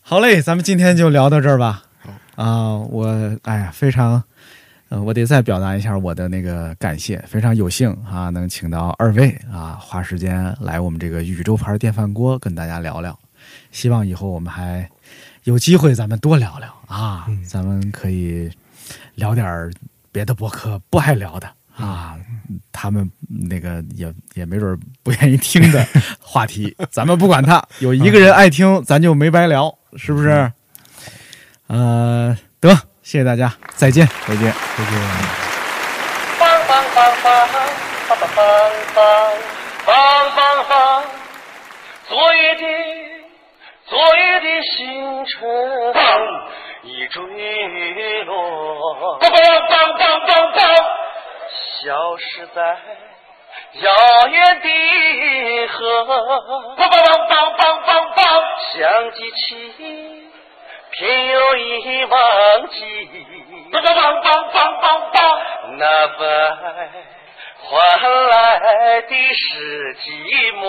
好嘞，咱们今天就聊到这儿吧。啊，我哎呀，非常，呃，我得再表达一下我的那个感谢，非常有幸啊，能请到二位啊，花时间来我们这个宇宙牌电饭锅跟大家聊聊。希望以后我们还有机会，咱们多聊聊啊，嗯咱们可以聊点儿别的博客不爱聊的嗯啊，他们那个也也没准儿不愿意听 的话题，咱们不管他，有一个人爱听，咱就没白聊，是不是？呃，得，谢谢大家，再见，嗯再见，再见。梆梆梆梆， 梆梆梆梆，梆梆梆，昨夜的昨夜的星辰已坠落，梆梆梆梆梆梆，消失在遥远的河，梆梆梆梆梆梆梆，想记起。偏又已忘记，梆梆梆梆梆梆梆，那份换来的是寂寞。